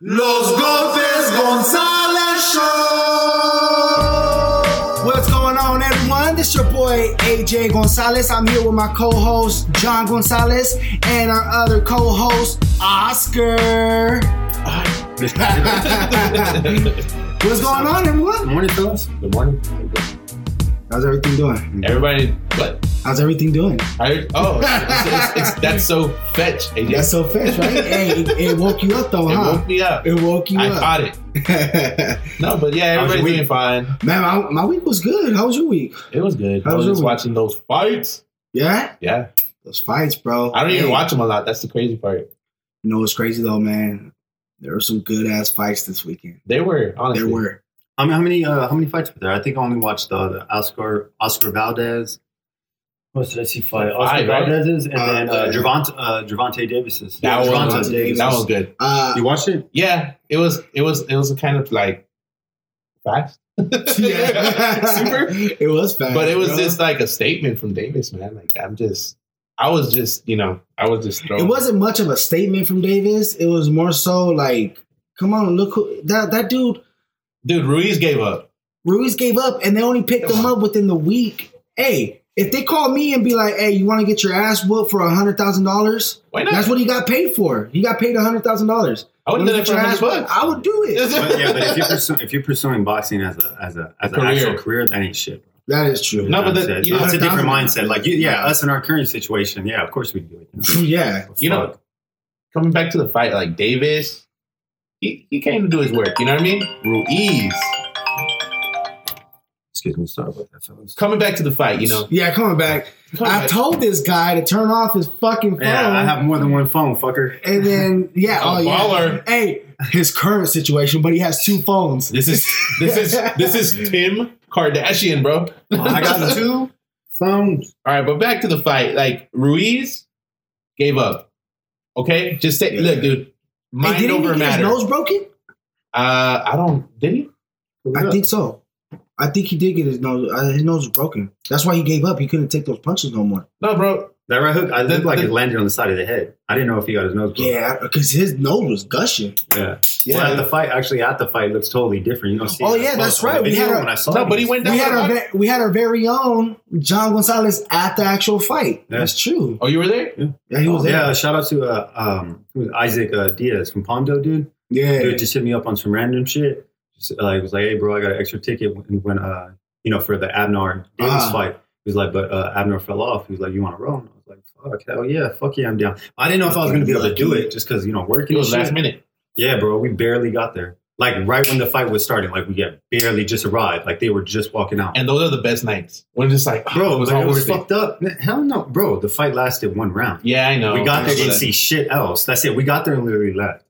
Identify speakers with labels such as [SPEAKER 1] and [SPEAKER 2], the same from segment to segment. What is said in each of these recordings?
[SPEAKER 1] Los Golfes Gonzalez Show.
[SPEAKER 2] What's going on, everyone? This your boy AJ Gonzalez. I'm here with my co-host John Gonzalez and our other co-host Oscar. What's going on, everyone?
[SPEAKER 3] morning, fellas. Good morning.
[SPEAKER 2] How's everything doing?
[SPEAKER 3] Everybody, what?
[SPEAKER 2] How's everything doing?
[SPEAKER 3] I, oh, it's, it's, it's, that's so fetch, AJ.
[SPEAKER 2] That's so fast, right? hey, it, it woke you up though,
[SPEAKER 3] it
[SPEAKER 2] huh?
[SPEAKER 3] woke me up.
[SPEAKER 2] It woke you
[SPEAKER 3] I
[SPEAKER 2] up.
[SPEAKER 3] caught it. No, but yeah,
[SPEAKER 2] How's your
[SPEAKER 3] everybody's
[SPEAKER 2] week?
[SPEAKER 3] doing fine.
[SPEAKER 2] Man, my, my week was good. How was your week?
[SPEAKER 3] It was good.
[SPEAKER 2] How
[SPEAKER 3] I
[SPEAKER 2] was
[SPEAKER 3] was
[SPEAKER 2] your
[SPEAKER 3] just
[SPEAKER 2] week?
[SPEAKER 3] watching those fights.
[SPEAKER 2] Yeah,
[SPEAKER 3] Yeah,
[SPEAKER 2] those fights, bro.
[SPEAKER 3] I don't even
[SPEAKER 2] Hey.
[SPEAKER 3] watch them a lot. That's the crazy part.
[SPEAKER 2] You know what's crazy though, man? There were some good ass fights this weekend.
[SPEAKER 3] They were honestly.
[SPEAKER 2] There were.
[SPEAKER 4] I mean, how many uh, how many fights were there? I think I only watched uh, the Oscar Oscar Valdez. What else did I see fight? Oscar
[SPEAKER 3] Five, right?
[SPEAKER 4] Valdez's and
[SPEAKER 2] Uh,
[SPEAKER 4] then uh,
[SPEAKER 2] yeah.
[SPEAKER 4] Javante uh, Javante Davis's.
[SPEAKER 3] That
[SPEAKER 4] Yeah,
[SPEAKER 3] one-
[SPEAKER 4] Gervonta
[SPEAKER 2] Javonte
[SPEAKER 4] Davis.
[SPEAKER 3] That was good.
[SPEAKER 2] Uh,
[SPEAKER 4] You watched it?
[SPEAKER 3] Yeah, it was. It was. It was kind of like fast.
[SPEAKER 2] yeah.
[SPEAKER 3] Super.
[SPEAKER 2] It was fast.
[SPEAKER 3] But it was
[SPEAKER 2] bro.
[SPEAKER 3] just like a statement from Davis, man. Like I'm just, I was just, you know, I was just thrown.
[SPEAKER 2] It wasn't much of a statement from Davis. It was more so like, come on, look who that that dude
[SPEAKER 3] dude. Ruiz gave up.
[SPEAKER 2] Ruiz gave up, and they only picked him up within the week. Hey, if they call me and be like, hey, you want to get your ass whooped for a hundred thousand dollars?
[SPEAKER 3] Why not?
[SPEAKER 2] That's what he got paid for. He got paid a hundred thousand dollars.
[SPEAKER 3] I would have done it for a hundred bucks.
[SPEAKER 2] I would do it.
[SPEAKER 4] But, yeah, but if you're, pursu- if you're pursuing boxing as a as a as an
[SPEAKER 3] Career.
[SPEAKER 4] actual career, that ain't shit.
[SPEAKER 2] That is true.
[SPEAKER 3] No, but
[SPEAKER 4] That's
[SPEAKER 3] that-
[SPEAKER 4] it.
[SPEAKER 3] you know,
[SPEAKER 4] it's a different mindset.
[SPEAKER 2] 100,000.
[SPEAKER 4] Like, you, yeah, us in our current situation, yeah, of course we do it.
[SPEAKER 2] Yeah.
[SPEAKER 4] But
[SPEAKER 3] You know-
[SPEAKER 4] fuck.
[SPEAKER 3] coming back to the fight, like Davis, he, he came to do his work. You know what I mean? Ruiz
[SPEAKER 4] excuse me, sorry about that, fellas.
[SPEAKER 3] coming back to the fight. You know,
[SPEAKER 2] Yeah, coming back.
[SPEAKER 3] Coming
[SPEAKER 2] I
[SPEAKER 3] back-
[SPEAKER 2] told this guy to turn off his fucking phone.
[SPEAKER 4] Yeah, I have more than one phone, fucker.
[SPEAKER 2] and then yeah,
[SPEAKER 3] A
[SPEAKER 2] oh yeah.
[SPEAKER 3] baller.
[SPEAKER 2] Hey, his current situation, but he has two phones.
[SPEAKER 3] this is this is this is Tim Kardashian, bro.
[SPEAKER 4] I got two phones.
[SPEAKER 3] All right, but back to the fight. Like Ruiz gave up. Okay, just say,
[SPEAKER 2] Yeah.
[SPEAKER 3] look, dude. Mind
[SPEAKER 2] hey, didn't
[SPEAKER 3] over
[SPEAKER 2] he get
[SPEAKER 3] matter.
[SPEAKER 2] his nose broken?
[SPEAKER 3] uh, I don't. Did he?
[SPEAKER 2] I think so. I think he did get his nose. Uh, his nose was broken. That's why he gave up. He couldn't take those punches no more.
[SPEAKER 3] No, bro.
[SPEAKER 4] That right hook, I looked
[SPEAKER 3] The-
[SPEAKER 4] like
[SPEAKER 3] the-
[SPEAKER 4] it landed on the side of the head. I didn't know if he got his nose broken.
[SPEAKER 2] Yeah, because his nose was gushing.
[SPEAKER 4] Yeah.
[SPEAKER 2] Yeah.
[SPEAKER 4] Well, at the fight, actually, at the fight, it looks totally different. You don't see.
[SPEAKER 2] Oh,
[SPEAKER 4] it
[SPEAKER 2] yeah,
[SPEAKER 4] on
[SPEAKER 2] that's
[SPEAKER 4] the
[SPEAKER 2] right. We
[SPEAKER 4] video
[SPEAKER 2] had a-
[SPEAKER 4] when I saw
[SPEAKER 3] No,
[SPEAKER 4] it,
[SPEAKER 3] but he
[SPEAKER 4] it
[SPEAKER 3] went down.
[SPEAKER 2] Oh, we had our
[SPEAKER 3] like-
[SPEAKER 2] ve- we had our very own John Gonzalez at the actual fight.
[SPEAKER 4] Yeah.
[SPEAKER 2] That's true.
[SPEAKER 3] oh, you were there?
[SPEAKER 2] Yeah, he was
[SPEAKER 4] was-
[SPEAKER 2] there.
[SPEAKER 4] Yeah, shout out to uh, um, who was it? Isaac uh, Diaz from Pondo, dude.
[SPEAKER 2] Yeah,
[SPEAKER 4] Dude just hit me up on some random shit. Just, uh, he was like, "Hey, bro, I got an extra ticket when, when uh, you know, for the Abner Davis
[SPEAKER 2] Ah.
[SPEAKER 4] fight." He was like, "But uh, Abner fell off." He was like, "You want to roll?" And I was like, "Fuck, hell yeah, fuck yeah, I'm down." I didn't know if I was going to be able to do it just because you know
[SPEAKER 3] It
[SPEAKER 4] working.
[SPEAKER 3] was
[SPEAKER 4] and
[SPEAKER 3] last
[SPEAKER 4] shit.
[SPEAKER 3] minute.
[SPEAKER 4] Yeah, bro, we barely got there. Like right when the fight was starting, like we had barely just arrived. Like they were just walking out.
[SPEAKER 3] And those are the best nights. When it's just like, oh,
[SPEAKER 4] bro,
[SPEAKER 3] it was
[SPEAKER 4] but
[SPEAKER 3] all
[SPEAKER 4] it was
[SPEAKER 3] worth it.
[SPEAKER 4] fucked up. Man, Hell no, bro. The fight lasted one round.
[SPEAKER 3] Yeah, I know.
[SPEAKER 4] we got there,
[SPEAKER 3] I
[SPEAKER 4] didn't
[SPEAKER 3] know that.
[SPEAKER 4] see shit else. That's it. We got there and literally left.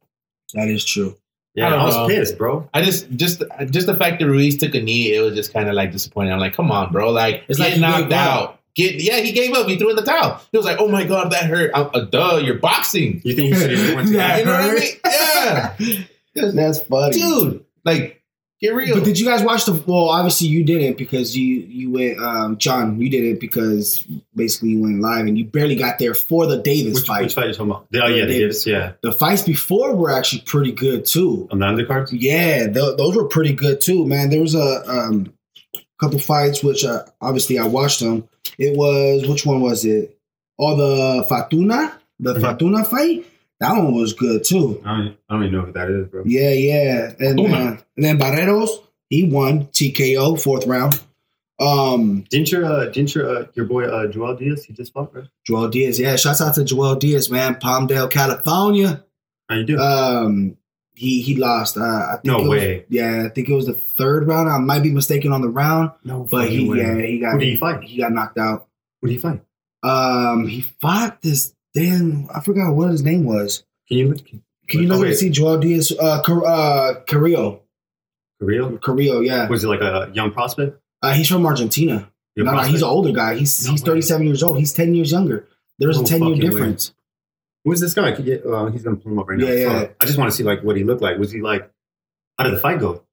[SPEAKER 2] that is true.
[SPEAKER 3] I
[SPEAKER 4] Yeah,
[SPEAKER 3] don't
[SPEAKER 4] I, was
[SPEAKER 3] know.
[SPEAKER 4] pissed, bro.
[SPEAKER 3] I just, just, just the fact that Ruiz took a knee, it was just kind of like disappointing. I'm like, come on, bro, like
[SPEAKER 2] It's
[SPEAKER 3] it's
[SPEAKER 2] like
[SPEAKER 3] get
[SPEAKER 2] he
[SPEAKER 3] knocked
[SPEAKER 2] gave
[SPEAKER 3] out.
[SPEAKER 2] up.
[SPEAKER 3] Get, yeah, he gave up. He threw in the towel. He was like, oh my god, that hurt. I'm, uh, duh, you're boxing.
[SPEAKER 4] You think he should have went to
[SPEAKER 2] Yeah.
[SPEAKER 4] that?
[SPEAKER 3] you know
[SPEAKER 2] hurt.
[SPEAKER 3] what I mean?
[SPEAKER 2] That's
[SPEAKER 3] Yeah,
[SPEAKER 2] funny,
[SPEAKER 3] dude, like get real.
[SPEAKER 2] But did you guys watch the? Well, obviously you didn't because you you went. Um, John, you did it because basically you went live and you barely got there for the Davis
[SPEAKER 4] Which,
[SPEAKER 2] fight.
[SPEAKER 4] which fight you talking about? The- Oh yeah, the Davis. Yeah,
[SPEAKER 2] The fights before were actually pretty good too.
[SPEAKER 4] on the undercard.
[SPEAKER 2] Yeah, th- those were pretty good too, man. There was a um, couple fights which uh, obviously I watched them. It was which one was it? Oh, the Fatuna, the
[SPEAKER 4] Mhm.
[SPEAKER 2] Fatuna fight. That one was good too.
[SPEAKER 4] I don't, I don't even know who that is, bro.
[SPEAKER 2] Yeah, yeah. And, uh,
[SPEAKER 3] Fatuna.
[SPEAKER 2] and then Barreros, he won TKO fourth round. Um,
[SPEAKER 4] Didn't your uh, didn't your uh, your boy uh, Joel Diaz? He just fought, bro.
[SPEAKER 2] Joel Diaz, yeah. Shouts out to Joel Diaz, man. Palmdale, California.
[SPEAKER 4] How you
[SPEAKER 3] Uh,
[SPEAKER 4] doing?
[SPEAKER 2] Um, he he lost. Uh, I think
[SPEAKER 4] No
[SPEAKER 2] it was-
[SPEAKER 4] way.
[SPEAKER 2] yeah, I think it was the third round. I might be mistaken on the round,
[SPEAKER 4] no,
[SPEAKER 2] but he yeah he
[SPEAKER 4] Who
[SPEAKER 2] got
[SPEAKER 4] did he fight?
[SPEAKER 2] he got knocked out.
[SPEAKER 4] Who did he fight?
[SPEAKER 2] Um, he fought this. Then I forgot what his name was.
[SPEAKER 4] Can you look?
[SPEAKER 2] Can
[SPEAKER 4] Oh,
[SPEAKER 2] you look and
[SPEAKER 4] wait.
[SPEAKER 2] see Joel Diaz? Uh, Car- uh, Carrillo,
[SPEAKER 4] Real?
[SPEAKER 2] Carrillo, yeah.
[SPEAKER 4] Was it like a young prospect?
[SPEAKER 2] Uh, he's from Argentina.
[SPEAKER 4] Your
[SPEAKER 2] no, no,
[SPEAKER 4] prospect?
[SPEAKER 2] he's an older guy. He's
[SPEAKER 4] No
[SPEAKER 2] he's
[SPEAKER 4] way.
[SPEAKER 2] 37 years old. He's 10 years younger. There's a
[SPEAKER 4] No
[SPEAKER 2] 10 year
[SPEAKER 4] fucking way.
[SPEAKER 2] difference.
[SPEAKER 4] Who's this guy? Could you- uh, he's gonna pull him up right now.
[SPEAKER 2] Yeah, yeah.
[SPEAKER 4] Fuck. I just want to see like what he looked like. Was he like? How did the fight go?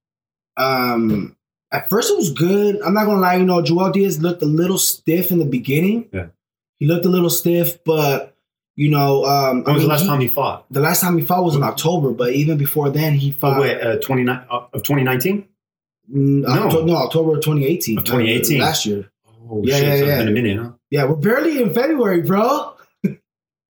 [SPEAKER 2] um at first it was good. I'm not gonna lie, you know, Joel Diaz looked a little stiff in the beginning.
[SPEAKER 4] Yeah.
[SPEAKER 2] He looked a little stiff, but You know, um, I
[SPEAKER 4] When was
[SPEAKER 2] mean,
[SPEAKER 4] the last
[SPEAKER 2] he-
[SPEAKER 4] time he fought?
[SPEAKER 2] The last time he fought was in October, but even before then, he fought.
[SPEAKER 4] Oh, wait, uh, 29, uh, of 2019?
[SPEAKER 2] mm, Octo-
[SPEAKER 4] No.
[SPEAKER 2] no, October of 2018.
[SPEAKER 4] Of 2018.
[SPEAKER 2] Last year.
[SPEAKER 4] Oh,
[SPEAKER 2] Yeah, yeah,
[SPEAKER 4] so it's
[SPEAKER 2] yeah.
[SPEAKER 4] been a minute, huh?
[SPEAKER 2] Yeah, we're barely in February, bro.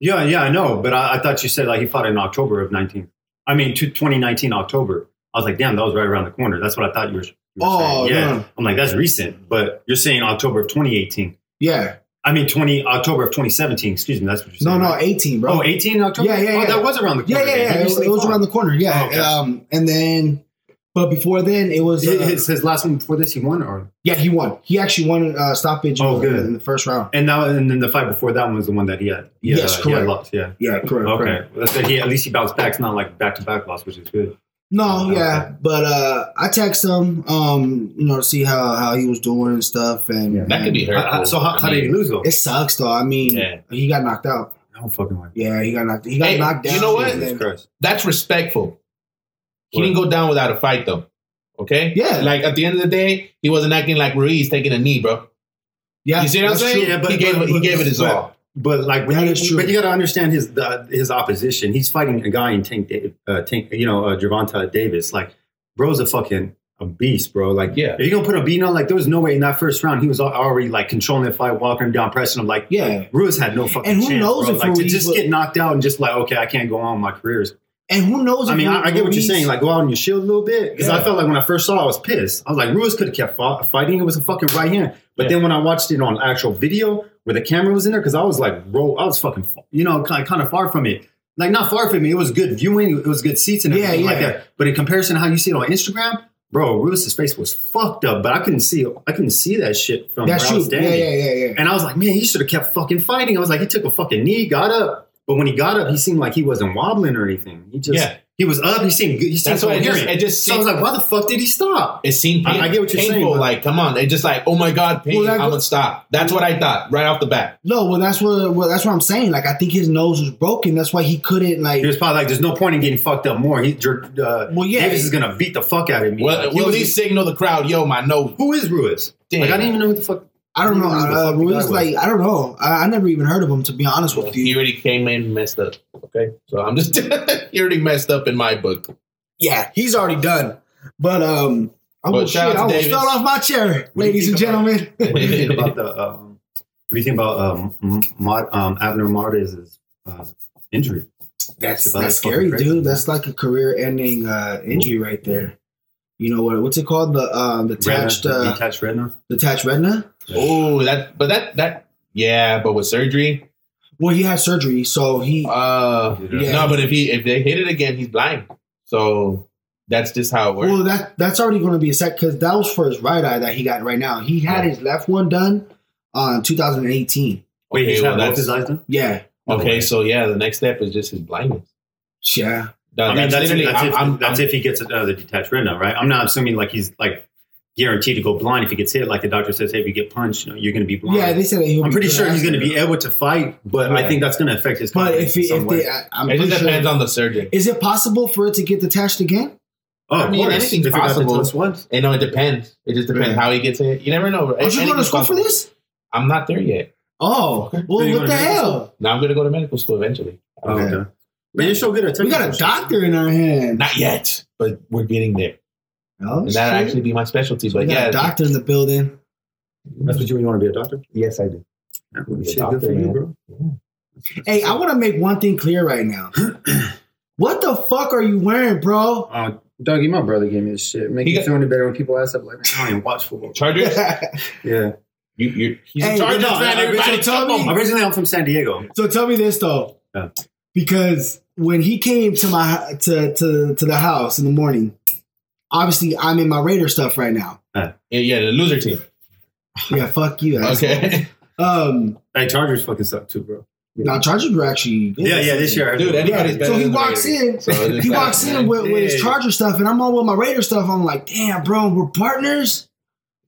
[SPEAKER 4] Yeah, yeah, I know. But I, I thought you said like he fought in October of 19. I mean, to 2019, October. I was like, damn, that was right around the corner. That's what I thought you were, you were
[SPEAKER 2] Oh,
[SPEAKER 4] saying. Yeah.
[SPEAKER 2] no.
[SPEAKER 4] I'm like, that's recent. But you're saying October of 2018.
[SPEAKER 2] Yeah.
[SPEAKER 4] I mean, 20 October of 2017. Excuse me. That's what you're
[SPEAKER 2] No,
[SPEAKER 4] saying.
[SPEAKER 2] no,
[SPEAKER 4] right?
[SPEAKER 2] 18, bro.
[SPEAKER 4] Oh, 18 October?
[SPEAKER 2] Yeah, yeah,
[SPEAKER 4] Oh,
[SPEAKER 2] yeah.
[SPEAKER 4] that was around the
[SPEAKER 2] Yeah,
[SPEAKER 4] corner.
[SPEAKER 2] yeah,
[SPEAKER 4] then.
[SPEAKER 2] yeah.
[SPEAKER 4] He
[SPEAKER 2] It was,
[SPEAKER 4] recently
[SPEAKER 2] it was
[SPEAKER 4] fought.
[SPEAKER 2] around the corner. Yeah.
[SPEAKER 4] Oh, okay.
[SPEAKER 2] Um, and then, but before then, it was.
[SPEAKER 4] His-
[SPEAKER 2] uh,
[SPEAKER 4] his, his last one before this, he won, or
[SPEAKER 2] yeah, he won. He actually won uh, stoppage
[SPEAKER 4] Oh,
[SPEAKER 2] in,
[SPEAKER 4] good.
[SPEAKER 2] in the first round.
[SPEAKER 4] and now and then the fight before that one was the one that he had. he had,
[SPEAKER 2] Yes,
[SPEAKER 4] uh, he had
[SPEAKER 2] correct.
[SPEAKER 4] lost, yeah.
[SPEAKER 2] Yeah, correct.
[SPEAKER 4] Okay,
[SPEAKER 2] correct.
[SPEAKER 4] well, that's good. He at least he bounced back. It's not like back to back loss, which is good.
[SPEAKER 2] No,
[SPEAKER 4] Okay.
[SPEAKER 2] yeah, but uh, I text him, um, you know, to see how, how he was doing and stuff, and
[SPEAKER 3] That could be
[SPEAKER 4] Uh,
[SPEAKER 3] hurtful.
[SPEAKER 4] so how, how
[SPEAKER 3] I
[SPEAKER 4] did he
[SPEAKER 3] mean,
[SPEAKER 4] lose though?
[SPEAKER 2] It sucks though. I mean,
[SPEAKER 3] Yeah.
[SPEAKER 2] he got knocked out.
[SPEAKER 4] No fucking way.
[SPEAKER 2] Yeah, he got knocked. He got
[SPEAKER 3] Hey,
[SPEAKER 2] knocked down.
[SPEAKER 3] you know what?
[SPEAKER 2] and
[SPEAKER 4] Jesus
[SPEAKER 2] then-
[SPEAKER 4] Christ.
[SPEAKER 3] That's respectful. He
[SPEAKER 4] What?
[SPEAKER 3] didn't go down without a fight, though. Okay.
[SPEAKER 2] Yeah.
[SPEAKER 3] Like at the end of the day, he wasn't acting like Ruiz taking a knee, bro.
[SPEAKER 2] yeah,
[SPEAKER 3] You see what I'm
[SPEAKER 4] that's
[SPEAKER 3] saying?
[SPEAKER 4] true. Yeah, but-
[SPEAKER 3] he gave
[SPEAKER 4] but-
[SPEAKER 3] it. He
[SPEAKER 4] but-
[SPEAKER 3] gave it his
[SPEAKER 4] but-
[SPEAKER 3] all.
[SPEAKER 4] But like, when
[SPEAKER 2] That
[SPEAKER 4] you,
[SPEAKER 2] is true.
[SPEAKER 4] But you got to understand his the, his opposition. He's fighting a guy in Tank, Da- uh, Tank, you know, uh, Gervonta Davis. Like, bro's a fucking a beast, bro. Like,
[SPEAKER 3] Yeah.
[SPEAKER 4] if you gonna put a beat on, like, there was no way in that first round he was al- already like controlling the fight, walking him down, pressing him. Like,
[SPEAKER 2] yeah.
[SPEAKER 4] Ruiz had no fucking.
[SPEAKER 2] And who
[SPEAKER 4] chance,
[SPEAKER 2] knows
[SPEAKER 4] bro.
[SPEAKER 2] if
[SPEAKER 4] like to
[SPEAKER 2] Ruiz
[SPEAKER 4] just
[SPEAKER 2] would-
[SPEAKER 4] get knocked out and just like, okay, I can't go on with my career. is
[SPEAKER 2] And who knows?
[SPEAKER 4] I
[SPEAKER 2] if
[SPEAKER 4] mean, I, I get what you're
[SPEAKER 2] Ruiz-
[SPEAKER 4] saying. Like, go out on your shield a little bit. Because
[SPEAKER 3] Yeah.
[SPEAKER 4] I felt like when I first saw it, I was pissed. I was like, Ruiz could have kept fought, fighting. It was a fucking right hand. But
[SPEAKER 3] Yeah.
[SPEAKER 4] then when I watched it on actual video where the camera was in there, because I was like, roll, I was fucking, fa- you know, kind of, kind of far from it. Like, not far from me. It was good viewing. It was good seats and
[SPEAKER 2] Yeah,
[SPEAKER 4] everything like
[SPEAKER 2] yeah.
[SPEAKER 4] that. But in comparison to how you see it on Instagram, bro, Ruiz's face was fucked up. But I couldn't see, I couldn't see that shit from
[SPEAKER 2] That's
[SPEAKER 4] where I
[SPEAKER 2] true.
[SPEAKER 4] was
[SPEAKER 2] Yeah,
[SPEAKER 4] standing.
[SPEAKER 2] yeah, yeah, yeah.
[SPEAKER 4] And I was like, man, he should have kept fucking fighting. I was like, he took a fucking knee, got up. But when he got up, he seemed like he wasn't wobbling or anything. He just,
[SPEAKER 3] Yeah.
[SPEAKER 4] he was up. He seemed good. He seemed
[SPEAKER 3] That's why it
[SPEAKER 4] coherent.
[SPEAKER 3] just it just
[SPEAKER 4] so I was
[SPEAKER 3] seemed,
[SPEAKER 4] like, why the fuck did he stop?
[SPEAKER 3] it seemed
[SPEAKER 4] I- I
[SPEAKER 3] pain,
[SPEAKER 4] get what you're saying,
[SPEAKER 3] painful.
[SPEAKER 4] but-
[SPEAKER 3] like, come on, it just like, oh my god, pain.
[SPEAKER 2] Well, that
[SPEAKER 3] I'm
[SPEAKER 2] go-
[SPEAKER 3] gonna stop. That's what I thought right off the bat.
[SPEAKER 2] No, well, that's what. Well, that's what I'm saying. Like, I think his nose was broken. That's why he couldn't. Like,
[SPEAKER 4] He was probably like, there's no point in getting fucked up more. He, jer- uh,
[SPEAKER 2] Well, yeah.
[SPEAKER 4] Davis is gonna beat the fuck out of me.
[SPEAKER 3] Well,
[SPEAKER 4] Like, he
[SPEAKER 3] will
[SPEAKER 4] was-
[SPEAKER 3] he signal the crowd? Yo, my nose.
[SPEAKER 4] who is Ruiz?
[SPEAKER 3] Damn.
[SPEAKER 4] Like, I didn't even know who the fuck.
[SPEAKER 2] I don't
[SPEAKER 4] Who
[SPEAKER 2] know.
[SPEAKER 4] the
[SPEAKER 2] Uh,
[SPEAKER 4] fuck the guy
[SPEAKER 2] Ruiz,
[SPEAKER 4] was?
[SPEAKER 2] like, I don't know. I, I never even heard of him to be honest with
[SPEAKER 3] He
[SPEAKER 2] you.
[SPEAKER 3] already came in and messed up. Okay, so I'm just he already messed up in my book.
[SPEAKER 2] Yeah, he's already done. But um, oh shit,
[SPEAKER 3] But shout out
[SPEAKER 2] I
[SPEAKER 3] to
[SPEAKER 2] almost
[SPEAKER 3] Davis.
[SPEAKER 2] fell off my chair,
[SPEAKER 4] What do you
[SPEAKER 2] ladies and
[SPEAKER 4] think about-
[SPEAKER 2] gentlemen.
[SPEAKER 4] What do you think about the? Um, what do you think about um, M- Mod, um, Abner Martez's uh, injury? About
[SPEAKER 2] That's that's
[SPEAKER 4] that fucking
[SPEAKER 2] scary,
[SPEAKER 4] crazy,
[SPEAKER 2] dude.
[SPEAKER 4] man.
[SPEAKER 2] That's like a career-ending uh, injury right there. You know what? What's it called? The um, detached
[SPEAKER 4] Retina,
[SPEAKER 2] uh,
[SPEAKER 4] detached retina.
[SPEAKER 2] detached retina.
[SPEAKER 3] Oh, that but that that yeah, but with surgery,
[SPEAKER 2] Well, he had surgery, so he.
[SPEAKER 3] uh,
[SPEAKER 2] Yeah.
[SPEAKER 3] no. But if he if they hit it again, he's blind. So that's just how it works.
[SPEAKER 2] well, that that's already going to be a set because that was for his right eye that he got right now. He had his left one done uh, on 2018.
[SPEAKER 4] Wait, he's
[SPEAKER 3] well,
[SPEAKER 4] had both
[SPEAKER 3] that's-
[SPEAKER 4] his eyes done.
[SPEAKER 2] Yeah,
[SPEAKER 3] okay. So yeah, the next step is just his blindness.
[SPEAKER 2] yeah.
[SPEAKER 3] No,
[SPEAKER 4] I mean, that's, that's, if,
[SPEAKER 3] Uh, I'm- I'm-
[SPEAKER 4] that's
[SPEAKER 3] I'm-
[SPEAKER 4] if he gets another detached retina, right? I'm not assuming like he's like guaranteed to go blind if he gets hit. Like the doctor says, hey, if you get punched, you know, you're going to be blind.
[SPEAKER 2] Yeah, they said that he. would
[SPEAKER 4] I'm
[SPEAKER 2] be
[SPEAKER 4] pretty
[SPEAKER 2] good
[SPEAKER 4] sure he's
[SPEAKER 2] after.
[SPEAKER 4] going to be able to fight, but I
[SPEAKER 3] Yeah.
[SPEAKER 4] think that's going to affect his.
[SPEAKER 2] But if
[SPEAKER 4] confidence in
[SPEAKER 2] he,
[SPEAKER 4] some
[SPEAKER 2] if
[SPEAKER 4] way.
[SPEAKER 2] they, I, I'm
[SPEAKER 3] It
[SPEAKER 2] pretty
[SPEAKER 3] just depends
[SPEAKER 2] sure.
[SPEAKER 3] on the surgeon.
[SPEAKER 2] Is it possible for it to get detached again?
[SPEAKER 4] oh,
[SPEAKER 3] I mean, anything's
[SPEAKER 4] If it got the
[SPEAKER 3] possible.
[SPEAKER 4] touch once.
[SPEAKER 3] You know, it depends. It just depends
[SPEAKER 2] Yeah.
[SPEAKER 3] how he gets it. You never know.
[SPEAKER 2] Are you going to
[SPEAKER 3] Anything's
[SPEAKER 2] school for
[SPEAKER 3] possible.
[SPEAKER 2] this?
[SPEAKER 3] I'm not there yet.
[SPEAKER 2] Oh, well,
[SPEAKER 4] you
[SPEAKER 2] what
[SPEAKER 4] going
[SPEAKER 2] the
[SPEAKER 4] to medical
[SPEAKER 2] hell?
[SPEAKER 3] Now I'm going to go to medical school eventually.
[SPEAKER 4] Oh, okay. But you're so good at.
[SPEAKER 2] We got a
[SPEAKER 4] technical
[SPEAKER 2] doctor in our hand.
[SPEAKER 3] Not yet, but we're getting there,
[SPEAKER 2] Oh,
[SPEAKER 3] and that
[SPEAKER 2] shit.
[SPEAKER 3] actually be my specialty.
[SPEAKER 2] we
[SPEAKER 3] But
[SPEAKER 2] got
[SPEAKER 3] yeah,
[SPEAKER 2] a doctor in the building.
[SPEAKER 4] shit. That's what you, you want to be a doctor.
[SPEAKER 3] yes, I do.
[SPEAKER 4] Yeah,
[SPEAKER 3] Be a
[SPEAKER 4] shit,
[SPEAKER 3] doctor,
[SPEAKER 4] good for you,
[SPEAKER 3] man.
[SPEAKER 4] bro.
[SPEAKER 2] Hey, I want to make one thing clear right now. what the fuck are you wearing, bro?
[SPEAKER 4] Oh, Dougie, my brother gave me this shit. Make
[SPEAKER 3] He
[SPEAKER 4] you
[SPEAKER 3] got-
[SPEAKER 4] feel any better when people ask up like, man, I don't even watch football.
[SPEAKER 3] Chargers.
[SPEAKER 4] Yeah.
[SPEAKER 3] You, you're, he's
[SPEAKER 2] Hey,
[SPEAKER 3] a Chargers
[SPEAKER 2] no,
[SPEAKER 3] fan.
[SPEAKER 2] no,
[SPEAKER 3] Everybody,
[SPEAKER 2] Richard, tell
[SPEAKER 3] come on.
[SPEAKER 2] me-
[SPEAKER 4] Originally, I'm from San Diego.
[SPEAKER 2] so tell me this though,
[SPEAKER 4] Yeah.
[SPEAKER 2] because when he came to my to to to the house in the morning, obviously I'm in my Raider stuff right now.
[SPEAKER 3] Yeah, yeah, the loser team.
[SPEAKER 2] Yeah, fuck you. ass.
[SPEAKER 3] Okay,
[SPEAKER 2] Um,
[SPEAKER 4] Hey, Chargers fucking suck too, bro.
[SPEAKER 2] now Chargers were actually good.
[SPEAKER 4] Yeah, yeah, this year,
[SPEAKER 3] dude, anybody's
[SPEAKER 2] Yeah,
[SPEAKER 3] better.
[SPEAKER 2] so he
[SPEAKER 3] than the
[SPEAKER 2] walks
[SPEAKER 3] Raiders.
[SPEAKER 2] in.
[SPEAKER 3] So it's just
[SPEAKER 2] He
[SPEAKER 3] like,
[SPEAKER 2] walks in
[SPEAKER 3] man,
[SPEAKER 2] with, with his
[SPEAKER 4] Hey.
[SPEAKER 2] Charger stuff, and I'm all with my Raider stuff. I'm like, damn, bro, we're partners.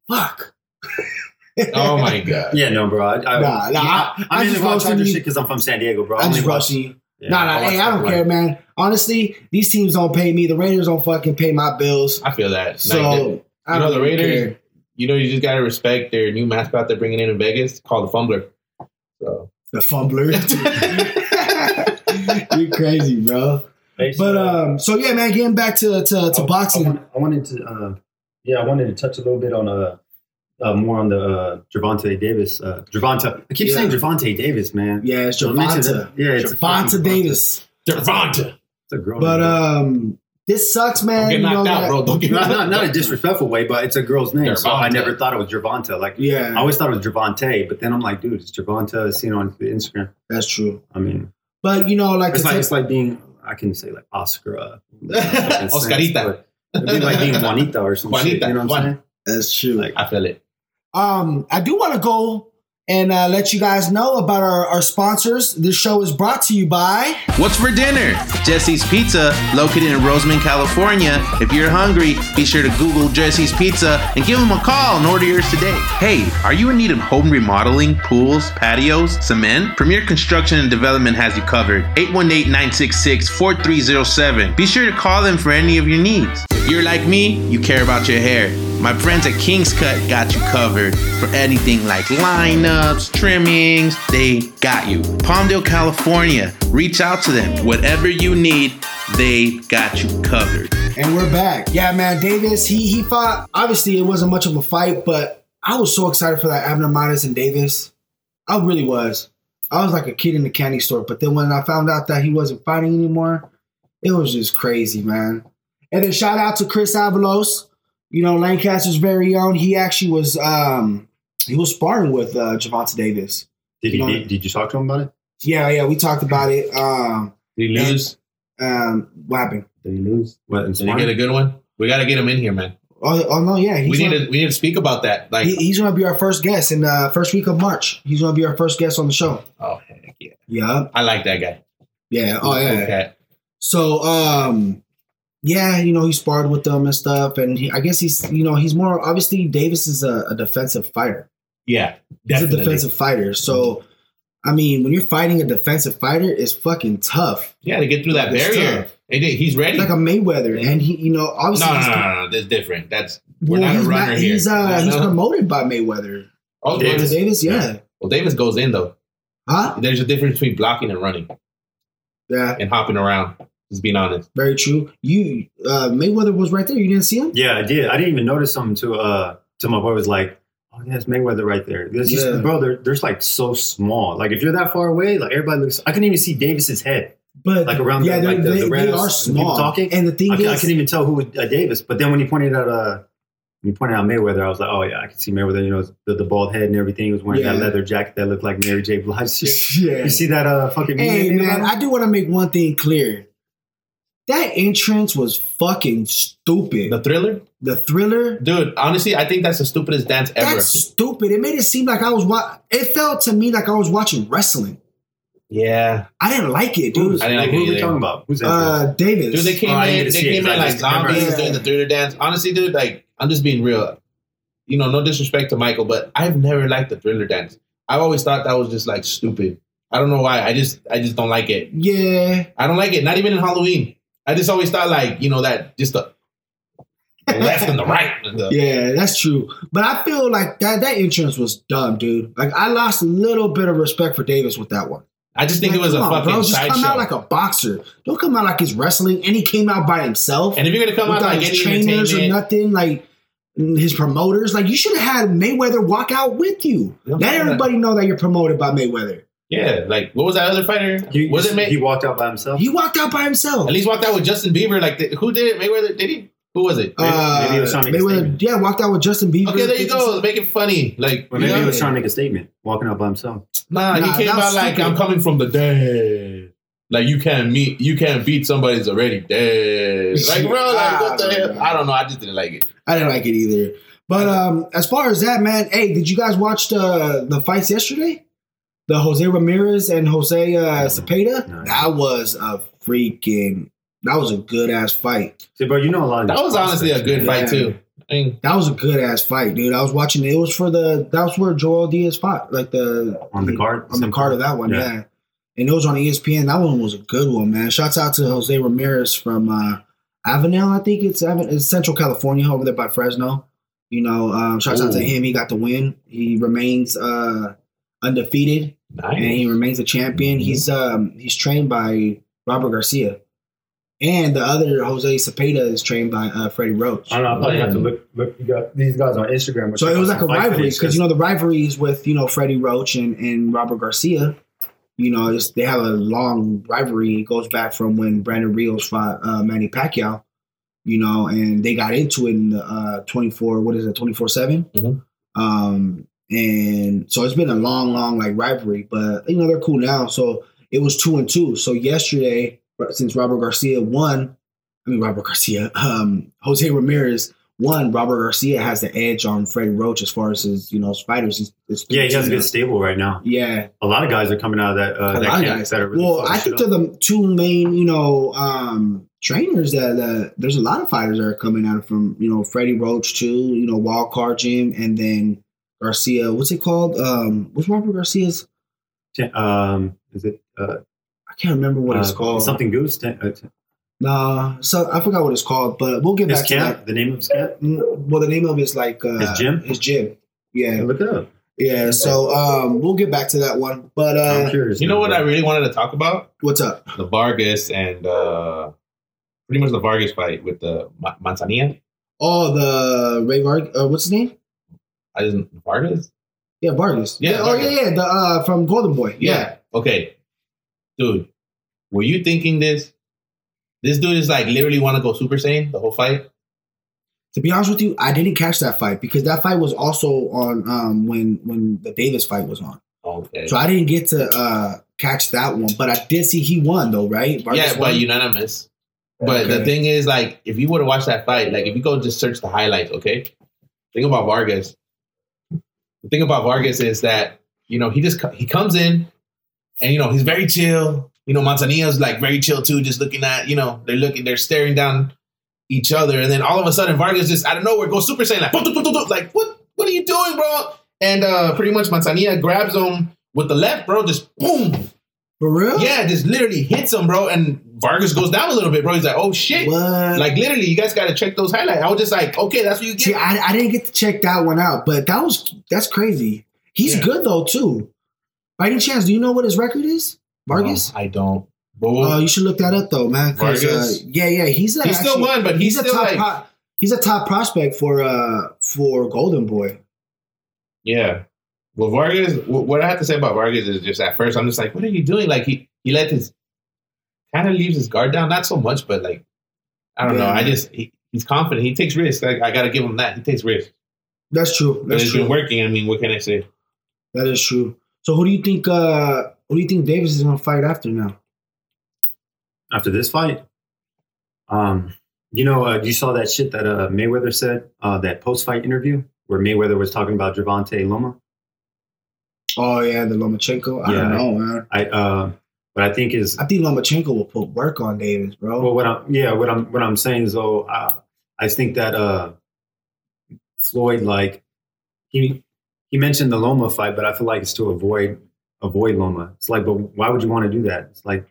[SPEAKER 2] Fuck.
[SPEAKER 3] Oh my god.
[SPEAKER 4] Yeah, no, bro. I, I,
[SPEAKER 2] Nah, nah, I-
[SPEAKER 4] I,
[SPEAKER 2] I
[SPEAKER 4] I'm
[SPEAKER 2] just
[SPEAKER 4] into raw
[SPEAKER 2] roasted
[SPEAKER 4] Charger
[SPEAKER 2] you.
[SPEAKER 4] shit because I'm from San Diego, bro. I
[SPEAKER 2] I'm
[SPEAKER 4] only
[SPEAKER 2] just
[SPEAKER 4] watch-
[SPEAKER 2] rushing you.
[SPEAKER 4] Yeah,
[SPEAKER 2] nah, nah,
[SPEAKER 4] watch
[SPEAKER 2] hey, I don't
[SPEAKER 4] football.
[SPEAKER 2] care, man. Honestly, these teams don't pay me. The Raiders don't fucking pay my bills.
[SPEAKER 3] I feel that.
[SPEAKER 2] So
[SPEAKER 3] Like,
[SPEAKER 2] I
[SPEAKER 3] You know,
[SPEAKER 2] don't
[SPEAKER 3] the
[SPEAKER 2] even
[SPEAKER 3] Raiders-
[SPEAKER 2] care.
[SPEAKER 3] you know, you just gotta respect their new mascot they're bringing in in Vegas called the Fumbler. So
[SPEAKER 2] the fumbler. You're crazy, bro. But um, so yeah, man. Getting back to to,
[SPEAKER 3] Oh,
[SPEAKER 2] to
[SPEAKER 4] uh, I-
[SPEAKER 2] boxing.
[SPEAKER 4] I, wanted, I wanted to, uh, yeah, I wanted to touch a little bit on uh, uh, more on the uh, Javante Davis. Uh, Javante, I keep
[SPEAKER 2] Yeah.
[SPEAKER 4] saying Javante Davis, man.
[SPEAKER 2] yeah, it's
[SPEAKER 4] I mentioned
[SPEAKER 2] Javante.
[SPEAKER 4] that. Yeah, it's
[SPEAKER 2] Javante
[SPEAKER 4] fucking
[SPEAKER 2] Davis.
[SPEAKER 3] Devonta.
[SPEAKER 4] It's a girl's
[SPEAKER 2] But
[SPEAKER 4] name.
[SPEAKER 2] um, this sucks, man.
[SPEAKER 3] Oh, Don't
[SPEAKER 2] You
[SPEAKER 3] get
[SPEAKER 2] know
[SPEAKER 3] knocked out,
[SPEAKER 2] that-
[SPEAKER 3] bro. Don't get
[SPEAKER 4] not,
[SPEAKER 3] knocked
[SPEAKER 4] not,
[SPEAKER 3] out.
[SPEAKER 4] not a disrespectful way, but it's a girl's name. So I
[SPEAKER 3] Gervonta.
[SPEAKER 4] never thought it was Javante. Like I
[SPEAKER 2] Yeah,
[SPEAKER 4] always thought it was Javante, but then I'm like, dude, it's Javante seen on Instagram.
[SPEAKER 2] that's true.
[SPEAKER 4] I mean,
[SPEAKER 2] But you know, like,
[SPEAKER 4] it's
[SPEAKER 2] to
[SPEAKER 4] like
[SPEAKER 2] take-
[SPEAKER 4] it's like being I can say like Oscar, uh,
[SPEAKER 3] Oscarita.
[SPEAKER 4] it'd be like being Juanita or some shit.
[SPEAKER 3] Juanita,
[SPEAKER 4] You know what I'm
[SPEAKER 3] Juan.
[SPEAKER 4] saying?
[SPEAKER 2] that's true.
[SPEAKER 4] Like,
[SPEAKER 3] I feel it.
[SPEAKER 2] Um, I do want to go and uh, let you guys know about our, our sponsors. This show is brought to you by.
[SPEAKER 5] What's for dinner? Jesse's Pizza, located in Roseman, California. If you're hungry, be sure to Google Jesse's Pizza and give them a call and order yours today. Hey, are you in need of home remodeling, pools, patios, cement? Premier Construction and Development has you covered. 818-966-4307. Be sure to call them for any of your needs. If you're like me, you care about your hair. My friends at King's Cut got you covered for anything like lineups, trimmings, they got you. Palmdale, California, reach out to them. Whatever you need, they got you covered.
[SPEAKER 2] And we're back. Yeah, man, Davis, he he fought. Obviously, it wasn't much of a fight, but I was so excited for that Abner Modis and Davis. I really was. I was like a kid in the candy store. But then when I found out that he wasn't fighting anymore, it was just crazy, man. And then shout out to Chris Avalos, you know, Lancaster's very own. He actually was um he was sparring with uh Javante Davis.
[SPEAKER 4] did you
[SPEAKER 2] You know-
[SPEAKER 4] did, did you talk to him about it?
[SPEAKER 2] Yeah, yeah, we talked about it. Um
[SPEAKER 3] Did he lose?
[SPEAKER 2] um what happened?
[SPEAKER 4] Did he lose? What? in
[SPEAKER 3] Did he get a
[SPEAKER 4] sparring?
[SPEAKER 3] good one? We gotta get him in here, man.
[SPEAKER 2] Oh, oh no, yeah, he's
[SPEAKER 3] we
[SPEAKER 2] on-
[SPEAKER 3] need to we need to speak about that. Like,
[SPEAKER 2] He, he's gonna be our first guest in the first week of March. He's gonna be our first guest on the show.
[SPEAKER 3] oh heck yeah,
[SPEAKER 2] Yeah,
[SPEAKER 3] I like that guy.
[SPEAKER 2] yeah, oh yeah.
[SPEAKER 3] Cool cat.
[SPEAKER 2] So, um, yeah, you know, he sparred with them and stuff, and he, I guess he's, you know, he's more obviously Davis is a, a defensive fighter.
[SPEAKER 3] yeah, definitely.
[SPEAKER 2] He's a defensive fighter. So, I mean, when you're fighting a defensive fighter, it's fucking tough.
[SPEAKER 3] Yeah, to get through that
[SPEAKER 2] It's
[SPEAKER 3] barrier.
[SPEAKER 2] tough.
[SPEAKER 3] They did- He's ready.
[SPEAKER 2] It's like a Mayweather, and he, you know,
[SPEAKER 3] no,
[SPEAKER 2] obviously.
[SPEAKER 3] no, no,
[SPEAKER 2] he's,
[SPEAKER 3] no, no, that's different. That's we're
[SPEAKER 2] well,
[SPEAKER 3] not a
[SPEAKER 2] he's
[SPEAKER 3] runner here.
[SPEAKER 2] He's uh,
[SPEAKER 3] No,
[SPEAKER 2] he's
[SPEAKER 3] no.
[SPEAKER 2] promoted by Mayweather.
[SPEAKER 3] oh,
[SPEAKER 2] Davis,
[SPEAKER 3] Davis.
[SPEAKER 2] Davis yeah,
[SPEAKER 3] Well, Davis goes in though.
[SPEAKER 2] huh?
[SPEAKER 3] There's a difference between blocking and running
[SPEAKER 2] Yeah,
[SPEAKER 3] and hopping around. Just being honest.
[SPEAKER 2] very true. You uh, Mayweather was right there. You didn't see him.
[SPEAKER 4] Yeah, I did. I didn't even notice something to uh to my boy was like, oh yeah, it's Mayweather right there. This is-
[SPEAKER 2] Yeah.
[SPEAKER 4] bro, they're, they're just, like so small. Like if you're that far away, like everybody looks. I can even see Davis's head,
[SPEAKER 2] But
[SPEAKER 4] like around
[SPEAKER 2] yeah,
[SPEAKER 4] the,
[SPEAKER 2] they're-
[SPEAKER 4] like the,
[SPEAKER 2] they,
[SPEAKER 4] the
[SPEAKER 2] they
[SPEAKER 4] rails.
[SPEAKER 2] are
[SPEAKER 4] When people
[SPEAKER 2] small.
[SPEAKER 4] Talking,
[SPEAKER 2] And the thing
[SPEAKER 4] I, can, I
[SPEAKER 2] is,
[SPEAKER 4] can even tell who was, uh, Davis. But then when he pointed out uh when he pointed out Mayweather, I was like, oh yeah, I can see Mayweather. You know, the, the bald head and everything. He was wearing that
[SPEAKER 2] Yeah.
[SPEAKER 4] leather jacket that looked like Mary J. Blige. shit.
[SPEAKER 2] yeah.
[SPEAKER 4] You see that uh fucking meme
[SPEAKER 2] Hey
[SPEAKER 4] they made
[SPEAKER 2] man,
[SPEAKER 4] about him?
[SPEAKER 2] I do want to make one thing clear. That entrance was fucking stupid.
[SPEAKER 3] The
[SPEAKER 2] The,
[SPEAKER 3] thriller,
[SPEAKER 2] thriller,
[SPEAKER 3] dude. Honestly, I think that's the stupidest dance ever.
[SPEAKER 2] that's stupid. It made it seem like I was wa- It felt to me like I was watching wrestling.
[SPEAKER 3] yeah,
[SPEAKER 2] I didn't like it, dude.
[SPEAKER 3] I didn't like
[SPEAKER 4] who
[SPEAKER 3] it
[SPEAKER 4] are we
[SPEAKER 3] either.
[SPEAKER 4] talking about? Who's that?
[SPEAKER 2] Uh, Davis.
[SPEAKER 3] dude. They came
[SPEAKER 4] Oh, I need
[SPEAKER 3] in.
[SPEAKER 4] to
[SPEAKER 3] They
[SPEAKER 4] see it,
[SPEAKER 3] came
[SPEAKER 4] 'cause
[SPEAKER 3] in
[SPEAKER 4] I
[SPEAKER 3] like
[SPEAKER 4] just remember-
[SPEAKER 3] zombies
[SPEAKER 2] Yeah.
[SPEAKER 3] doing the thriller dance. Honestly, dude, like I'm just being real. You know, no disrespect to Michael, but I've never liked the thriller dance. I've always thought that was just like stupid. I don't know why. I just I just don't like it.
[SPEAKER 2] yeah,
[SPEAKER 3] I don't like it. Not even in Halloween. I just always thought like you know that just the, the left and the right. and the-
[SPEAKER 2] yeah, that's true. But I feel like that that entrance was dumb, dude. Like I lost a little bit of respect for Davis with that one.
[SPEAKER 3] I just think it was a
[SPEAKER 2] Come on,
[SPEAKER 3] fucking
[SPEAKER 2] bro. Just come out
[SPEAKER 3] sideshow.
[SPEAKER 2] like a boxer. Don't come out like he's wrestling. And he came out by himself.
[SPEAKER 3] and if you're gonna come out
[SPEAKER 2] without
[SPEAKER 3] like
[SPEAKER 2] his
[SPEAKER 3] any
[SPEAKER 2] trainers or
[SPEAKER 3] entertainment,
[SPEAKER 2] nothing, like his promoters. Like you should have had Mayweather walk out with you.
[SPEAKER 3] Yeah.
[SPEAKER 2] Let everybody know that you're promoted by Mayweather.
[SPEAKER 3] yeah, like what was that other fighter?
[SPEAKER 4] You- you
[SPEAKER 3] was it
[SPEAKER 4] see-
[SPEAKER 3] May?
[SPEAKER 4] he walked out by himself?
[SPEAKER 2] He walked out by himself.
[SPEAKER 3] At least walked out with Justin Bieber. Like th- who did it? Mayweather did he? Who was it?
[SPEAKER 2] uh,
[SPEAKER 4] maybe he was trying to make a
[SPEAKER 2] Mayweather,
[SPEAKER 4] statement.
[SPEAKER 2] yeah, walked out with Justin Bieber.
[SPEAKER 3] Okay, there you go. Make it funny. Like
[SPEAKER 4] Well, maybe
[SPEAKER 3] you
[SPEAKER 4] he
[SPEAKER 3] know?
[SPEAKER 4] was trying to make a statement, walking out by himself.
[SPEAKER 3] nah,
[SPEAKER 2] Nah,
[SPEAKER 3] he came
[SPEAKER 2] that was
[SPEAKER 3] out like
[SPEAKER 2] stupid.
[SPEAKER 3] I'm coming from the dead. Like you can't meet, you can't beat somebody that's already dead. Like bro, like what the
[SPEAKER 2] Ah,
[SPEAKER 3] hell?
[SPEAKER 2] man.
[SPEAKER 3] I don't know. I just didn't like it.
[SPEAKER 2] I didn't like it either. But um, as far as that, man, hey, did you guys watch the the fights yesterday? The Jose Ramirez and Jose uh,
[SPEAKER 4] Mm-hmm.
[SPEAKER 2] Cepeda.
[SPEAKER 4] No.
[SPEAKER 2] That was a freaking. That was a good ass fight.
[SPEAKER 4] See, bro, you know a lot of
[SPEAKER 3] That
[SPEAKER 4] these
[SPEAKER 3] was honestly a
[SPEAKER 4] prospects,
[SPEAKER 3] good
[SPEAKER 4] man.
[SPEAKER 3] fight
[SPEAKER 2] Yeah.
[SPEAKER 3] too. I mean,
[SPEAKER 2] That was a good ass fight, dude. I was watching. It was for the. That was where Joel Diaz fought, like the
[SPEAKER 4] on the card.
[SPEAKER 2] on the card of that one, yeah.
[SPEAKER 4] Yeah.
[SPEAKER 2] And it was on E ESPN. That one was a good one, man. Shouts out to Jose Ramirez from uh, Avenel, I think it's, Aven- it's Central California over there by Fresno. You know, um, shouts out to
[SPEAKER 3] Ooh.
[SPEAKER 2] him. He got the win. He remains uh, undefeated. and he remains a champion. He's um he's trained by Robert Garcia, and the other Jose Cepeda is trained by uh, Freddie Roach.
[SPEAKER 4] I don't know. I probably have to look, look you got these guys on Instagram.
[SPEAKER 2] So it was like a rivalry because you know the rivalry is with you know Freddie Roach and, and Robert Garcia. You know, it's, they have a long rivalry. It goes back from when Brandon Rios fought uh, Manny Pacquiao. You know, and they got into it in the uh, twenty four. What is it? Twenty four
[SPEAKER 3] Mhm.
[SPEAKER 2] seven. Um, and so it's been a long, long like rivalry. But you know they're cool now. So it was two and two. So yesterday, since Robert Garcia won, I mean Robert Garcia, um, Jose Ramirez one, Robert Garcia has the edge on Freddie Roach as far as his, you know, his fighters. He's, it's
[SPEAKER 4] Yeah, he has a good stable right now.
[SPEAKER 2] Yeah.
[SPEAKER 4] A lot of guys are coming out of that. Uh,
[SPEAKER 2] A
[SPEAKER 4] that
[SPEAKER 2] lot of
[SPEAKER 4] camp
[SPEAKER 2] guys.
[SPEAKER 4] That are really
[SPEAKER 2] well,
[SPEAKER 4] fucking
[SPEAKER 2] I
[SPEAKER 4] shit
[SPEAKER 2] think they're
[SPEAKER 4] up.
[SPEAKER 2] the two main, you know, um, trainers that, that there's a lot of fighters that are coming out from, you know, Freddie Roach too, you know, Wild Card Gym, and then Garcia. What's it called? Um, what's Robert Garcia's?
[SPEAKER 4] Ten- um, is it uh,
[SPEAKER 2] I can't remember what it's
[SPEAKER 4] uh,
[SPEAKER 2] called.
[SPEAKER 4] Something Goose. Ten, uh, ten-
[SPEAKER 2] Nah, so I forgot what it's called, but we'll get
[SPEAKER 4] his
[SPEAKER 2] back
[SPEAKER 4] camp.
[SPEAKER 2] to
[SPEAKER 4] The name of his camp.
[SPEAKER 2] that. Mm, Well, the name of it is like uh,
[SPEAKER 4] His gym?
[SPEAKER 2] His gym. Yeah,
[SPEAKER 4] Look it up.
[SPEAKER 2] yeah. So um, we'll get back to that one. But uh,
[SPEAKER 4] I'm curious.
[SPEAKER 3] You know what I
[SPEAKER 4] man.
[SPEAKER 3] really wanted to talk about?
[SPEAKER 2] what's up?
[SPEAKER 3] The Vargas and uh, pretty much the Vargas fight with the Ma- Manzanilla.
[SPEAKER 2] Oh, the Ray Vargas. Uh, what's his name?
[SPEAKER 3] I didn't Vargas.
[SPEAKER 2] Yeah, Vargas.
[SPEAKER 3] Yeah,
[SPEAKER 2] oh,
[SPEAKER 3] Vargas.
[SPEAKER 2] yeah, yeah. The uh, from Golden Boy. Yeah.
[SPEAKER 3] Okay, dude, were you thinking this? This dude is like literally want to go Super Saiyan the whole fight.
[SPEAKER 2] To be honest with you, I didn't catch that fight because that fight was also on um, when when the Davis fight was on.
[SPEAKER 3] Okay.
[SPEAKER 2] So I didn't get to uh, catch that one, but I did see he won though, right?
[SPEAKER 3] yeah,
[SPEAKER 2] won.
[SPEAKER 3] but unanimous. But the
[SPEAKER 2] Okay.
[SPEAKER 3] thing is, like, if you were to watch that fight, like, if you go just search the highlights, okay? Think about Vargas. The thing about Vargas is that you know he just co- he comes in, and you know he's very chill. You know Montanilla's like very chill too, just looking at you know they're looking they're staring down each other, and then all of a sudden Vargas just out of nowhere goes Super Saiyan like, "Put, put, put, put," like what what are you doing, bro? And uh pretty much Manzanilla grabs him with the left, bro, just boom,
[SPEAKER 2] for real.
[SPEAKER 3] yeah, just literally hits him, bro. And Vargas goes down a little bit, bro. He's like, oh shit.
[SPEAKER 2] What?
[SPEAKER 3] Like literally, you guys gotta check those highlights. I was just like, okay, that's what you
[SPEAKER 2] see,
[SPEAKER 3] get.
[SPEAKER 2] I, I didn't get to check that one out, but that was that's crazy. He's
[SPEAKER 3] Yeah.
[SPEAKER 2] good though too. By any chance, do you know what his record is, Vargas?
[SPEAKER 3] No, I don't. But
[SPEAKER 2] Oh, you should look that up though, man. 'cause,
[SPEAKER 3] Vargas?
[SPEAKER 2] Uh, yeah, yeah, he's uh,
[SPEAKER 3] he still
[SPEAKER 2] actually-
[SPEAKER 3] won, but
[SPEAKER 2] he's,
[SPEAKER 3] he's,
[SPEAKER 2] a
[SPEAKER 3] still
[SPEAKER 2] top
[SPEAKER 3] like,
[SPEAKER 2] pro- he's a top prospect for uh for Golden Boy.
[SPEAKER 3] yeah. Well, Vargas, wh- what I have to say about Vargas is just at first, I'm just like, what are you doing? Like he he let his kind of leaves his guard down, not so much, but like I don't know.
[SPEAKER 2] Yeah.
[SPEAKER 3] I just he, he's confident. He takes risks. Like I gotta give him that. He takes risks.
[SPEAKER 2] That's true.
[SPEAKER 3] But
[SPEAKER 2] That's
[SPEAKER 3] it's
[SPEAKER 2] true.
[SPEAKER 3] been working. I mean, what can I say?
[SPEAKER 2] That is true. So who do you think uh who do you think Davis is gonna fight after now?
[SPEAKER 4] after this fight. Um, you know, uh, you saw that shit that uh, Mayweather said uh, that post-fight interview where Mayweather was talking about Javante Loma.
[SPEAKER 2] Oh yeah, the Lomachenko. I
[SPEAKER 4] Yeah.
[SPEAKER 2] don't know, man.
[SPEAKER 4] I, uh, what I think is
[SPEAKER 2] I think Lomachenko will put work on Davis, bro.
[SPEAKER 4] well, what I'm yeah, what I'm what I'm saying is though, I, I think that uh, Floyd like he he mentioned the Loma fight, but I feel like it's to avoid avoid Loma. It's like, but why would you want to do that? It's like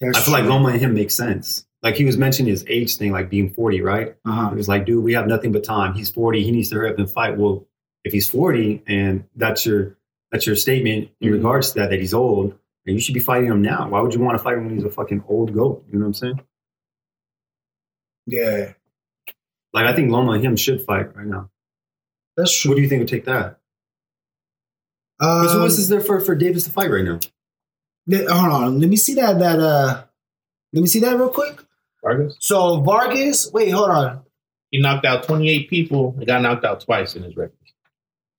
[SPEAKER 2] That's
[SPEAKER 4] I feel like Loma and him make sense. Like he was mentioning his age thing, like being 40, right?
[SPEAKER 2] Uh-huh.
[SPEAKER 4] It was like, dude, we have nothing but time. He's 40. He needs to hurry up and fight. Well, if he's 40 and that's your that's your statement in
[SPEAKER 2] Mm-hmm.
[SPEAKER 3] Mhm.
[SPEAKER 4] regards to that, that he's old, and you should be fighting him now. Why would you want to fight him when he's a fucking old goat? You know what I'm saying?
[SPEAKER 2] Yeah.
[SPEAKER 4] Like I think Loma and him should fight right now.
[SPEAKER 2] That's
[SPEAKER 4] What
[SPEAKER 2] true.
[SPEAKER 4] do you think would take that?
[SPEAKER 2] Um,
[SPEAKER 4] Because who else is there for, for Davis to fight right now?
[SPEAKER 2] th- hold on, let me see that that uh let me see that real quick.
[SPEAKER 3] Vargas?
[SPEAKER 2] So Vargas, wait, hold on.
[SPEAKER 3] He knocked out 28 people. He got knocked out twice in his record.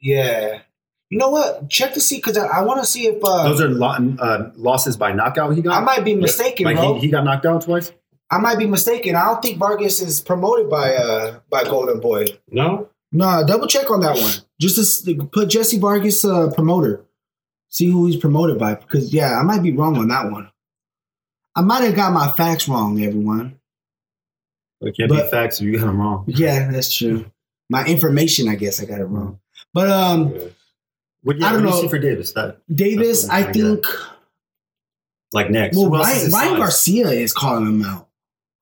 [SPEAKER 2] Yeah. You know what? Check to see because I, I want to see if uh,
[SPEAKER 4] Those are lo- uh, losses by knockout he got.
[SPEAKER 2] I might be mistaken,
[SPEAKER 4] like
[SPEAKER 2] bro.
[SPEAKER 4] he, he got knocked out twice.
[SPEAKER 2] I might be mistaken. I don't think Vargas is promoted by uh by Golden Boy.
[SPEAKER 3] No?
[SPEAKER 2] Nah, double check on that one. Just to s- put Jesse Vargas uh, promoter. See who he's promoted by. Because yeah, I might be wrong on that one. I might have got my facts wrong, everyone.
[SPEAKER 4] It can't be
[SPEAKER 2] But-
[SPEAKER 4] facts if you got him wrong.
[SPEAKER 2] Yeah, that's true. My information, I guess I got it wrong. But um
[SPEAKER 4] What, yeah,
[SPEAKER 2] I
[SPEAKER 4] what do
[SPEAKER 2] don't
[SPEAKER 4] you
[SPEAKER 2] know.
[SPEAKER 4] see for Davis? That
[SPEAKER 2] Davis,
[SPEAKER 4] That's what I'm
[SPEAKER 2] I
[SPEAKER 4] trying to
[SPEAKER 2] think
[SPEAKER 4] like next.
[SPEAKER 2] well
[SPEAKER 4] Who else is
[SPEAKER 2] Ryan,
[SPEAKER 4] his
[SPEAKER 2] Ryan
[SPEAKER 4] size?
[SPEAKER 2] Garcia is calling him out.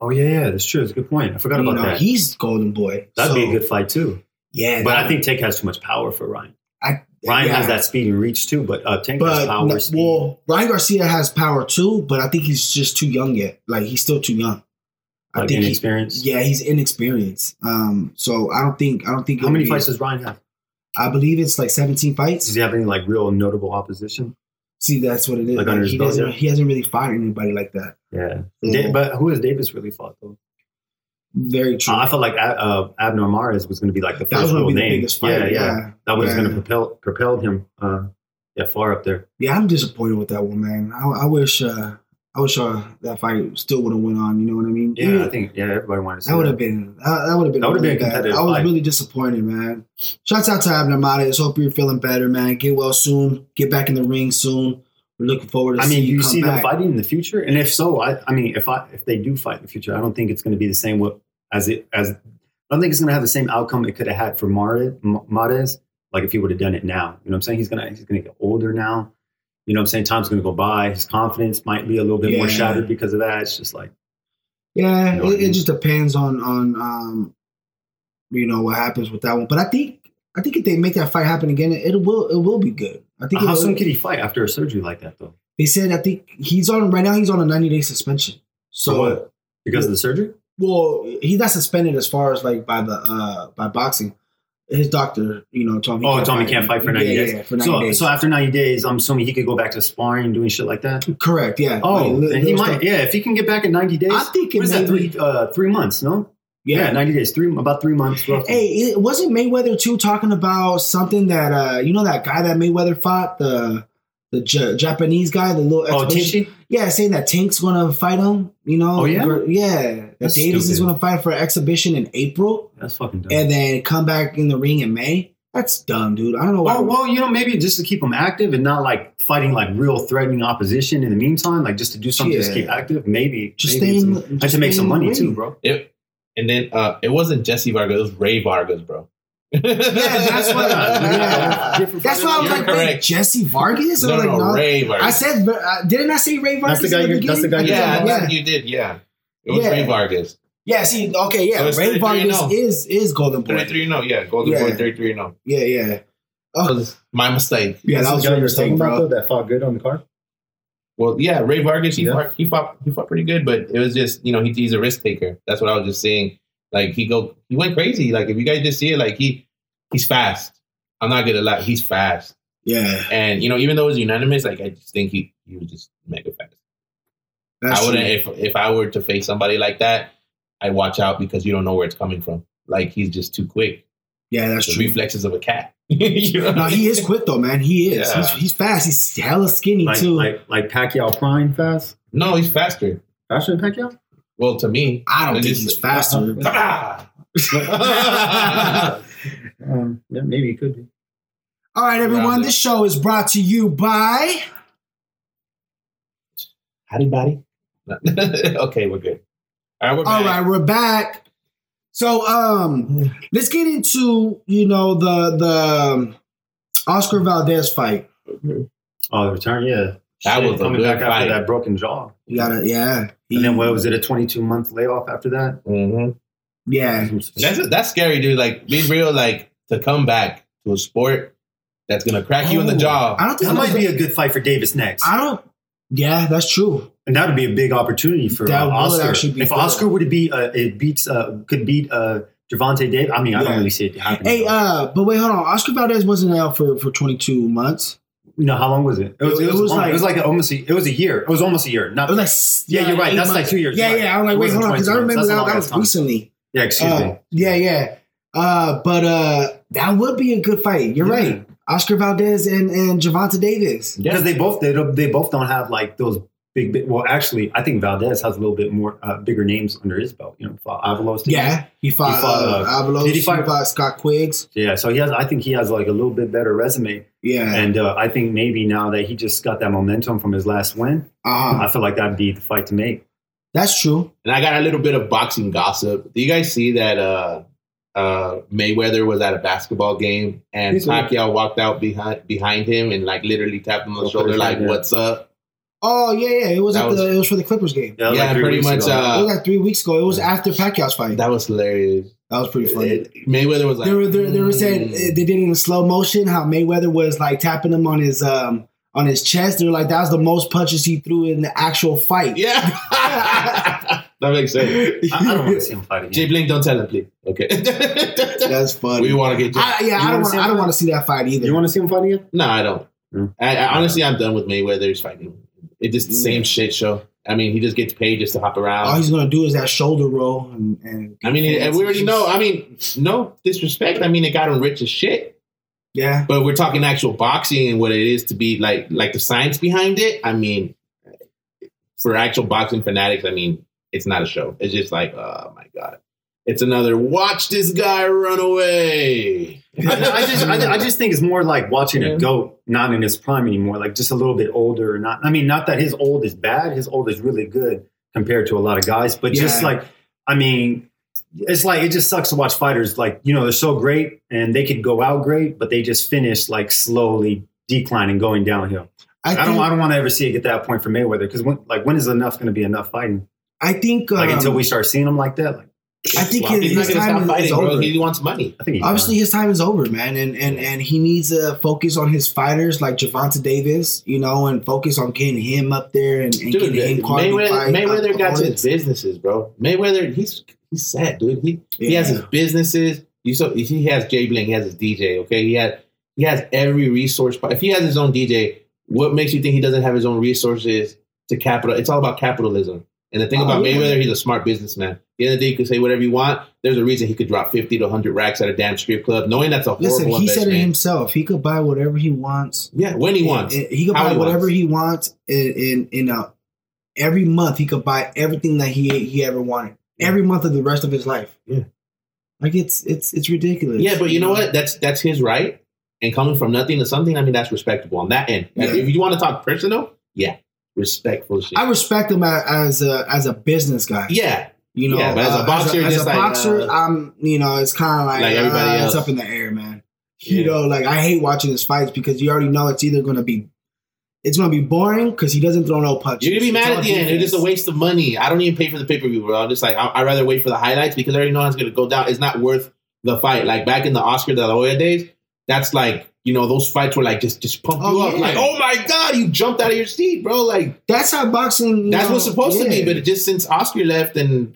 [SPEAKER 4] Oh yeah, yeah, that's true. That's a good point. I forgot
[SPEAKER 2] You
[SPEAKER 4] about
[SPEAKER 2] know,
[SPEAKER 4] that.
[SPEAKER 2] he's golden boy.
[SPEAKER 4] That'd
[SPEAKER 2] So,
[SPEAKER 4] be a good fight too.
[SPEAKER 2] Yeah,
[SPEAKER 4] But
[SPEAKER 2] that-
[SPEAKER 4] I think Take has too much power for Ryan.
[SPEAKER 2] I
[SPEAKER 4] Ryan
[SPEAKER 2] Yeah.
[SPEAKER 4] has that speed and reach too, but uh, Tank has
[SPEAKER 2] But
[SPEAKER 4] power,
[SPEAKER 2] no-
[SPEAKER 4] speed.
[SPEAKER 2] well, Ryan Garcia has power too, but I think he's just too young yet. Like he's still too young. I
[SPEAKER 4] like
[SPEAKER 2] think he-
[SPEAKER 4] inexperience.
[SPEAKER 2] yeah, he's inexperienced. Um, so I don't think I don't think
[SPEAKER 4] How
[SPEAKER 2] it'll
[SPEAKER 4] many
[SPEAKER 2] be-
[SPEAKER 4] fights does Ryan have?
[SPEAKER 2] I believe it's like seventeen
[SPEAKER 4] Does
[SPEAKER 2] fights.
[SPEAKER 4] he have any like real notable opposition?
[SPEAKER 2] See, that's what it is.
[SPEAKER 4] Like under his
[SPEAKER 2] he
[SPEAKER 4] belt,
[SPEAKER 2] doesn't
[SPEAKER 4] yeah.
[SPEAKER 2] he hasn't really fought anybody like that.
[SPEAKER 4] Yeah,
[SPEAKER 2] So,
[SPEAKER 4] Da- but who has Davis really fought though?
[SPEAKER 2] very true.
[SPEAKER 4] Uh, I felt like A- uh, Abner Mares was going to be like the
[SPEAKER 2] that was
[SPEAKER 4] first
[SPEAKER 2] gonna
[SPEAKER 4] real
[SPEAKER 2] be the
[SPEAKER 4] name.
[SPEAKER 2] biggest
[SPEAKER 4] yeah,
[SPEAKER 2] fight.
[SPEAKER 4] yeah, that was
[SPEAKER 2] Yeah.
[SPEAKER 4] going to propel propelled him. Uh, yeah, far up there.
[SPEAKER 2] Yeah, I'm disappointed with that one, man. I, I wish, uh, I wish uh, that fight still would have went on. You know what I mean?
[SPEAKER 4] Yeah,
[SPEAKER 2] Even-
[SPEAKER 4] I think yeah, everybody wanted to see
[SPEAKER 2] that would have been that, that would have been
[SPEAKER 4] That would've
[SPEAKER 2] really
[SPEAKER 4] been a
[SPEAKER 2] bad.
[SPEAKER 4] competitive
[SPEAKER 2] I was
[SPEAKER 4] fight.
[SPEAKER 2] really disappointed, man. Shouts out to Abnormades. Hope you're feeling better, man. Get well soon. Get back in the ring soon. We're looking forward to
[SPEAKER 4] I mean,
[SPEAKER 2] seeing
[SPEAKER 4] do
[SPEAKER 2] you,
[SPEAKER 4] you
[SPEAKER 2] come
[SPEAKER 4] see them
[SPEAKER 2] back.
[SPEAKER 4] fighting in the future? And if so, I, I mean, if I if they do fight in the future, I don't think it's going to be the same what as it as I don't think it's going to have the same outcome it could have had for Mare- M- Mares. Like if he would have done it now, you know what I'm saying? He's gonna he's gonna get older now. You know what I'm saying? Time's gonna go by. His confidence might be a little bit more
[SPEAKER 2] Yeah.
[SPEAKER 4] shattered because of that. It's just like
[SPEAKER 2] Yeah,
[SPEAKER 4] You know what
[SPEAKER 2] it,
[SPEAKER 4] I mean?
[SPEAKER 2] it just depends on on um, you know what happens with that one. But I think I think if they make that fight happen again, it, will it will be good. I think
[SPEAKER 4] how
[SPEAKER 2] it
[SPEAKER 4] soon
[SPEAKER 2] will,
[SPEAKER 4] could he fight after a surgery like that though?
[SPEAKER 2] they said I think he's on right now. He's on a ninety day suspension. So
[SPEAKER 4] For what? Because of the surgery?
[SPEAKER 2] Well, he's not suspended as far as like by the uh by boxing. His doctor, you know, told him. he
[SPEAKER 4] Oh, Tommy can't fight for 90
[SPEAKER 2] yeah,
[SPEAKER 4] days.
[SPEAKER 2] Yeah, for 90
[SPEAKER 4] so
[SPEAKER 2] days.
[SPEAKER 4] so after 90 days, I'm assuming he could go back to sparring, doing shit like that.
[SPEAKER 2] correct. Yeah.
[SPEAKER 4] Oh,
[SPEAKER 2] Like, li-
[SPEAKER 4] then he
[SPEAKER 2] little
[SPEAKER 4] might.
[SPEAKER 2] stuff.
[SPEAKER 4] Yeah, if he can get back in 90 days.
[SPEAKER 2] I think it
[SPEAKER 4] What is
[SPEAKER 2] may
[SPEAKER 4] that?
[SPEAKER 2] be.
[SPEAKER 4] Three, uh, three months, no?
[SPEAKER 2] Yeah.
[SPEAKER 4] ninety days, three about three months. Roughly.
[SPEAKER 2] Hey, it wasn't Mayweather too talking about something that uh you know that guy that Mayweather fought the the J- Japanese guy the little
[SPEAKER 4] oh,
[SPEAKER 2] exhibition-
[SPEAKER 4] Tishy?
[SPEAKER 2] yeah saying that Tank's gonna fight him you know
[SPEAKER 4] Oh, yeah?
[SPEAKER 2] Gr- yeah that
[SPEAKER 4] That's
[SPEAKER 2] Davis is
[SPEAKER 4] stupid.
[SPEAKER 2] gonna fight for an exhibition in April
[SPEAKER 4] That's fucking dumb.
[SPEAKER 2] and then come back in the ring in May that's dumb dude I don't know why
[SPEAKER 4] Oh,
[SPEAKER 3] Oh,
[SPEAKER 4] well, well, you know, maybe just to keep them active and not like fighting like real threatening opposition in the meantime, like just to do something, just
[SPEAKER 2] Yeah.
[SPEAKER 4] keep active. Maybe
[SPEAKER 2] Just
[SPEAKER 4] maybe
[SPEAKER 2] stay in
[SPEAKER 4] it's-
[SPEAKER 2] the-
[SPEAKER 4] and
[SPEAKER 2] just
[SPEAKER 4] to make
[SPEAKER 2] stay
[SPEAKER 4] some
[SPEAKER 2] in the
[SPEAKER 4] money too,
[SPEAKER 2] ring.
[SPEAKER 4] bro.
[SPEAKER 3] It, and then uh, it wasn't Jesse Vargas; it was Ray Vargas, bro. yeah,
[SPEAKER 2] that's what I- yeah. That's why I was
[SPEAKER 3] You're
[SPEAKER 2] like, wait,
[SPEAKER 3] correct.
[SPEAKER 2] Jesse Vargas?
[SPEAKER 3] No,
[SPEAKER 2] I'm
[SPEAKER 3] no,
[SPEAKER 2] like,
[SPEAKER 3] no,
[SPEAKER 2] no.
[SPEAKER 3] Ray Vargas.
[SPEAKER 2] I said, uh, didn't I say Ray
[SPEAKER 4] That's
[SPEAKER 2] Vargas?
[SPEAKER 4] the guy
[SPEAKER 2] in
[SPEAKER 4] you're- that's the guy
[SPEAKER 2] beginning?
[SPEAKER 4] you're-
[SPEAKER 3] yeah, I
[SPEAKER 2] yeah,
[SPEAKER 3] think you did. Yeah, it was
[SPEAKER 2] Yeah.
[SPEAKER 3] Ray Vargas.
[SPEAKER 2] Yeah, see, okay,
[SPEAKER 3] So
[SPEAKER 2] yeah.
[SPEAKER 3] it's
[SPEAKER 2] Ray
[SPEAKER 3] 33
[SPEAKER 2] Vargas
[SPEAKER 3] and oh.
[SPEAKER 2] is is Golden Boy.
[SPEAKER 3] Thirty-three, no, oh, yeah, Golden
[SPEAKER 2] Yeah.
[SPEAKER 3] Boy, thirty-three, no.
[SPEAKER 2] Yeah, yeah.
[SPEAKER 3] oh. That
[SPEAKER 2] Oh,
[SPEAKER 3] was my mistake.
[SPEAKER 2] yeah, that was your mistake, bro.
[SPEAKER 4] That fought good on the card.
[SPEAKER 3] Well, yeah, Ray Vargas, he,
[SPEAKER 4] Yeah.
[SPEAKER 3] fought, he fought, he fought pretty good, but it was just you know he, he's a risk taker. That's what I was just saying. Like he go, he went crazy. Like if you guys just see it, like he, he's fast. I'm not gonna lie, he's fast.
[SPEAKER 2] Yeah,
[SPEAKER 3] And you know, even though it was unanimous, like I just think he he was just mega fast.
[SPEAKER 2] that's
[SPEAKER 3] I
[SPEAKER 2] true.
[SPEAKER 3] wouldn't if if I were to face somebody like that, I watch out because you don't know where it's coming from. Like he's just too quick.
[SPEAKER 2] Yeah, that's
[SPEAKER 3] The
[SPEAKER 2] true.
[SPEAKER 3] reflexes of a cat. you know?
[SPEAKER 2] No, he is quick though, man. He is.
[SPEAKER 3] Yeah.
[SPEAKER 2] He's, he's fast. He's hella skinny
[SPEAKER 4] Like,
[SPEAKER 2] too.
[SPEAKER 4] like like Pacquiao prime fast,
[SPEAKER 3] No, he's faster.
[SPEAKER 4] faster than Pacquiao.
[SPEAKER 3] Well, to me,
[SPEAKER 2] I don't
[SPEAKER 3] Let me
[SPEAKER 2] think he's
[SPEAKER 3] see.
[SPEAKER 2] faster.
[SPEAKER 3] ta-da!
[SPEAKER 4] Um, yeah, maybe it could be.
[SPEAKER 2] All right, everyone.
[SPEAKER 3] Rounded.
[SPEAKER 2] This show is brought to you by.
[SPEAKER 3] howdy, buddy. okay, we're good. All right,
[SPEAKER 2] All
[SPEAKER 3] we're back.
[SPEAKER 2] right, we're back. So,
[SPEAKER 4] Mm.
[SPEAKER 2] um, let's get into you know the the um, Oscar Valdez fight.
[SPEAKER 4] Oh, the return, yeah.
[SPEAKER 3] That was a
[SPEAKER 4] coming
[SPEAKER 3] good
[SPEAKER 4] back
[SPEAKER 3] fight.
[SPEAKER 4] after that broken jaw.
[SPEAKER 2] You gotta, yeah,
[SPEAKER 4] And then what was it? A 22 month layoff after that?
[SPEAKER 3] Mhm.
[SPEAKER 2] yeah,
[SPEAKER 3] That's that's scary, dude. Like, be real. Like to come back to a sport that's gonna crack you in the
[SPEAKER 2] Oh,
[SPEAKER 3] jaw.
[SPEAKER 2] I don't think
[SPEAKER 4] That might be
[SPEAKER 2] I
[SPEAKER 4] a good fight for Davis next.
[SPEAKER 2] I don't. Yeah, that's true.
[SPEAKER 4] And that would be a big opportunity for
[SPEAKER 2] That
[SPEAKER 4] uh,
[SPEAKER 2] would
[SPEAKER 4] Oscar.
[SPEAKER 2] actually be
[SPEAKER 4] if
[SPEAKER 2] good.
[SPEAKER 4] Oscar would be, uh, it beats, uh, could beat uh, Javante Davis. I mean, I don't
[SPEAKER 2] Yeah.
[SPEAKER 4] really see it happening.
[SPEAKER 2] Hey, uh, but wait, hold on. Oscar Valdez wasn't out for for 22 months.
[SPEAKER 4] no, how long was it? It was, it
[SPEAKER 2] it
[SPEAKER 4] was,
[SPEAKER 2] was
[SPEAKER 4] long.
[SPEAKER 2] like-
[SPEAKER 4] it was like almost a, it was a year. It was almost a year.
[SPEAKER 2] It
[SPEAKER 4] Not
[SPEAKER 2] was like s-
[SPEAKER 4] Yeah, you're right.
[SPEAKER 2] eight
[SPEAKER 4] That's like two years.
[SPEAKER 2] Yeah,
[SPEAKER 4] You're
[SPEAKER 2] yeah.
[SPEAKER 4] right.
[SPEAKER 2] I'm
[SPEAKER 4] It
[SPEAKER 2] like, wait,
[SPEAKER 4] wasn't
[SPEAKER 2] hold on, because I
[SPEAKER 4] 22 months. That's a
[SPEAKER 2] remember that,
[SPEAKER 4] long
[SPEAKER 2] that
[SPEAKER 4] ass
[SPEAKER 2] was
[SPEAKER 4] time.
[SPEAKER 2] recently.
[SPEAKER 4] yeah, excuse
[SPEAKER 2] Uh,
[SPEAKER 4] me.
[SPEAKER 2] yeah, yeah. Uh, but uh, that would be a good fight. You're
[SPEAKER 4] Yeah.
[SPEAKER 2] right. Oscar Valdez and and Javante Davis.
[SPEAKER 3] Yeah.
[SPEAKER 4] Because they both they don't, they both don't have like those big, big. Well, actually, I think Valdez has a little bit more uh, bigger names under his belt. You know, fought Avalos. didn't he?
[SPEAKER 2] Yeah, he fought,
[SPEAKER 4] He fought,
[SPEAKER 2] uh,
[SPEAKER 4] uh,
[SPEAKER 2] Avalos.
[SPEAKER 4] did
[SPEAKER 2] he
[SPEAKER 4] he
[SPEAKER 2] fought,
[SPEAKER 4] fight-
[SPEAKER 2] Scott Quiggs.
[SPEAKER 4] yeah. So he has. I think he has like a little bit better resume.
[SPEAKER 2] Yeah.
[SPEAKER 4] And uh, I think maybe now that he just got that momentum from his last win,
[SPEAKER 2] Uh-huh.
[SPEAKER 4] I feel like that'd be the fight to make.
[SPEAKER 2] That's true.
[SPEAKER 3] And I got a little bit of boxing gossip. Do you guys see that uh, uh, Mayweather was at a basketball game and
[SPEAKER 4] He's a-
[SPEAKER 3] Pacquiao walked out behind behind him and like literally tapped him on the
[SPEAKER 4] Oh, pretty
[SPEAKER 3] shoulder, like
[SPEAKER 4] sure, yeah.
[SPEAKER 3] "What's up?"
[SPEAKER 2] Oh yeah, yeah. It was
[SPEAKER 3] That
[SPEAKER 2] at the,
[SPEAKER 3] was-
[SPEAKER 2] it was for the Clippers game.
[SPEAKER 4] was
[SPEAKER 3] yeah,
[SPEAKER 4] like three
[SPEAKER 3] pretty
[SPEAKER 4] weeks
[SPEAKER 3] much.
[SPEAKER 4] ago.
[SPEAKER 2] it was
[SPEAKER 3] Uh,
[SPEAKER 2] like three weeks ago. It was after Pacquiao's fight.
[SPEAKER 3] that was hilarious.
[SPEAKER 2] That was pretty funny.
[SPEAKER 3] Mayweather was like,
[SPEAKER 2] They were they, were- they were saying uh,
[SPEAKER 3] "Mm."
[SPEAKER 2] they did it in slow motion how Mayweather was like tapping him on his um on his chest. They were like that was the most punches he threw in the actual fight.
[SPEAKER 3] yeah, that makes sense.
[SPEAKER 4] I, I don't want to see him fight
[SPEAKER 3] Jay
[SPEAKER 4] again.
[SPEAKER 3] Blink, don't tell him, please. Okay,
[SPEAKER 2] That's funny.
[SPEAKER 3] we want to get. Jay-
[SPEAKER 2] I, yeah,
[SPEAKER 4] You
[SPEAKER 2] I don't
[SPEAKER 4] wanna
[SPEAKER 2] want
[SPEAKER 4] see
[SPEAKER 2] I don't
[SPEAKER 4] him?
[SPEAKER 2] want to see that fight either.
[SPEAKER 4] You want to see him fight again?
[SPEAKER 3] No, I don't.
[SPEAKER 4] Hmm.
[SPEAKER 3] I, I honestly, I'm done with Mayweather's fighting. It's just the
[SPEAKER 2] Hmm.
[SPEAKER 3] same shit show. I mean, he just gets paid just to hop
[SPEAKER 2] All
[SPEAKER 3] around.
[SPEAKER 2] he's gonna do is that shoulder roll and, and
[SPEAKER 3] I mean, and we already know. I mean, no disrespect. I mean, it got him rich as shit.
[SPEAKER 2] Yeah.
[SPEAKER 3] But we're talking actual boxing and what it is to be like, like the science behind it. I mean, for actual boxing fanatics, I mean, it's not a show. It's just like, oh my god, it's another watch this guy run away.
[SPEAKER 4] I, I just, I, I just think it's more like watching
[SPEAKER 3] Yeah.
[SPEAKER 4] a goat not in his prime anymore, like just a little bit older. Or not, I mean, not that his old is bad. His old is really good compared to a lot of guys, but just
[SPEAKER 2] Yeah.
[SPEAKER 4] like, I mean, it's like it just sucks to watch fighters. Like you know, they're so great and they could go out great, but they just finish like slowly declining, going downhill.
[SPEAKER 2] I,
[SPEAKER 4] I,
[SPEAKER 2] think,
[SPEAKER 4] don't, I don't want to ever see it get that point for Mayweather because when, like, when is enough going to be enough fighting?
[SPEAKER 2] I think um,
[SPEAKER 4] Like until we start seeing him like that, like
[SPEAKER 2] I think
[SPEAKER 4] Well,
[SPEAKER 2] his,
[SPEAKER 3] He's not
[SPEAKER 2] his
[SPEAKER 3] gonna stop
[SPEAKER 2] time is
[SPEAKER 3] fighting, bro.
[SPEAKER 2] over.
[SPEAKER 3] He wants money.
[SPEAKER 4] I think he's
[SPEAKER 2] Obviously, his time is over, man, and and and he needs to focus on his fighters like Javante Davis, you know, and focus on getting him up there and, and
[SPEAKER 3] Dude,
[SPEAKER 2] getting him quality
[SPEAKER 3] Mayweather,
[SPEAKER 2] fight, uh,
[SPEAKER 3] Mayweather got to his
[SPEAKER 2] opponents.
[SPEAKER 3] businesses, bro. Mayweather, he's he's sad, dude. He he
[SPEAKER 2] Yeah.
[SPEAKER 3] has his businesses. You so he has Jay Bling, he has his DJ. Okay, he has he has every resource. But if he has his own DJ, what makes you think he doesn't have his own resources to capital? It's all about capitalism. And the thing
[SPEAKER 2] Oh,
[SPEAKER 3] about
[SPEAKER 2] yeah.
[SPEAKER 3] Mayweather, he's a smart businessman. At the end of the day, you can say whatever you want. There's a reason he could drop fifty to hundred racks at a damn strip club, knowing that's a horrible
[SPEAKER 2] Listen, he said
[SPEAKER 3] investment.
[SPEAKER 2] it himself. He could buy whatever he wants.
[SPEAKER 3] yeah, when he wants.
[SPEAKER 2] And- and He could
[SPEAKER 3] How
[SPEAKER 2] buy
[SPEAKER 3] he
[SPEAKER 2] whatever
[SPEAKER 3] wants.
[SPEAKER 2] he wants. In in, in uh every month, he could buy everything that he he ever wanted. Every month of the rest of his life.
[SPEAKER 3] Yeah.
[SPEAKER 2] like it's it's it's ridiculous.
[SPEAKER 3] Yeah, but you know what? That's that's his right. And coming from nothing to something, I mean, that's respectable on that end. Like,
[SPEAKER 2] Yeah.
[SPEAKER 3] If you want to talk personal, yeah, respectful shit.
[SPEAKER 2] I respect him a- as a as a business guy.
[SPEAKER 3] yeah,
[SPEAKER 2] You know,
[SPEAKER 3] Yeah, but as a
[SPEAKER 2] uh,
[SPEAKER 3] boxer,
[SPEAKER 2] as a,
[SPEAKER 3] just like,
[SPEAKER 2] boxer,
[SPEAKER 3] uh,
[SPEAKER 2] I'm you know, it's kind of like,
[SPEAKER 3] like everybody
[SPEAKER 2] uh,
[SPEAKER 3] else.
[SPEAKER 2] It's up in the air, man. You
[SPEAKER 3] Yeah.
[SPEAKER 2] know, like I hate watching his fights because you already know it's either gonna be it's gonna be boring because he doesn't throw no punches.
[SPEAKER 3] you're gonna be
[SPEAKER 2] It's
[SPEAKER 3] mad
[SPEAKER 2] all
[SPEAKER 3] at the end. It's
[SPEAKER 2] defense.
[SPEAKER 3] just a waste of money. I don't even pay for the pay per view, bro. I'm just like, I, I'd rather wait for the highlights because I already know how it's gonna go down. It's not worth the fight. Like back in the Oscar De La Hoya days, that's like. You know those fights were like just just pump
[SPEAKER 2] Oh,
[SPEAKER 3] you up
[SPEAKER 2] yeah.
[SPEAKER 3] like oh my god you jumped out of your seat bro like
[SPEAKER 2] That's how boxing. you
[SPEAKER 3] That's
[SPEAKER 2] know,
[SPEAKER 3] what's supposed to be,
[SPEAKER 2] yeah.
[SPEAKER 3] but it just since Oscar left and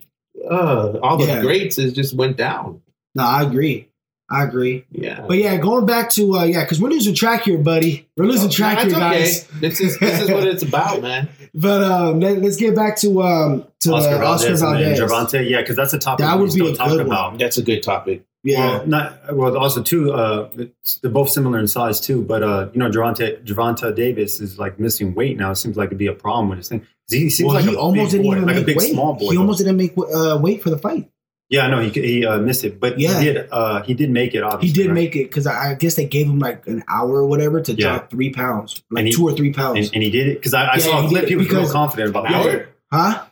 [SPEAKER 3] uh, all the
[SPEAKER 2] Yeah.
[SPEAKER 3] greats is just went down.
[SPEAKER 2] no, I agree. I agree.
[SPEAKER 3] Yeah,
[SPEAKER 2] But yeah, going back to uh yeah, because we're losing track here, buddy. We're losing track
[SPEAKER 3] No,
[SPEAKER 2] here,
[SPEAKER 3] Oh, it's
[SPEAKER 2] guys.
[SPEAKER 3] okay. This is this is what it's about, man.
[SPEAKER 2] But um, let, us get back to um to
[SPEAKER 4] Oscar
[SPEAKER 2] Oscar,
[SPEAKER 4] Valdez,
[SPEAKER 2] Oscar Valdez.
[SPEAKER 4] and then Gervonta. Yeah, because that's a topic
[SPEAKER 2] That
[SPEAKER 4] we
[SPEAKER 2] would be
[SPEAKER 4] still
[SPEAKER 2] a
[SPEAKER 4] talk
[SPEAKER 2] good one.
[SPEAKER 4] about.
[SPEAKER 3] That's a good topic.
[SPEAKER 2] yeah,
[SPEAKER 4] Well, not well. Also, too, uh, it's- they're both similar in size too. But uh, you know, Javante Javante Davis is like missing weight now. It seems like it'd be a problem with his thing. 'Cause He seems
[SPEAKER 2] well,
[SPEAKER 4] like
[SPEAKER 2] he
[SPEAKER 4] a
[SPEAKER 2] almost
[SPEAKER 4] big
[SPEAKER 2] didn't
[SPEAKER 4] boy,
[SPEAKER 2] even
[SPEAKER 4] like
[SPEAKER 2] make
[SPEAKER 4] a big
[SPEAKER 2] weight.
[SPEAKER 4] small boy.
[SPEAKER 2] he almost didn't make uh, weight for the fight.
[SPEAKER 4] yeah, no, he he uh, missed it, but
[SPEAKER 2] Yeah.
[SPEAKER 4] he did. Uh, he did make it. Obviously,
[SPEAKER 2] He did
[SPEAKER 4] right?
[SPEAKER 2] make it because I, I guess they gave him like an hour or whatever to
[SPEAKER 4] Yeah.
[SPEAKER 2] drop three pounds, like
[SPEAKER 4] And he-
[SPEAKER 2] two or three pounds,
[SPEAKER 4] and, and he did it because I, I
[SPEAKER 2] Yeah,
[SPEAKER 4] saw
[SPEAKER 2] he
[SPEAKER 4] a clip.
[SPEAKER 2] did,
[SPEAKER 4] He was real
[SPEAKER 2] because-
[SPEAKER 4] confident about
[SPEAKER 3] An
[SPEAKER 4] that.
[SPEAKER 3] hour?
[SPEAKER 2] huh?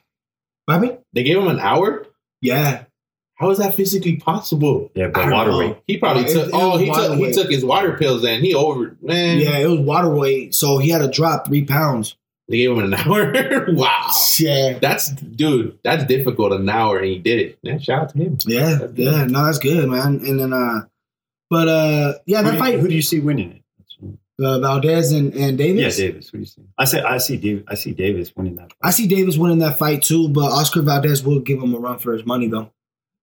[SPEAKER 2] Bobby?
[SPEAKER 3] They gave him an hour.
[SPEAKER 2] Yeah,
[SPEAKER 3] How is that physically possible?
[SPEAKER 4] Yeah,
[SPEAKER 2] I
[SPEAKER 4] but
[SPEAKER 2] don't
[SPEAKER 4] water
[SPEAKER 2] know.
[SPEAKER 4] weight.
[SPEAKER 3] He probably
[SPEAKER 2] Uh, it-
[SPEAKER 3] took.
[SPEAKER 2] it
[SPEAKER 3] oh,
[SPEAKER 2] was
[SPEAKER 3] he
[SPEAKER 2] wide
[SPEAKER 3] took. He
[SPEAKER 2] awake.
[SPEAKER 3] took his water pills and he over man.
[SPEAKER 2] yeah, it was water weight, so he had to drop three pounds.
[SPEAKER 3] They gave him an hour. wow.
[SPEAKER 2] Yeah,
[SPEAKER 3] That's dude. That's difficult. An hour and he did it. Man, shout out to him.
[SPEAKER 2] yeah,
[SPEAKER 3] That's good.
[SPEAKER 2] yeah. No, that's good, man. And then, uh, but uh, yeah,
[SPEAKER 4] Who
[SPEAKER 2] that
[SPEAKER 4] do, you,
[SPEAKER 2] fight,
[SPEAKER 4] who do you see winning it?
[SPEAKER 2] uh, Valdez and and
[SPEAKER 4] Yeah,
[SPEAKER 2] Davis.
[SPEAKER 4] Davis. Who do you see? I say I see. Dav- I see Davis winning that.
[SPEAKER 2] I see Davis winning that fight too, but Oscar Valdez will give him a run for his money though.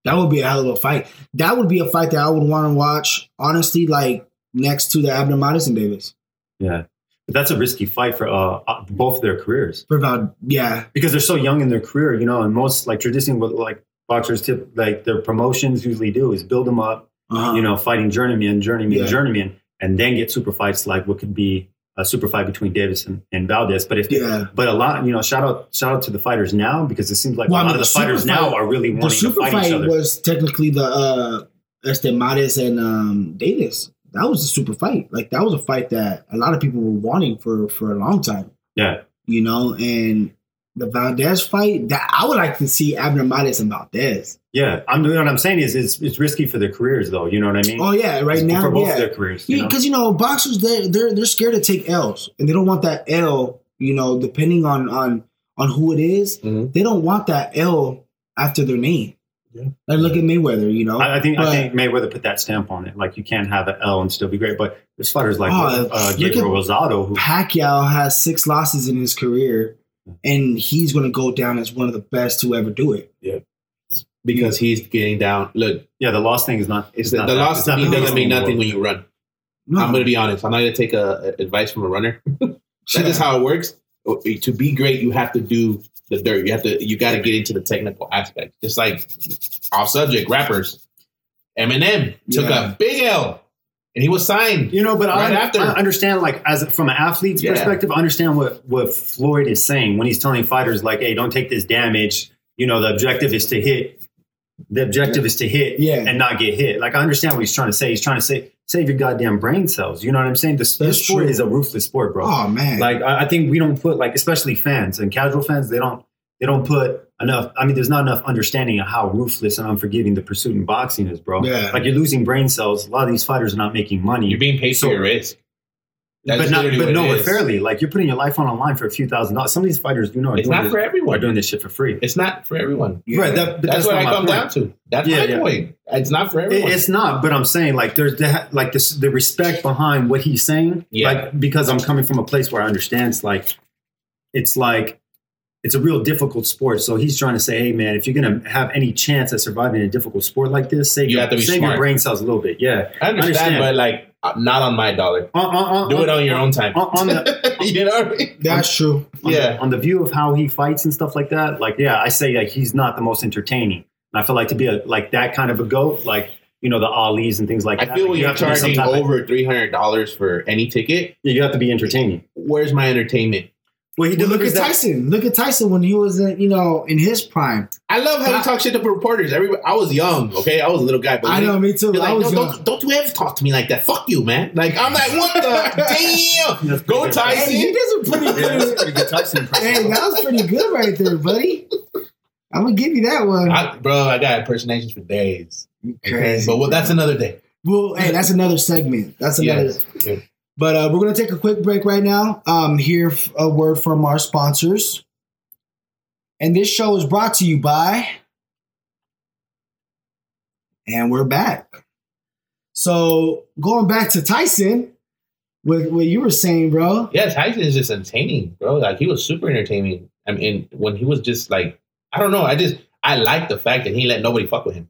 [SPEAKER 2] That would be a hell of a fight. That would be a fight that I would want to watch, honestly, like next to the Abner Madison Davis.
[SPEAKER 4] Yeah, but that's a risky fight for uh, uh, both of their careers.
[SPEAKER 2] For Val- yeah,
[SPEAKER 4] because they're so young in their career, you know, and most like traditionally what like boxers tip like their promotions usually do is build them up,
[SPEAKER 2] uh-huh.
[SPEAKER 4] you know, fighting journeyman, journeyman,
[SPEAKER 2] Yeah.
[SPEAKER 4] journeyman, and then get super fights like what could be a super fight between Davis and, and Valdez. But if
[SPEAKER 2] Yeah.
[SPEAKER 4] but a lot, you know, shout out shout out to the fighters now because it seems like
[SPEAKER 2] Well, I
[SPEAKER 4] a lot
[SPEAKER 2] mean,
[SPEAKER 4] of
[SPEAKER 2] the
[SPEAKER 4] the fighters
[SPEAKER 2] super
[SPEAKER 4] now
[SPEAKER 2] fight-
[SPEAKER 4] are really
[SPEAKER 2] the
[SPEAKER 4] wanting to
[SPEAKER 2] super
[SPEAKER 4] fight, each
[SPEAKER 2] fight
[SPEAKER 4] other.
[SPEAKER 2] was technically the uh Estemares and um Davis. That was a super fight. Like that was a fight that a lot of people were wanting for for a long time.
[SPEAKER 4] Yeah.
[SPEAKER 2] You know, and the Valdez fight, that I would like to see Abner Madison and Valdez.
[SPEAKER 4] yeah, I'm what I'm saying is it's it's risky for their careers though. You know what I mean?
[SPEAKER 2] Oh yeah, right
[SPEAKER 4] It's
[SPEAKER 2] now.
[SPEAKER 4] for both
[SPEAKER 2] yeah.
[SPEAKER 4] of their careers. You
[SPEAKER 2] Yeah,
[SPEAKER 4] know?
[SPEAKER 2] because you know boxers they they're they're scared to take L's and they don't want that L. You know, depending on on on who it is,
[SPEAKER 3] Mhm.
[SPEAKER 4] Mm-hmm.
[SPEAKER 2] they don't want that L after their name. Like, look at Mayweather, you know.
[SPEAKER 4] I, I think
[SPEAKER 2] But-
[SPEAKER 4] I think Mayweather put that stamp on it. Like you can't have an L and still be great. But as far as like
[SPEAKER 2] Oh,
[SPEAKER 4] uh,
[SPEAKER 2] look
[SPEAKER 4] Gabriel Rosado, who
[SPEAKER 2] Pacquiao has six losses in his career, and he's going to go down as one of the best to ever do it.
[SPEAKER 3] because he's getting down. Look,
[SPEAKER 4] yeah, the loss thing is not
[SPEAKER 3] it's
[SPEAKER 4] is
[SPEAKER 3] the,
[SPEAKER 4] not
[SPEAKER 3] the
[SPEAKER 4] that-
[SPEAKER 3] loss
[SPEAKER 4] it's
[SPEAKER 3] to
[SPEAKER 4] not
[SPEAKER 3] me
[SPEAKER 4] the biggest
[SPEAKER 3] doesn't mean
[SPEAKER 4] thing in the
[SPEAKER 3] nothing
[SPEAKER 4] world.
[SPEAKER 3] when you run.
[SPEAKER 2] No,
[SPEAKER 3] I'm gonna be honest. I'm not gonna take a, a- advice from a runner. That's just how it works. Oh, To be great, you have to do the dirt. You have to. You got to get into the technical aspect. Just like off subject rappers, Eminem took
[SPEAKER 2] Yeah.
[SPEAKER 3] a big L, and he was signed.
[SPEAKER 4] You know, but
[SPEAKER 3] Right
[SPEAKER 4] I,
[SPEAKER 3] after.
[SPEAKER 4] I understand, like, as from an athlete's
[SPEAKER 3] Yeah.
[SPEAKER 4] perspective, I understand what what Floyd is saying when he's telling fighters, like, "Hey, don't take this damage." You know, the objective is to hit. The objective is to hit
[SPEAKER 2] Yeah.
[SPEAKER 4] and not get hit. Like, I understand what he's trying to say. He's trying to say save your goddamn brain cells. You know what I'm saying? This,
[SPEAKER 2] That's
[SPEAKER 4] this sport
[SPEAKER 2] true.
[SPEAKER 4] is a ruthless sport, bro.
[SPEAKER 2] oh man,
[SPEAKER 4] Like, I, I think we don't put like, especially fans and casual fans, they don't they don't put enough. I mean, there's not enough understanding of how ruthless and unforgiving the pursuit in boxing is, bro.
[SPEAKER 2] Yeah.
[SPEAKER 4] Like, you're losing brain cells. A lot of these fighters are not making money
[SPEAKER 3] You're being paid
[SPEAKER 4] So-
[SPEAKER 3] for your risk. That's
[SPEAKER 4] but not,
[SPEAKER 3] literally
[SPEAKER 4] but
[SPEAKER 3] what it
[SPEAKER 4] nowhere
[SPEAKER 3] is.
[SPEAKER 4] fairly. Like you're putting your life on the line for a few thousand dollars. Some of these fighters, you know, are,
[SPEAKER 3] It's
[SPEAKER 4] doing,
[SPEAKER 3] not
[SPEAKER 4] this,
[SPEAKER 3] for everyone.
[SPEAKER 4] are doing this shit for free.
[SPEAKER 3] It's not for everyone.
[SPEAKER 2] Yeah.
[SPEAKER 4] Right. That, but that's,
[SPEAKER 3] that's, what
[SPEAKER 4] not
[SPEAKER 3] I
[SPEAKER 4] my
[SPEAKER 3] come
[SPEAKER 4] point.
[SPEAKER 3] down to. That's
[SPEAKER 4] Yeah,
[SPEAKER 3] my
[SPEAKER 4] yeah.
[SPEAKER 3] point. It's not for
[SPEAKER 4] It-
[SPEAKER 3] everyone.
[SPEAKER 4] it's not, but I'm saying like there's that, like this the respect behind what he's saying.
[SPEAKER 3] Yeah.
[SPEAKER 4] Like because I'm coming from a place where I understand it's like it's like it's a real difficult sport. So he's trying to say, hey man, if you're gonna have any chance at surviving a difficult sport like this, save,
[SPEAKER 3] You
[SPEAKER 4] your,
[SPEAKER 3] have to be
[SPEAKER 4] save your
[SPEAKER 3] smart.
[SPEAKER 4] brain cells a little bit. Yeah.
[SPEAKER 3] I understand,
[SPEAKER 4] understand.
[SPEAKER 3] but like uh, not on my dollar.
[SPEAKER 4] On, on- on-
[SPEAKER 3] Do it on your own time.
[SPEAKER 4] on- on the
[SPEAKER 3] you know what I mean?
[SPEAKER 2] that's true.
[SPEAKER 4] on
[SPEAKER 3] Yeah.
[SPEAKER 4] the, on the view of how he fights and stuff like that. Like, yeah, I say like he's not the most entertaining, and I feel like to be a, like that kind of a goat, like you know the Ali's and things like that.
[SPEAKER 3] I feel
[SPEAKER 4] like,
[SPEAKER 3] when you're
[SPEAKER 4] have to be some
[SPEAKER 3] charging
[SPEAKER 4] type of-
[SPEAKER 3] over three hundred dollars for any ticket,
[SPEAKER 4] yeah, you have to be entertaining.
[SPEAKER 3] where's my entertainment?
[SPEAKER 4] Well, he
[SPEAKER 2] Well, look at
[SPEAKER 4] delivers that.
[SPEAKER 2] Tyson. Look at Tyson when he was, in, you know, in his prime.
[SPEAKER 3] I love how you talk shit to reporters. Every I was young, okay, I was a little guy, but
[SPEAKER 2] I know, me too.
[SPEAKER 3] You're
[SPEAKER 2] I
[SPEAKER 3] like,
[SPEAKER 2] was
[SPEAKER 3] no,
[SPEAKER 2] young.
[SPEAKER 3] don't, don't you ever talk to me like that? Fuck you, man. Like I'm like, what the damn?
[SPEAKER 4] That's
[SPEAKER 3] Go
[SPEAKER 4] pretty good.
[SPEAKER 3] Tyson.
[SPEAKER 2] Hey, he does a pretty
[SPEAKER 4] Yeah, that's a
[SPEAKER 2] good.
[SPEAKER 4] pretty good Tyson
[SPEAKER 2] hey,
[SPEAKER 4] impression.
[SPEAKER 2] that was pretty good right there, buddy. I'm gonna give you that one.
[SPEAKER 3] I, bro, I got impersonations for days.
[SPEAKER 2] Crazy.
[SPEAKER 3] But well, that's another day.
[SPEAKER 2] Well, hey, that's another segment. That's another.
[SPEAKER 3] Yes. Yeah.
[SPEAKER 2] But uh, we're gonna take a quick break right now. Um, hear f- a word from our sponsors, and this show is brought to you by. And we're back. So going back to Tyson, with what you were saying, bro.
[SPEAKER 3] Yeah, Tyson is just entertaining, bro. Like he was super entertaining. I mean, when he was just like, I don't know, I just I like the fact that he let nobody fuck with him.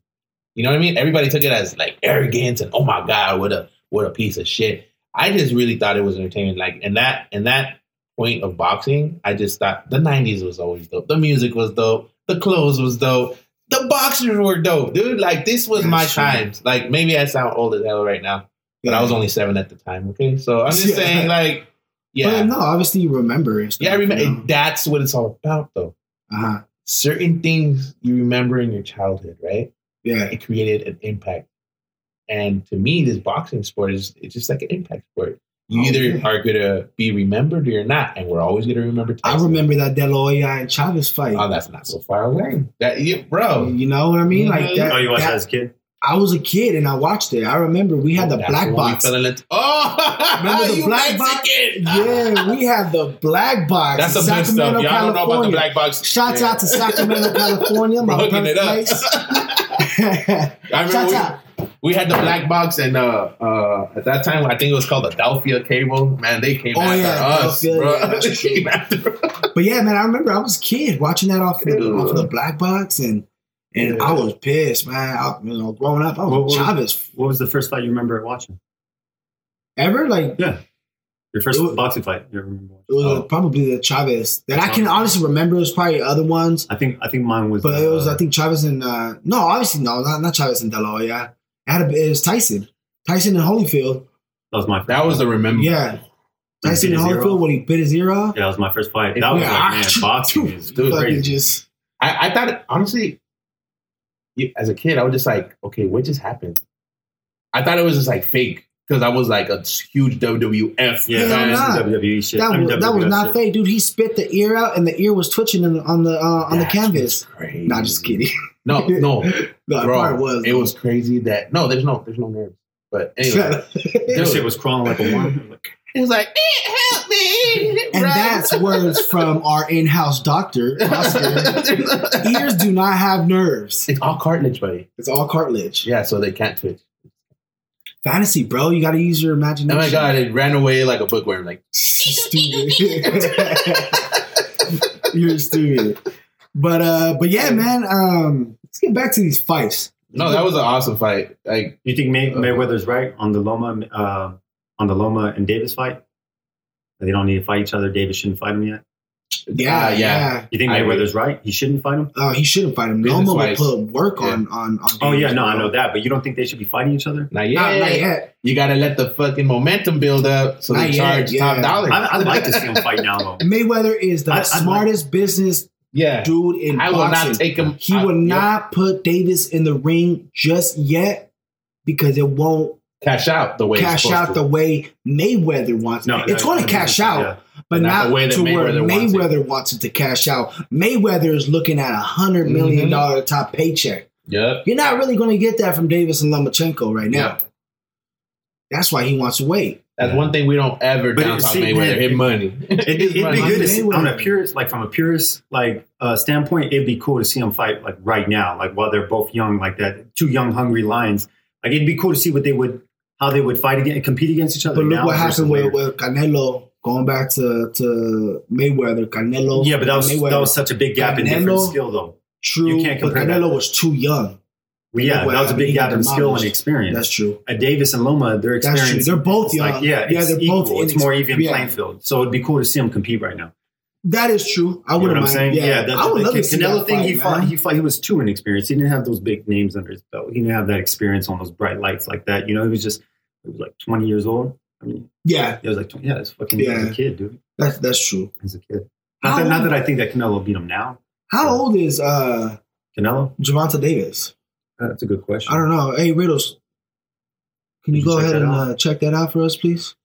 [SPEAKER 3] You know what I mean? Everybody took it as like arrogance and oh my god, what a what a piece of shit. I just really thought it was entertaining. Like in that in that point of boxing, I just thought the '90s was always dope. The music was dope. The clothes was dope. The boxers were dope, dude. Like this was my
[SPEAKER 2] That's true.
[SPEAKER 3] times. Like maybe I sound old as hell right now, but I was only seven at the time. Okay, so I'm just
[SPEAKER 2] Yeah.
[SPEAKER 3] saying, like, yeah,
[SPEAKER 2] But no, obviously you remember it.
[SPEAKER 3] yeah, I remember. That's what it's all about, though.
[SPEAKER 2] Uh huh.
[SPEAKER 3] Certain things you remember in your childhood, right?
[SPEAKER 2] Yeah.
[SPEAKER 3] It created an impact. And to me, this boxing sport is it's just like an impact sport. You
[SPEAKER 2] Oh,
[SPEAKER 3] either
[SPEAKER 2] yeah.
[SPEAKER 3] are gonna be remembered or you're not, and we're always gonna remember.
[SPEAKER 2] I
[SPEAKER 3] Tyson.
[SPEAKER 2] remember that Deloya and Chavez fight. Oh,
[SPEAKER 3] Oh, that's not so far away. That you, bro.
[SPEAKER 2] you know what I mean? Like
[SPEAKER 3] Mhm.
[SPEAKER 2] that.
[SPEAKER 4] Oh, you watched
[SPEAKER 2] that-
[SPEAKER 4] that as a kid?
[SPEAKER 2] I was a kid and I watched it. I remember we had the
[SPEAKER 3] Oh, That's
[SPEAKER 2] black
[SPEAKER 3] when we
[SPEAKER 2] box.
[SPEAKER 3] fell in love- Oh,
[SPEAKER 2] Remember the
[SPEAKER 3] you
[SPEAKER 2] black box?
[SPEAKER 3] Mexican.
[SPEAKER 2] Yeah, we had the black box.
[SPEAKER 3] that's
[SPEAKER 2] in
[SPEAKER 3] some good stuff. Y'all
[SPEAKER 2] Sacramento,
[SPEAKER 3] don't know about the
[SPEAKER 2] California.
[SPEAKER 3] black box.
[SPEAKER 2] Shouts out to Sacramento, California,
[SPEAKER 3] We're
[SPEAKER 2] my
[SPEAKER 3] hooking it up.
[SPEAKER 2] birthplace.
[SPEAKER 3] I remember
[SPEAKER 2] Shouts
[SPEAKER 3] we-
[SPEAKER 2] out.
[SPEAKER 3] We had the black box, and uh, uh, at that time, I think it was called Adelphia Cable. Man, they came
[SPEAKER 2] Oh,
[SPEAKER 3] after
[SPEAKER 2] yeah,
[SPEAKER 3] us,
[SPEAKER 2] Adelphia,
[SPEAKER 3] bro.
[SPEAKER 2] yeah.
[SPEAKER 3] they came after us.
[SPEAKER 2] But yeah, man, I remember I was a kid watching that off, the,
[SPEAKER 3] Dude.
[SPEAKER 2] off of the black box and and
[SPEAKER 3] Yeah.
[SPEAKER 2] I was pissed, man. I, you know, growing up, I
[SPEAKER 4] What
[SPEAKER 2] was
[SPEAKER 4] was-
[SPEAKER 2] Chavez
[SPEAKER 4] What was the first fight you remember watching?
[SPEAKER 2] ever. Like
[SPEAKER 4] Your first
[SPEAKER 2] It was-
[SPEAKER 4] boxing fight you ever remember?
[SPEAKER 2] it was
[SPEAKER 3] Oh.
[SPEAKER 2] probably the Chavez that I
[SPEAKER 4] That's
[SPEAKER 2] can
[SPEAKER 4] awesome.
[SPEAKER 2] honestly remember. It was probably other ones.
[SPEAKER 4] I think I think mine was.
[SPEAKER 2] But it was,
[SPEAKER 4] uh,
[SPEAKER 2] I think, Chavez and uh, no, obviously no, not, not Chavez and Delo. Yeah, it, had a, it was Tyson, Tyson and Holyfield.
[SPEAKER 4] that was my first.
[SPEAKER 3] That was the remember.
[SPEAKER 2] Yeah, Tyson
[SPEAKER 4] bit
[SPEAKER 2] and
[SPEAKER 4] his ear
[SPEAKER 2] Holyfield
[SPEAKER 4] off.
[SPEAKER 2] when he bit his ear off.
[SPEAKER 4] Yeah, that was my first fight. That was
[SPEAKER 2] Yeah.
[SPEAKER 4] like man, boxing is
[SPEAKER 3] Dude,
[SPEAKER 2] Fucking
[SPEAKER 4] crazy.
[SPEAKER 2] just
[SPEAKER 3] I, I thought honestly, yeah, as a kid, I was just like, okay, what just happened? I thought it was just like fake because I was like a huge WWF
[SPEAKER 4] Yeah,
[SPEAKER 2] Hell
[SPEAKER 3] fan.
[SPEAKER 4] that was
[SPEAKER 2] nah.
[SPEAKER 4] some WWE E shit.
[SPEAKER 2] that
[SPEAKER 4] I mean,
[SPEAKER 2] was, that was
[SPEAKER 4] WWF
[SPEAKER 2] not
[SPEAKER 4] shit.
[SPEAKER 2] fake, dude. He spit the ear out, and the ear was twitching in, on the uh, on the
[SPEAKER 3] That
[SPEAKER 2] canvas.
[SPEAKER 3] was Crazy.
[SPEAKER 2] Nah, just kidding.
[SPEAKER 3] No, no,
[SPEAKER 2] No,
[SPEAKER 3] bro,
[SPEAKER 2] it probably was.
[SPEAKER 3] It was crazy that no, there's no, there's no nerves. But anyway,
[SPEAKER 4] That
[SPEAKER 3] dude,
[SPEAKER 4] shit was crawling like a worm.
[SPEAKER 3] He was like, "Eh, help me.
[SPEAKER 2] And
[SPEAKER 3] Rob."
[SPEAKER 2] that's words from our in-house doctor, Oscar. Ears do not have nerves.
[SPEAKER 3] it's all cartilage, buddy.
[SPEAKER 2] It's all cartilage.
[SPEAKER 3] Yeah, so they can't twitch.
[SPEAKER 2] Fantasy, bro. You got to use your imagination.
[SPEAKER 3] Oh my god, it ran away like a bookworm. Like,
[SPEAKER 2] stupid. You're stupid. But uh, but yeah, man. Um, let's get back to these fights.
[SPEAKER 3] no, that was an awesome fight. Like,
[SPEAKER 4] You think May-
[SPEAKER 3] Uh,
[SPEAKER 4] Mayweather's right on the Loma uh, on the Loma and Davis fight? They don't need to fight each other. Davis shouldn't fight him yet.
[SPEAKER 2] Yeah,
[SPEAKER 3] Ah, yeah.
[SPEAKER 2] yeah.
[SPEAKER 4] You think
[SPEAKER 3] I agree.
[SPEAKER 4] Mayweather's right? He shouldn't fight him.
[SPEAKER 2] Oh, he shouldn't fight him. Loma will
[SPEAKER 3] Business-wise.
[SPEAKER 2] put work
[SPEAKER 3] Yeah.
[SPEAKER 2] on on. on
[SPEAKER 4] Oh yeah,
[SPEAKER 2] Davis,
[SPEAKER 4] no, I
[SPEAKER 2] bro.
[SPEAKER 4] know that, but you don't think they should be fighting each other?
[SPEAKER 3] not yet.
[SPEAKER 2] Not, not yet.
[SPEAKER 3] You gotta let the fucking momentum build up so
[SPEAKER 2] Not
[SPEAKER 3] they
[SPEAKER 2] yet,
[SPEAKER 3] charge
[SPEAKER 2] yeah.
[SPEAKER 3] top dollar.
[SPEAKER 4] I, I'd like to see him fight now though.
[SPEAKER 2] Mayweather is the
[SPEAKER 4] I- I'd like-
[SPEAKER 2] smartest business
[SPEAKER 3] yeah.
[SPEAKER 2] dude in
[SPEAKER 3] I will
[SPEAKER 2] boxing.
[SPEAKER 3] not take him.
[SPEAKER 2] he
[SPEAKER 3] I-
[SPEAKER 2] will
[SPEAKER 3] yep.
[SPEAKER 2] not put Davis in the ring just yet because it won't
[SPEAKER 3] cash out the way it's
[SPEAKER 2] cash
[SPEAKER 3] supposed
[SPEAKER 2] out
[SPEAKER 3] to.
[SPEAKER 2] the way Mayweather wants.
[SPEAKER 4] No,
[SPEAKER 2] it's
[SPEAKER 4] no,
[SPEAKER 2] going to
[SPEAKER 4] no,
[SPEAKER 2] cash
[SPEAKER 4] no,
[SPEAKER 2] out,
[SPEAKER 4] yeah.
[SPEAKER 2] but
[SPEAKER 3] Not
[SPEAKER 2] not,
[SPEAKER 3] the way that
[SPEAKER 2] to where
[SPEAKER 3] Mayweather wants it.
[SPEAKER 2] Mayweather wants it to cash out. Mayweather is looking at a hundred million
[SPEAKER 4] Mm-hmm.
[SPEAKER 3] Mhm.
[SPEAKER 2] dollar top paycheck.
[SPEAKER 3] Yep.
[SPEAKER 2] You're not really going to get that from Davis and Lomachenko right now.
[SPEAKER 3] Yeah.
[SPEAKER 2] That's why he wants to wait.
[SPEAKER 3] That's one thing we don't ever
[SPEAKER 4] But it-
[SPEAKER 3] down talk
[SPEAKER 4] see,
[SPEAKER 3] Mayweather.
[SPEAKER 4] man,
[SPEAKER 3] his money.
[SPEAKER 4] It, it'd be
[SPEAKER 3] Right.
[SPEAKER 4] good to see,
[SPEAKER 2] Mayweather.
[SPEAKER 4] on a purist, like from a purist like uh, standpoint. It'd be cool to see them fight like right now, like while they're both young, like that. Two young, hungry lions. Like it'd be cool to see what they would, how they would fight again, compete against each other.
[SPEAKER 2] But look
[SPEAKER 4] now
[SPEAKER 2] what
[SPEAKER 4] versus
[SPEAKER 2] happened with,
[SPEAKER 4] later.
[SPEAKER 2] with Canelo going back to, to Mayweather. Canelo,
[SPEAKER 4] Yeah, but that was
[SPEAKER 2] Mayweather.
[SPEAKER 4] that was such a big gap in different
[SPEAKER 2] Canelo-
[SPEAKER 4] skill, though.
[SPEAKER 2] true.
[SPEAKER 4] you can't
[SPEAKER 2] but
[SPEAKER 4] compare
[SPEAKER 2] Canelo
[SPEAKER 4] that.
[SPEAKER 2] was too young.
[SPEAKER 4] Well, yeah,
[SPEAKER 2] Mayweather,
[SPEAKER 4] that was a
[SPEAKER 2] he
[SPEAKER 4] big
[SPEAKER 2] got
[SPEAKER 4] gap in skill
[SPEAKER 2] demolished.
[SPEAKER 4] and experience.
[SPEAKER 2] That's true.
[SPEAKER 4] At Davis and Loma, their
[SPEAKER 2] That's
[SPEAKER 4] experience.
[SPEAKER 2] true. They're both
[SPEAKER 4] it's
[SPEAKER 2] young.
[SPEAKER 4] like, yeah,
[SPEAKER 2] yeah,
[SPEAKER 4] it's
[SPEAKER 2] they're
[SPEAKER 4] equal.
[SPEAKER 2] both.
[SPEAKER 4] It's more even
[SPEAKER 2] yeah.
[SPEAKER 4] playing field. So it'd be cool to see them compete right now.
[SPEAKER 2] That is true. I
[SPEAKER 4] You know what
[SPEAKER 2] wouldn't
[SPEAKER 4] I'm
[SPEAKER 2] mind.
[SPEAKER 4] saying?
[SPEAKER 2] Yeah,
[SPEAKER 4] that's
[SPEAKER 2] I would
[SPEAKER 4] the
[SPEAKER 2] love
[SPEAKER 4] thing.
[SPEAKER 2] to see
[SPEAKER 4] Canelo
[SPEAKER 2] that
[SPEAKER 4] thing. he
[SPEAKER 2] fight,
[SPEAKER 4] fought.
[SPEAKER 2] man.
[SPEAKER 4] He fought. He was too inexperienced. He didn't have those big names under his belt. He didn't have that experience on those bright lights like that. You know, he was just he was like 20 years old. I mean,
[SPEAKER 2] yeah,
[SPEAKER 4] he was like, 20, yeah, it's fucking
[SPEAKER 2] Yeah.
[SPEAKER 4] he's a kid, dude.
[SPEAKER 2] that's that's true.
[SPEAKER 4] He's a kid.
[SPEAKER 2] How
[SPEAKER 4] Not that, not
[SPEAKER 2] old-
[SPEAKER 4] that I think that Canelo beat him now.
[SPEAKER 2] How old is uh
[SPEAKER 4] Canelo, Uh,
[SPEAKER 2] Javante Davis?
[SPEAKER 4] that's a good question.
[SPEAKER 2] I don't know. Hey, Riddles, can you
[SPEAKER 4] Did you
[SPEAKER 2] go
[SPEAKER 4] check
[SPEAKER 2] ahead
[SPEAKER 4] that
[SPEAKER 2] and
[SPEAKER 4] out?
[SPEAKER 2] uh, check that out for us, please?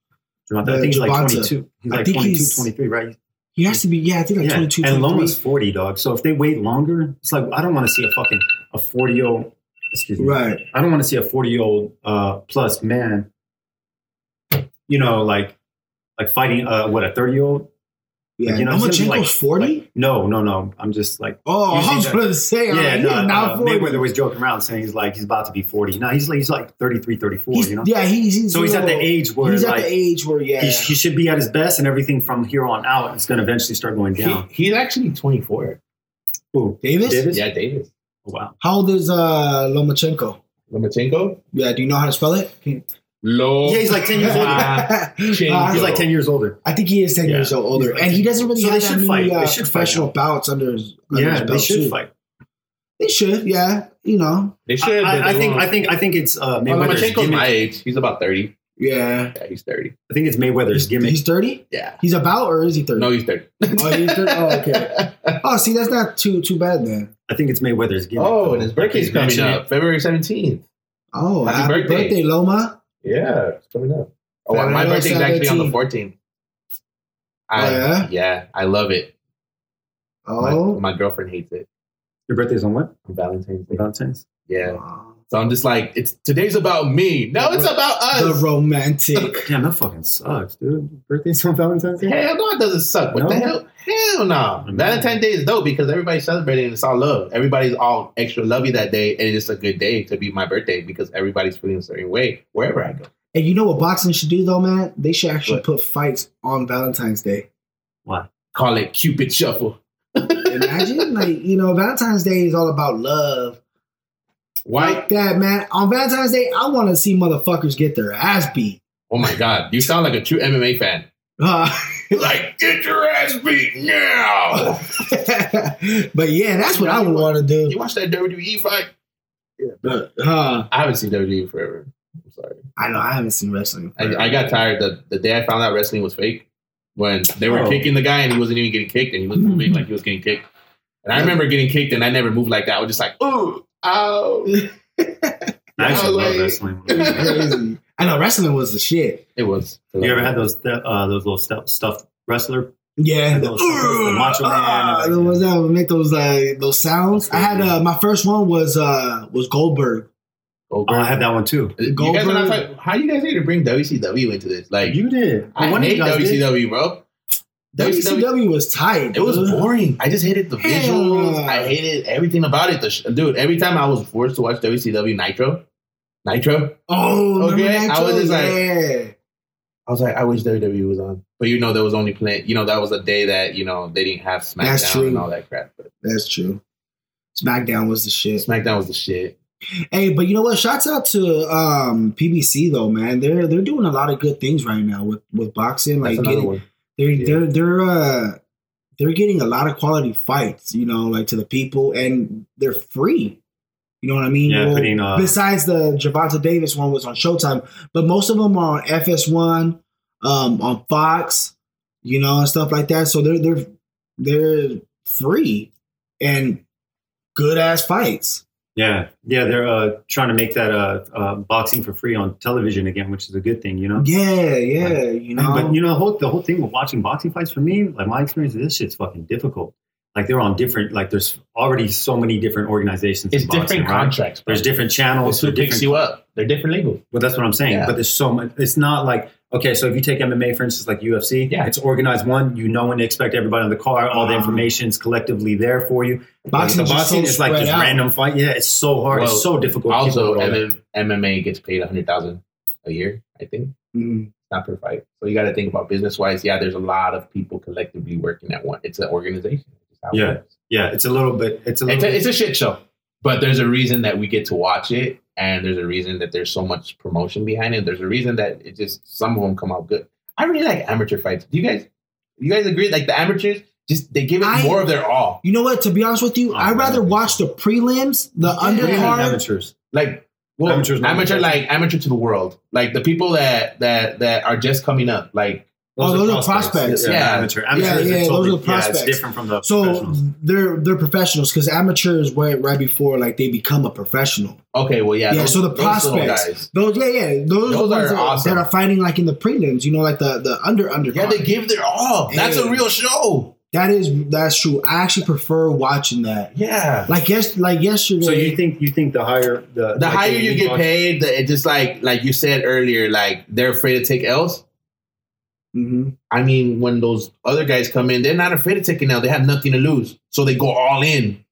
[SPEAKER 4] Javante,
[SPEAKER 2] Uh,
[SPEAKER 4] I think he's like
[SPEAKER 2] Javante.
[SPEAKER 4] 22. He's
[SPEAKER 2] I
[SPEAKER 4] like
[SPEAKER 2] think
[SPEAKER 4] 22,
[SPEAKER 2] he's-
[SPEAKER 4] 23, right?
[SPEAKER 2] He has to be. Yeah, I think like
[SPEAKER 4] yeah.
[SPEAKER 2] 22,
[SPEAKER 4] and
[SPEAKER 2] 23.
[SPEAKER 4] Loma's 40, dog. So if they wait longer, it's like I don't want to see a fucking a 40 year old. Excuse me.
[SPEAKER 2] Right.
[SPEAKER 4] I don't want to see a 40 year old uh, plus man, you know, like like fighting uh, what a 30 year old.
[SPEAKER 2] Yeah.
[SPEAKER 4] You know, it's gonna be like-
[SPEAKER 2] Lomachenko's forty.
[SPEAKER 4] Like, no, no, no. I'm just like,
[SPEAKER 2] oh, I
[SPEAKER 4] usually
[SPEAKER 2] was
[SPEAKER 4] that-
[SPEAKER 2] going to say.
[SPEAKER 4] yeah,
[SPEAKER 2] Yeah, like,
[SPEAKER 4] no,
[SPEAKER 2] he's
[SPEAKER 4] no.
[SPEAKER 2] not
[SPEAKER 4] Mayweather
[SPEAKER 2] forty.
[SPEAKER 4] was joking around saying he's like he's about to be 40. No, he's like he's like 33, 34.
[SPEAKER 2] He's-
[SPEAKER 4] you know,
[SPEAKER 2] Yeah, he's, he's
[SPEAKER 4] so he's at the
[SPEAKER 2] little-
[SPEAKER 4] age where
[SPEAKER 2] he's
[SPEAKER 4] like
[SPEAKER 2] at the age where yeah.
[SPEAKER 4] he, sh- he should be at his best, and everything from here on out is going to eventually start going down.
[SPEAKER 3] He, he's actually 24.
[SPEAKER 4] Ooh,
[SPEAKER 2] Davis?
[SPEAKER 4] Davis? Oh,
[SPEAKER 3] Yeah, Davis.
[SPEAKER 4] Wow.
[SPEAKER 2] How old is uh Lomachenko?
[SPEAKER 3] Lomachenko?
[SPEAKER 2] Yeah, do you know how to spell it?
[SPEAKER 3] Low.
[SPEAKER 4] Yeah, he's like 10 years older.
[SPEAKER 3] Ah,
[SPEAKER 2] Uh,
[SPEAKER 4] He's like 10 years older.
[SPEAKER 2] I think he is ten
[SPEAKER 4] Yeah.
[SPEAKER 2] years old older,
[SPEAKER 4] He's like
[SPEAKER 2] and he doesn't really
[SPEAKER 4] So
[SPEAKER 2] have
[SPEAKER 4] they
[SPEAKER 2] that
[SPEAKER 4] should
[SPEAKER 2] many
[SPEAKER 4] fight. They
[SPEAKER 2] uh,
[SPEAKER 4] should fight
[SPEAKER 2] professional bouts under his under his
[SPEAKER 4] Yeah, they
[SPEAKER 2] belt,
[SPEAKER 4] should
[SPEAKER 2] too.
[SPEAKER 4] fight.
[SPEAKER 2] They should, yeah. You know,
[SPEAKER 3] They should.
[SPEAKER 4] I,
[SPEAKER 3] but
[SPEAKER 4] I- I
[SPEAKER 3] they
[SPEAKER 4] think.
[SPEAKER 3] won't.
[SPEAKER 4] I think. I think it's uh,
[SPEAKER 3] Well,
[SPEAKER 4] Mayweather's
[SPEAKER 3] Lomachenko's
[SPEAKER 4] gimmick.
[SPEAKER 3] my age. He's about 30.
[SPEAKER 2] yeah.
[SPEAKER 3] Yeah, he's 30.
[SPEAKER 4] I think it's Mayweather's
[SPEAKER 2] He's,
[SPEAKER 4] gimmick.
[SPEAKER 2] he's thirty.
[SPEAKER 3] Yeah.
[SPEAKER 2] He's about, or is he thirty?
[SPEAKER 3] No, he's 30.
[SPEAKER 2] oh, he's 30? Oh, okay. Oh, see, that's not too too bad then.
[SPEAKER 4] I think it's Mayweather's gimmick.
[SPEAKER 3] Oh, and his birthday's coming up. February 17th.
[SPEAKER 2] Oh,
[SPEAKER 3] Happy
[SPEAKER 2] happy, birthday.
[SPEAKER 3] birthday.
[SPEAKER 2] Loma.
[SPEAKER 3] Yeah, it's coming up. Oh, well, my
[SPEAKER 2] February
[SPEAKER 3] birthday's actually on the 14th. I,
[SPEAKER 2] Oh, yeah?
[SPEAKER 3] yeah, I love it. My,
[SPEAKER 2] Oh,
[SPEAKER 3] my girlfriend hates it
[SPEAKER 4] Your birthday's on what?
[SPEAKER 3] on Valentine's Day.
[SPEAKER 4] Valentine's.
[SPEAKER 3] Yeah. So I'm just like, it's today's about me. No, it's about
[SPEAKER 2] the
[SPEAKER 3] us.
[SPEAKER 2] romantic.
[SPEAKER 4] Damn, that fucking sucks, dude. Birthday's on Valentine's Day.
[SPEAKER 3] Hell no, it doesn't suck. What
[SPEAKER 4] No?
[SPEAKER 3] the hell? Hell no.
[SPEAKER 4] Mm.
[SPEAKER 3] Valentine's Day is dope because everybody's celebrating and it's all love. Everybody's all extra lovey that day, and it's a good day to be my birthday because everybody's feeling a certain way wherever I go.
[SPEAKER 2] and you know what boxing should do though, man? They should actually
[SPEAKER 3] What?
[SPEAKER 2] put fights on Valentine's Day.
[SPEAKER 3] Call it Cupid Shuffle.
[SPEAKER 2] Imagine, like you know, Valentine's Day is all about love.
[SPEAKER 3] Why?
[SPEAKER 2] Fuck that, man. On Valentine's Day, I want to see motherfuckers get their ass beat.
[SPEAKER 3] Oh my God, you sound like a true MMA fan.
[SPEAKER 2] Uh,
[SPEAKER 3] Like, get your ass beat now.
[SPEAKER 2] but yeah, that's what I would want to do.
[SPEAKER 3] You watch that WWE fight?
[SPEAKER 2] But, uh,
[SPEAKER 3] I haven't seen WWE forever. I'm sorry.
[SPEAKER 2] I know I haven't seen wrestling.
[SPEAKER 3] I, I got tired the, the day I found out wrestling was fake when they were
[SPEAKER 4] Oh. Mm-hmm.
[SPEAKER 3] kicking the guy and he wasn't even getting kicked and he was moving like he was getting kicked. And I remember getting kicked and I never moved like that. I was just like, ooh, ow.
[SPEAKER 4] I actually
[SPEAKER 3] Yeah,
[SPEAKER 4] love
[SPEAKER 3] like-
[SPEAKER 4] wrestling.
[SPEAKER 2] Crazy. I know wrestling was the shit.
[SPEAKER 3] It was.
[SPEAKER 4] you ever had those uh, those little stuff, stuffed wrestler?
[SPEAKER 2] Yeah,
[SPEAKER 4] The Macho Man.
[SPEAKER 2] Ah, the ones that would make those uh, those sounds. I had uh, my first one was uh, was Goldberg.
[SPEAKER 3] Goldberg.
[SPEAKER 4] Oh, I had that one too.
[SPEAKER 3] You guys are not
[SPEAKER 2] Goldberg.
[SPEAKER 3] talking- how you guys need to bring WCW into this? Like,
[SPEAKER 4] You did.
[SPEAKER 3] I
[SPEAKER 4] One of you
[SPEAKER 3] hate
[SPEAKER 4] guys did.
[SPEAKER 3] WCW, bro. WCW,
[SPEAKER 2] WCW was tight.
[SPEAKER 3] it was
[SPEAKER 2] dude.
[SPEAKER 3] boring. I just hated the
[SPEAKER 2] Hell
[SPEAKER 3] visuals.
[SPEAKER 2] no.
[SPEAKER 3] I hated everything about it. The sh- dude, every time I was forced to watch WCW Nitro, Nitro,
[SPEAKER 2] Oh, remember
[SPEAKER 3] Okay, I was
[SPEAKER 2] Nitro?
[SPEAKER 3] just like-
[SPEAKER 2] yeah.
[SPEAKER 3] I was like, I wish WWE was on. But you know, there was only playing. You know, that was a day that you know they didn't have
[SPEAKER 2] That's
[SPEAKER 3] SmackDown
[SPEAKER 2] true.
[SPEAKER 3] and all that crap. But
[SPEAKER 2] That's true. SmackDown was the shit.
[SPEAKER 3] SmackDown was the shit.
[SPEAKER 2] Hey, but you know what? Shouts out to um, PBC though, man. They're they're doing a lot of good things right now with with boxing.
[SPEAKER 3] That's
[SPEAKER 2] Like
[SPEAKER 3] another
[SPEAKER 2] getting,
[SPEAKER 3] one.
[SPEAKER 2] they're
[SPEAKER 3] Yeah.
[SPEAKER 2] they're they're uh, they're getting a lot of quality fights. You know, like to the people, and they're free. You know what I mean?
[SPEAKER 4] Yeah,
[SPEAKER 2] Well,
[SPEAKER 4] putting, uh,
[SPEAKER 2] besides the Javante Davis one was on Showtime, but most of them are on FS1, um, on Fox, you know, and stuff like that. So they're they're they're free and good ass fights.
[SPEAKER 4] Yeah, yeah, they're uh, trying to make that uh, uh, boxing for free on television again, which is a good thing, you know.
[SPEAKER 2] Yeah, yeah, you know.
[SPEAKER 4] But you know, the whole, the whole thing with watching boxing fights for me, like my experience, this shit's fucking difficult. Like they're on different, like there's already so many different organizations.
[SPEAKER 3] It's
[SPEAKER 4] in boxing,
[SPEAKER 3] different
[SPEAKER 4] right?
[SPEAKER 3] contracts. Bro.
[SPEAKER 4] There's different
[SPEAKER 3] That's
[SPEAKER 4] channels.
[SPEAKER 3] who
[SPEAKER 4] for
[SPEAKER 3] picks
[SPEAKER 4] different
[SPEAKER 3] you up. They're different labels.
[SPEAKER 4] Well, that's what I'm saying.
[SPEAKER 3] Yeah.
[SPEAKER 4] But there's so much. It's not like okay. So if you take MMA, for instance, like UFC,
[SPEAKER 3] Yeah. Ah.
[SPEAKER 4] it's organized one. You know when to expect everybody on the card. All the
[SPEAKER 2] Wow.
[SPEAKER 4] information's collectively there for you.
[SPEAKER 2] Boxing's
[SPEAKER 4] Like, the
[SPEAKER 2] just
[SPEAKER 4] boxing
[SPEAKER 2] so
[SPEAKER 4] is like this
[SPEAKER 2] spread out.
[SPEAKER 4] random fight. Yeah, it's so hard.
[SPEAKER 3] Well,
[SPEAKER 4] it's so difficult.
[SPEAKER 3] also
[SPEAKER 4] People are-
[SPEAKER 3] MM, MMA gets paid a hundred thousand a year, I think,
[SPEAKER 2] Mm.
[SPEAKER 3] not per fight. So you got to think about business wise. Yeah, there's a lot of people collectively working at one. It's an organization. It's how it
[SPEAKER 4] Yeah.
[SPEAKER 3] works.
[SPEAKER 4] yeah, it's a little bit. It's a little.
[SPEAKER 3] it's a,
[SPEAKER 4] bit,
[SPEAKER 3] it's a shit show, but there's a reason that we get to watch it, and there's a reason that there's so much promotion behind it. There's a reason that it just some of them come out good. I really like amateur fights. Do you guys, you guys agree? Like the amateurs, just they give it
[SPEAKER 2] I-
[SPEAKER 3] more of their all.
[SPEAKER 2] You know what? To be honest with you,
[SPEAKER 4] Oh,
[SPEAKER 2] I'd rather
[SPEAKER 4] man.
[SPEAKER 2] watch the prelims, the
[SPEAKER 4] What do you mean
[SPEAKER 2] undercard.
[SPEAKER 4] amateurs.
[SPEAKER 3] like well,
[SPEAKER 4] Amateurs not
[SPEAKER 3] amateur
[SPEAKER 4] the best.
[SPEAKER 3] like amateur to the world like the people that that that are just coming up like
[SPEAKER 2] Oh, those are prospects.
[SPEAKER 4] Yeah,
[SPEAKER 3] Yeah.
[SPEAKER 4] amateur. Amateurs
[SPEAKER 2] yeah,
[SPEAKER 4] are
[SPEAKER 2] those
[SPEAKER 4] totally,
[SPEAKER 2] are prospects.
[SPEAKER 4] Yeah, it's different from the
[SPEAKER 2] So
[SPEAKER 4] professionals.
[SPEAKER 2] they're they're professionals because amateurs right right before like they become a professional.
[SPEAKER 3] okay well yeah
[SPEAKER 2] Yeah, so the
[SPEAKER 3] those little
[SPEAKER 2] prospects. Those yeah yeah those,
[SPEAKER 3] Those
[SPEAKER 2] are the ones
[SPEAKER 3] are
[SPEAKER 2] that,
[SPEAKER 3] awesome.
[SPEAKER 2] that are fighting like in the prelims. You know like the the under under.
[SPEAKER 3] yeah they give their all that's a
[SPEAKER 2] Yeah.
[SPEAKER 3] real show
[SPEAKER 2] That is that's true. I actually prefer watching that.
[SPEAKER 3] yeah
[SPEAKER 2] Like yes, like yesterday.
[SPEAKER 4] So you think you think the higher the
[SPEAKER 3] the
[SPEAKER 4] like,
[SPEAKER 3] higher you get
[SPEAKER 4] box-
[SPEAKER 3] paid the, it just like like you said earlier like they're afraid to take L's
[SPEAKER 2] Mhm.
[SPEAKER 3] I mean when those other guys come in they're not afraid of taking L they have nothing to lose so they go all in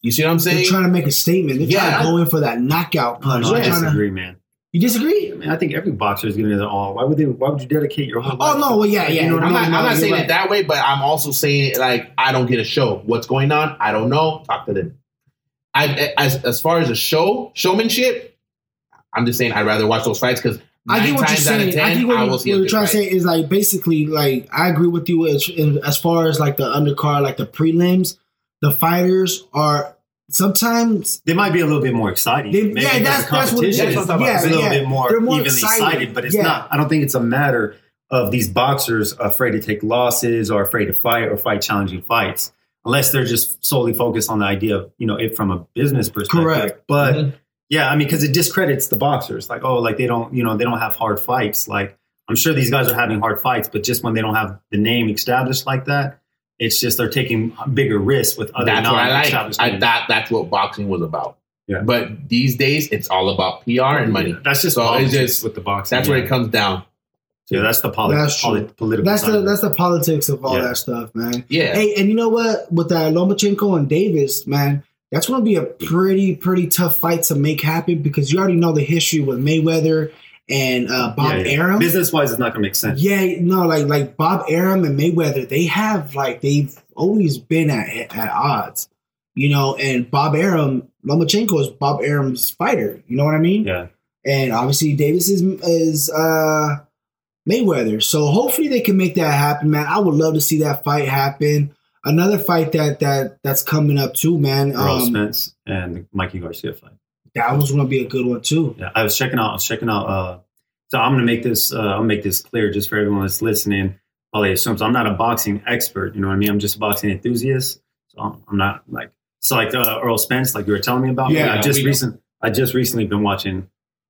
[SPEAKER 3] you see what I'm
[SPEAKER 2] they're
[SPEAKER 3] saying
[SPEAKER 2] trying to make a statement. They're
[SPEAKER 3] Yeah.
[SPEAKER 2] trying to go in for that knockout punch.
[SPEAKER 4] No, I
[SPEAKER 2] They're trying to-
[SPEAKER 4] disagree, man.
[SPEAKER 2] you disagree?
[SPEAKER 4] I mean, I think every boxer is giving it their all. Why would they? Why would you dedicate your whole?
[SPEAKER 2] Oh
[SPEAKER 4] life
[SPEAKER 2] no,
[SPEAKER 4] to-
[SPEAKER 2] well yeah, yeah.
[SPEAKER 4] You know what
[SPEAKER 3] I'm not, I'm not
[SPEAKER 2] you're
[SPEAKER 3] saying
[SPEAKER 2] right.
[SPEAKER 3] it that way, but I'm also saying like I don't get a show. What's going on? I don't know. Talk to them. I as as far as a show showmanship, I'm just saying I'd rather watch those fights because
[SPEAKER 2] I
[SPEAKER 3] nine
[SPEAKER 2] get what you're
[SPEAKER 3] times out of
[SPEAKER 2] saying. I
[SPEAKER 3] ten,
[SPEAKER 2] get
[SPEAKER 3] I,
[SPEAKER 2] what, you-
[SPEAKER 3] will
[SPEAKER 2] what
[SPEAKER 3] see a
[SPEAKER 2] you're
[SPEAKER 3] good
[SPEAKER 2] trying
[SPEAKER 3] fight.
[SPEAKER 2] to say is like basically like I agree with you as, in- as far as like the undercard, like the prelims, the fighters are sometimes
[SPEAKER 4] They might be a little bit more exciting.
[SPEAKER 2] They-
[SPEAKER 4] Maybe
[SPEAKER 2] yeah,
[SPEAKER 4] because the
[SPEAKER 2] that's- that's what it is.
[SPEAKER 4] competition
[SPEAKER 3] That's what I'm talking
[SPEAKER 4] is
[SPEAKER 3] about.
[SPEAKER 4] a little
[SPEAKER 2] Yeah, yeah.
[SPEAKER 4] bit more
[SPEAKER 2] They're more
[SPEAKER 4] evenly
[SPEAKER 2] excited.
[SPEAKER 4] sided, but it's
[SPEAKER 2] Yeah.
[SPEAKER 4] not. I don't think it's a matter of these boxers afraid to take losses or afraid to fight or fight challenging fights, unless they're just solely focused on the idea of you know it from a business perspective.
[SPEAKER 2] Correct. Mm-hmm.
[SPEAKER 4] But
[SPEAKER 3] Mhm.
[SPEAKER 4] yeah, I mean, because it discredits the boxers. Like oh, like they don't you know they don't have hard fights. Like I'm sure these guys are having hard fights, but just when they don't have the name established like that. It's just they're taking bigger risks with other
[SPEAKER 3] that's what I like.
[SPEAKER 4] non-established
[SPEAKER 3] I
[SPEAKER 4] names.
[SPEAKER 3] thought that's what boxing was about.
[SPEAKER 4] Yeah.
[SPEAKER 3] But these days, it's all about PR
[SPEAKER 6] Oh,
[SPEAKER 3] and money.
[SPEAKER 4] Yeah, that's just
[SPEAKER 3] So it's
[SPEAKER 4] politics
[SPEAKER 3] just-
[SPEAKER 4] with the boxing.
[SPEAKER 3] That's
[SPEAKER 4] yeah.
[SPEAKER 3] where it comes down.
[SPEAKER 4] Yeah, that's the poli-
[SPEAKER 2] That's true.
[SPEAKER 4] poli- political.
[SPEAKER 2] that's the
[SPEAKER 4] side.
[SPEAKER 2] that's the politics of all
[SPEAKER 4] Yeah.
[SPEAKER 2] that stuff, man.
[SPEAKER 3] Yeah.
[SPEAKER 2] Hey, and you know what? With that Lomachenko and Davis, man, that's going to be a pretty, pretty tough fight to make happen because you already know the history with Mayweather and uh, Bob
[SPEAKER 4] Yeah, yeah.
[SPEAKER 2] Arum.
[SPEAKER 4] business wise. It's not gonna make sense.
[SPEAKER 2] Yeah, no, like like Bob Arum and Mayweather, they have like they've always been at at odds, you know. And Bob Arum, Lomachenko is Bob Arum's fighter. You know what I mean?
[SPEAKER 4] Yeah.
[SPEAKER 2] and obviously Davis is is uh, Mayweather. So hopefully they can make that happen, man. I would love to see that fight happen. Another fight that that that's coming up too, man.
[SPEAKER 4] Earl
[SPEAKER 2] Um,
[SPEAKER 4] Spence and Mikey Garcia fight.
[SPEAKER 2] that one's gonna be a good one too.
[SPEAKER 4] Yeah, I was checking out. I was checking out. Uh, so I'm gonna make this. Uh, I'll make this clear just for everyone that's listening. Probably assumes I'm not a boxing expert. You know what I mean? I'm just a boxing enthusiast. So I'm, I'm not like so like uh, Earl Spence, like you were telling me about.
[SPEAKER 2] Yeah,
[SPEAKER 4] I just
[SPEAKER 3] we know.
[SPEAKER 4] recent. I just recently been watching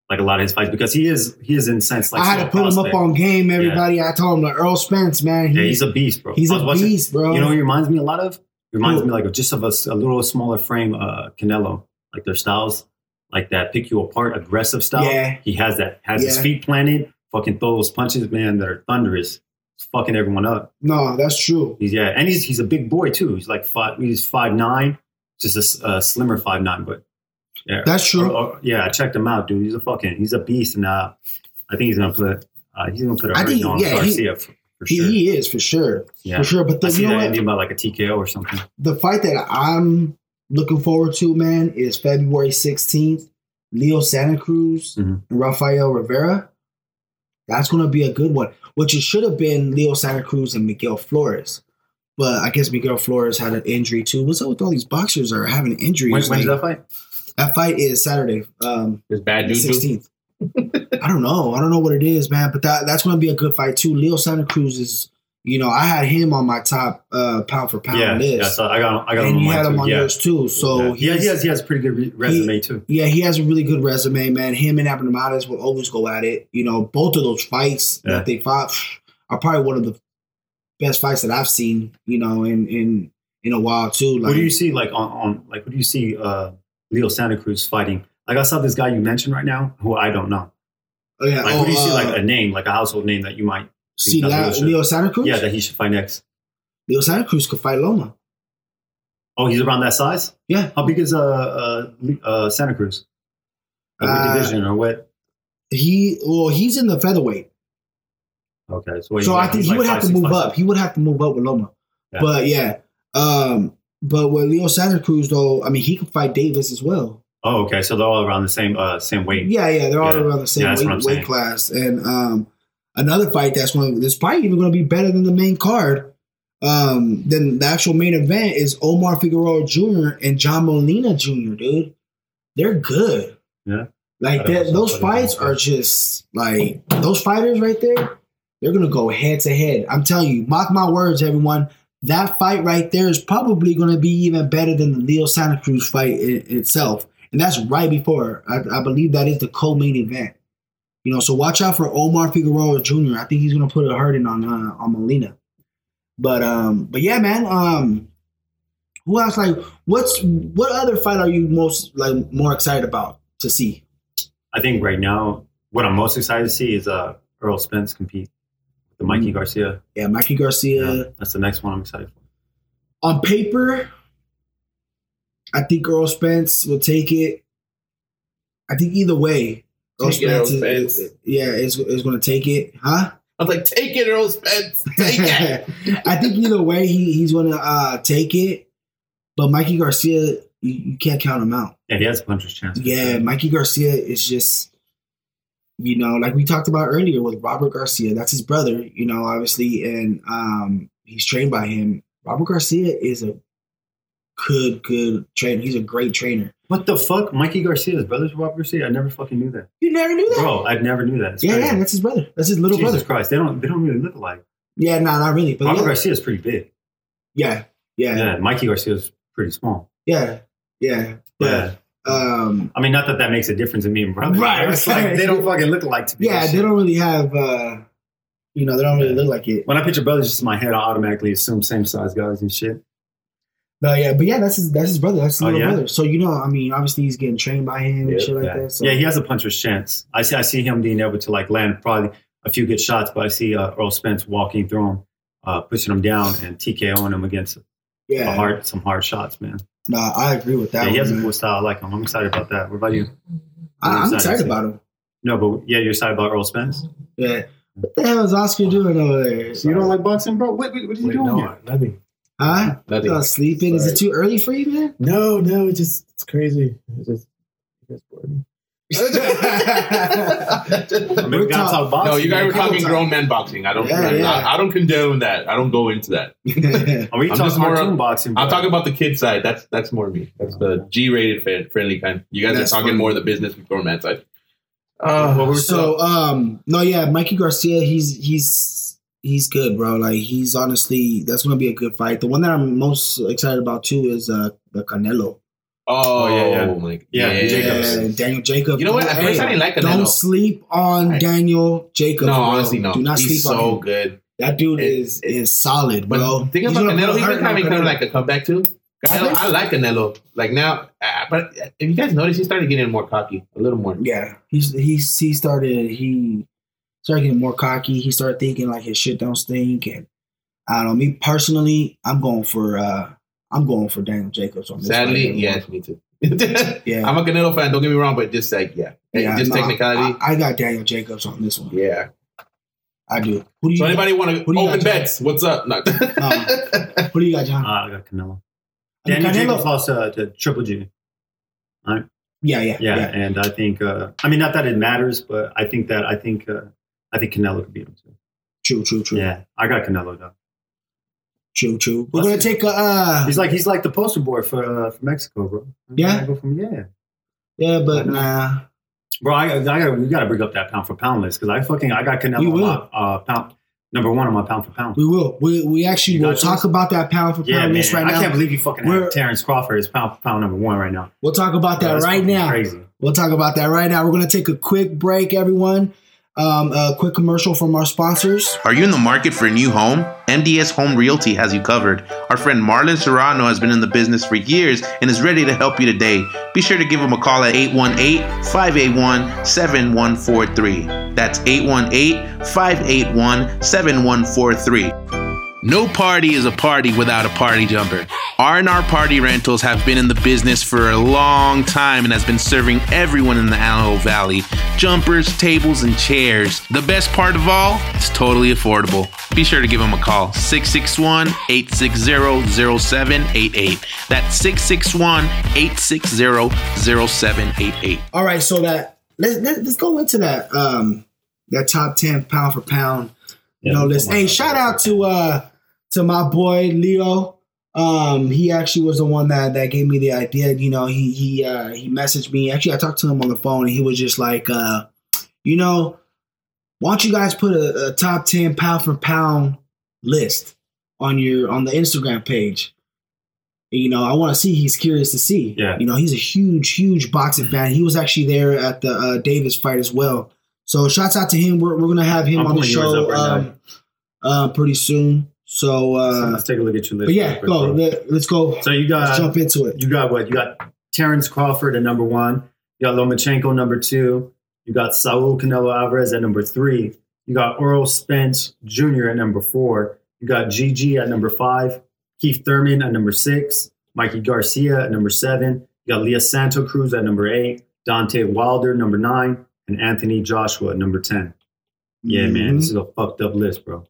[SPEAKER 4] like a lot of his fights because he is he is in sense like
[SPEAKER 2] I had
[SPEAKER 4] still
[SPEAKER 2] to
[SPEAKER 4] a
[SPEAKER 2] put him up
[SPEAKER 4] prospect.
[SPEAKER 2] on game, everybody. I told him the Earl Spence, man.
[SPEAKER 4] Yeah,
[SPEAKER 2] He's
[SPEAKER 4] he's a beast, bro.
[SPEAKER 2] he's
[SPEAKER 4] I was
[SPEAKER 2] a
[SPEAKER 4] watching-
[SPEAKER 2] beast, bro.
[SPEAKER 4] You know, what he reminds me a lot of. He Reminds
[SPEAKER 2] Who?
[SPEAKER 4] me like of just of a, s- a little smaller frame, uh, Canelo, like their styles. like that pick you apart aggressive style.
[SPEAKER 2] Yeah.
[SPEAKER 4] He has that. Has his
[SPEAKER 2] Yeah.
[SPEAKER 4] feet planted. Fucking throw those punches, man, that are thunderous. It's fucking everyone up.
[SPEAKER 2] No, that's true.
[SPEAKER 4] He's yeah, and he's he's a big boy too. He's like five. He's five nine, just a s- a, slimmer five nine, but
[SPEAKER 2] That's true.
[SPEAKER 4] Oh, oh, yeah, I checked him out, dude. He's a fucking he's a beast, and uh, I think he's gonna put uh, he's gonna put a
[SPEAKER 2] I
[SPEAKER 4] hurt
[SPEAKER 2] think-
[SPEAKER 4] on
[SPEAKER 2] yeah, he-
[SPEAKER 4] Garcia for, for
[SPEAKER 2] He,
[SPEAKER 4] sure.
[SPEAKER 2] he is for sure,
[SPEAKER 4] yeah,
[SPEAKER 2] for sure. But
[SPEAKER 4] I
[SPEAKER 2] the,
[SPEAKER 4] see
[SPEAKER 2] you know
[SPEAKER 4] that
[SPEAKER 2] what?
[SPEAKER 4] ending by like a TKO or something.
[SPEAKER 2] the fight that I'm looking forward to, man, is February 16th. Leo Santa Cruz
[SPEAKER 4] Mhm.
[SPEAKER 2] and Rafael Rivera. That's going to be a good one, which it should have been Leo Santa Cruz and Miguel Flores. But I guess Miguel Flores had an injury too. What's up with all these boxers are having injuries?
[SPEAKER 4] When, when's
[SPEAKER 2] like,
[SPEAKER 4] that fight?
[SPEAKER 2] that fight is Saturday, um,
[SPEAKER 3] There's bad juju.
[SPEAKER 2] sixteenth. I don't know. I don't know what it is, man. But that that's going to be a good fight too. Leo Santa Cruz is, you know, I had him on my top uh, pound for pound
[SPEAKER 4] Yeah,
[SPEAKER 2] list
[SPEAKER 4] yeah, so I got I got
[SPEAKER 2] and
[SPEAKER 4] him
[SPEAKER 2] you
[SPEAKER 4] on
[SPEAKER 2] had
[SPEAKER 4] mine
[SPEAKER 2] him
[SPEAKER 4] too.
[SPEAKER 2] on
[SPEAKER 4] yeah.
[SPEAKER 2] yours too.
[SPEAKER 4] yeah.
[SPEAKER 2] So
[SPEAKER 4] he has, he has he has a pretty good re- resume too.
[SPEAKER 2] yeah, he has a really good resume, man. Him and Abnormales will always go at it. You know, both of those fights
[SPEAKER 4] Yeah.
[SPEAKER 2] that they fought are probably one of the best fights that I've seen. You know, in in in a while too. Like,
[SPEAKER 4] what do you see like on, on like what do you see uh, Leo Santa Cruz fighting? Like I saw this guy you mentioned right now, who I don't know.
[SPEAKER 2] oh, yeah,
[SPEAKER 4] Like
[SPEAKER 2] oh,
[SPEAKER 4] what do you see
[SPEAKER 2] uh,
[SPEAKER 4] like a name, like a household name that you might
[SPEAKER 2] see La-
[SPEAKER 4] Leo-
[SPEAKER 2] Leo Santa Cruz?
[SPEAKER 4] yeah that he should fight next?
[SPEAKER 2] Leo Santa Cruz could fight Loma.
[SPEAKER 4] Oh, he's around that size.
[SPEAKER 2] Yeah,
[SPEAKER 4] How big is uh uh, Le- uh Santa Cruz? Like, what
[SPEAKER 2] Uh,
[SPEAKER 4] division or what?
[SPEAKER 2] he well, he's in the featherweight,
[SPEAKER 4] Okay, so, he's
[SPEAKER 2] so
[SPEAKER 4] like-
[SPEAKER 2] I think
[SPEAKER 4] he's
[SPEAKER 2] he
[SPEAKER 4] like
[SPEAKER 2] would have to
[SPEAKER 4] 5'6",
[SPEAKER 2] move
[SPEAKER 4] 5'6".
[SPEAKER 2] up. He would have to move up with Loma.
[SPEAKER 4] Yeah.
[SPEAKER 2] But yeah, um, but with Leo Santa Cruz though, I mean, he could fight Davis as well.
[SPEAKER 4] Oh, okay, so they're all around the same uh same weight.
[SPEAKER 2] Yeah, yeah, they're all
[SPEAKER 4] Yeah.
[SPEAKER 2] around the same
[SPEAKER 4] Yeah, that's what I'm
[SPEAKER 2] weight, weight
[SPEAKER 4] saying.
[SPEAKER 2] class. And um, another fight that's going that's probably even going to be better than the main card. Um, than the actual main event is Omar Figueroa Jr. and John Molina Jr. Dude, they're good.
[SPEAKER 4] Yeah.
[SPEAKER 2] like
[SPEAKER 4] I don't
[SPEAKER 2] that.
[SPEAKER 4] know,
[SPEAKER 2] Those
[SPEAKER 4] I don't know.
[SPEAKER 2] fights are just like those fighters right there. They're gonna go head to head. I'm telling you, mark my words, everyone. That fight right there is probably gonna be even better than the Leo Santa Cruz fight in, itself and that's right before. I, I believe that is the co-main event. You know, so watch out for Omar Figueroa Jr. I think he's gonna put a hurting on uh, on Molina. But um, but yeah, man. Um, who else? Like, what's what other fight are you most like more excited about to see?
[SPEAKER 4] I think right now what I'm most excited to see is uh Earl Spence compete with the Mikey Garcia.
[SPEAKER 2] Mm. Yeah, Mikey Garcia.
[SPEAKER 4] Yeah, that's the next one I'm excited for.
[SPEAKER 2] On paper, I think Earl Spence will take it. I think either way, Earl
[SPEAKER 3] Take it, Earl
[SPEAKER 2] Spence, is-
[SPEAKER 3] Spence.
[SPEAKER 2] yeah, is is gonna take it, huh?
[SPEAKER 3] I was like, take it, Earl Spence. Take it.
[SPEAKER 2] I think either way he, he's gonna uh, take it, but Mikey Garcia you, you can't count him out.
[SPEAKER 4] Yeah, he has a puncher's chance. for
[SPEAKER 2] Yeah,
[SPEAKER 4] sure.
[SPEAKER 2] Mikey Garcia is just you know like we talked about earlier with Robert Garcia. That's his brother, you know, obviously, and um, he's trained by him. Robert Garcia is a good good trainer. He's a great trainer.
[SPEAKER 4] What the fuck, Mikey Garcia's brother's Rob Garcia? I never fucking knew that,
[SPEAKER 2] You never knew that.
[SPEAKER 4] bro. I never knew that. It's
[SPEAKER 2] yeah,
[SPEAKER 4] crazy.
[SPEAKER 2] yeah, that's his brother. That's his little
[SPEAKER 4] Jesus
[SPEAKER 2] brother.
[SPEAKER 4] Christ, they don't they don't really look alike.
[SPEAKER 2] Yeah, no, not really, but
[SPEAKER 4] Robert
[SPEAKER 2] yeah,
[SPEAKER 4] Garcia's pretty big.
[SPEAKER 2] yeah, yeah, yeah,
[SPEAKER 4] Yeah, Mikey Garcia's pretty small.
[SPEAKER 2] yeah,
[SPEAKER 4] Yeah.
[SPEAKER 2] But um,
[SPEAKER 4] I mean, not that that makes a difference in me and brother.
[SPEAKER 2] Right,
[SPEAKER 4] It's
[SPEAKER 2] right.
[SPEAKER 4] like they don't fucking look alike to me.
[SPEAKER 2] Yeah, they don't really have. uh You know, they don't really look like it.
[SPEAKER 4] When I picture brothers, just in my head, I automatically assume same size guys and shit.
[SPEAKER 2] No, yeah, but yeah, that's his. That's his brother. That's his
[SPEAKER 4] Oh,
[SPEAKER 2] little
[SPEAKER 4] yeah?
[SPEAKER 2] brother. So you know, I mean, obviously he's getting trained by him and shit like
[SPEAKER 4] yeah.
[SPEAKER 2] that. So.
[SPEAKER 4] Yeah, he has a puncher's chance. I see. I see him being able to like land probably a few good shots, but I see uh, Earl Spence walking through him, uh, pushing him down, and TKOing him against a
[SPEAKER 2] yeah.
[SPEAKER 4] hard, some hard shots, man.
[SPEAKER 2] No, I agree with that.
[SPEAKER 4] Yeah, he
[SPEAKER 2] one,
[SPEAKER 4] has a
[SPEAKER 2] man.
[SPEAKER 4] cool style. I like him. I'm excited about that. What about you?
[SPEAKER 2] I, I'm
[SPEAKER 4] Excited to
[SPEAKER 2] excited
[SPEAKER 4] see.
[SPEAKER 2] about him.
[SPEAKER 4] No, but yeah, you're excited about Earl Spence.
[SPEAKER 2] Yeah. What the hell is Oscar doing over there?
[SPEAKER 4] You don't like boxing, bro? What, what, what are you
[SPEAKER 6] Wait,
[SPEAKER 4] doing?
[SPEAKER 6] no,
[SPEAKER 4] here?
[SPEAKER 6] nothing.
[SPEAKER 2] Huh? You all
[SPEAKER 3] Nothing.
[SPEAKER 2] sleeping? Is it
[SPEAKER 6] Sorry.
[SPEAKER 2] too early for you, man?
[SPEAKER 6] No, no, it's just it's crazy. It's just you guys bored me.
[SPEAKER 4] I mean, we gotta
[SPEAKER 2] talk-
[SPEAKER 4] talk boxing.
[SPEAKER 3] no, you guys
[SPEAKER 4] man.
[SPEAKER 3] were
[SPEAKER 2] Couple
[SPEAKER 3] talking
[SPEAKER 2] times.
[SPEAKER 3] grown men boxing. I don't.
[SPEAKER 2] Yeah,
[SPEAKER 3] I'm not-
[SPEAKER 2] yeah.
[SPEAKER 3] I don't condone that. I don't go into that.
[SPEAKER 4] Are we
[SPEAKER 3] I'm
[SPEAKER 4] talking
[SPEAKER 3] just more-
[SPEAKER 4] cartoon boxing? bro?
[SPEAKER 3] I'm talking about the kid side. That's that's more me. That's the G-rated fan, friendly kind. You guys
[SPEAKER 2] That's
[SPEAKER 3] are talking
[SPEAKER 2] funny.
[SPEAKER 3] more the business before man side.
[SPEAKER 6] Uh,
[SPEAKER 4] What were we
[SPEAKER 2] so um no yeah mikey garcia he's he's he's good bro like he's honestly that's gonna be a good fight the one that i'm most excited about too is uh the canelo
[SPEAKER 3] Oh,
[SPEAKER 4] yeah, yeah.
[SPEAKER 3] my god.
[SPEAKER 4] Yeah, Jacobs.
[SPEAKER 2] Yeah, daniel jacob
[SPEAKER 3] You know what? At first, I didn't like Canelo.
[SPEAKER 2] don't sleep on
[SPEAKER 3] I-
[SPEAKER 2] daniel jacob
[SPEAKER 3] no,
[SPEAKER 2] bro.
[SPEAKER 3] honestly, no.
[SPEAKER 2] do not
[SPEAKER 3] he's
[SPEAKER 2] sleep
[SPEAKER 3] so
[SPEAKER 2] on him.
[SPEAKER 3] good.
[SPEAKER 2] that dude
[SPEAKER 3] It-
[SPEAKER 2] is is solid
[SPEAKER 3] But
[SPEAKER 2] bro
[SPEAKER 3] think
[SPEAKER 2] He's
[SPEAKER 3] about
[SPEAKER 2] gonna
[SPEAKER 3] Canelo.
[SPEAKER 2] put
[SPEAKER 3] He's
[SPEAKER 2] hurt
[SPEAKER 3] been kind
[SPEAKER 2] on
[SPEAKER 3] of
[SPEAKER 2] Canelo.
[SPEAKER 3] like a comeback too. Canelo, I like Canelo. Like now, uh, but if you guys notice, he started getting more cocky, a little more.
[SPEAKER 2] Yeah, he's he's he started he started getting more cocky. He started thinking like his shit don't stink, and I don't know. Me personally, I'm going for uh I'm going for Daniel Jacobs on this.
[SPEAKER 3] Sadly,
[SPEAKER 2] fight.
[SPEAKER 3] yes, me too. I'm
[SPEAKER 2] yeah,
[SPEAKER 3] a Canelo fan. Don't get me wrong, but just like yeah,
[SPEAKER 2] yeah,
[SPEAKER 3] just
[SPEAKER 2] no,
[SPEAKER 3] technicality.
[SPEAKER 2] I, I got Daniel Jacobs on this one.
[SPEAKER 3] yeah.
[SPEAKER 2] I do. Who do you?
[SPEAKER 3] So anybody want
[SPEAKER 2] Who
[SPEAKER 3] to
[SPEAKER 2] do you
[SPEAKER 3] open
[SPEAKER 2] got, Um,
[SPEAKER 3] bets? What's up? No.
[SPEAKER 2] No. Who do you got, John?
[SPEAKER 4] Ah, I got Canelo.
[SPEAKER 2] I mean,
[SPEAKER 4] Daniel
[SPEAKER 2] Canelo-
[SPEAKER 4] Jacobs lost uh, to Triple G.
[SPEAKER 2] Yeah, yeah,
[SPEAKER 4] Yeah,
[SPEAKER 2] yeah,
[SPEAKER 4] and I think uh, I mean not that it matters, but I think that I think uh, I think Canelo could beat him too.
[SPEAKER 2] True, true, true,
[SPEAKER 4] Yeah, I got Canelo though.
[SPEAKER 2] true, true. We're
[SPEAKER 4] Let's
[SPEAKER 2] gonna
[SPEAKER 4] see.
[SPEAKER 2] take a uh,
[SPEAKER 4] He's like he's like the poster boy for uh, for Mexico, bro.
[SPEAKER 2] Yeah?
[SPEAKER 4] I go from yeah,
[SPEAKER 2] yeah, but nah.
[SPEAKER 4] bro. I, I gotta we gotta bring up that pound for pound list because I fucking I got Canelo
[SPEAKER 2] We
[SPEAKER 4] on
[SPEAKER 2] will.
[SPEAKER 4] my, uh, pound number one on my pound for pound.
[SPEAKER 2] We will. We we actually
[SPEAKER 4] You
[SPEAKER 2] will
[SPEAKER 4] got
[SPEAKER 2] talk about that pound for pound
[SPEAKER 4] Yeah, man.
[SPEAKER 2] list right
[SPEAKER 4] I
[SPEAKER 2] now.
[SPEAKER 4] can't believe you fucking
[SPEAKER 2] We're-
[SPEAKER 4] have Terrence Crawford as pound for pound number one right now.
[SPEAKER 2] we'll talk about
[SPEAKER 4] Yeah,
[SPEAKER 2] that
[SPEAKER 4] that's
[SPEAKER 2] right
[SPEAKER 4] fucking
[SPEAKER 2] now.
[SPEAKER 4] Crazy.
[SPEAKER 2] We'll talk about that right now. We're going to take a quick break, everyone. Um, a quick commercial from our sponsors.
[SPEAKER 5] Are you in the market for a new home? MDS Home Realty has you covered. Our friend Marlon Serrano has been in the business for years and is ready to help you today. Be sure to give him a call at 818 581 7143. That's 818 581 7143. No party is a party without a party jumper. R&R Party Rentals have been in the business for a long time and has been serving everyone in the Alamo Valley. Jumpers, tables, and chairs. The best part of all, it's totally affordable. Be sure to give them a call, 661-860-0788. That's 661-860-0788.
[SPEAKER 2] All right, so that let's let, let's go into that um that top ten pound for pound you know list. Hey, shout out to uh to my boy Leo. Um, he actually was the one that that gave me the idea. You know, he he uh, he messaged me. Actually, I talked to him on the phone, and he was just like, uh, you know, why don't you guys put a, a top ten pound for pound list on your on the Instagram page? You know, I want to see. He's curious to see.
[SPEAKER 4] Yeah.
[SPEAKER 2] You know, he's a huge, huge boxing fan. He was actually there at the uh, Davis fight as well. So, shouts out to him. We're, we're gonna have him
[SPEAKER 4] I'm
[SPEAKER 2] on the
[SPEAKER 4] pulling yours
[SPEAKER 2] show
[SPEAKER 4] up right now.
[SPEAKER 2] um, uh, pretty soon. So,
[SPEAKER 4] So
[SPEAKER 2] uh,
[SPEAKER 4] let's take a look at your list.
[SPEAKER 2] but
[SPEAKER 4] real
[SPEAKER 2] yeah,
[SPEAKER 4] quick,
[SPEAKER 2] go.
[SPEAKER 4] bro.
[SPEAKER 2] Let, us go.
[SPEAKER 4] So you
[SPEAKER 2] Let's
[SPEAKER 4] got
[SPEAKER 2] jump into it.
[SPEAKER 4] You got what? You got Terrence Crawford at number one. You got Lomachenko number two. You got Saul Canelo Alvarez at number three. You got Earl Spence Jr. at number four. You got GG at number five. Keith Thurman at number six. Mikey Garcia at number seven. You got Leah Santo Cruz at number eight. Dante Wilder number nine, and Anthony Joshua at number ten. Yeah,
[SPEAKER 2] Mm-hmm.
[SPEAKER 4] man, this is a fucked up list, bro.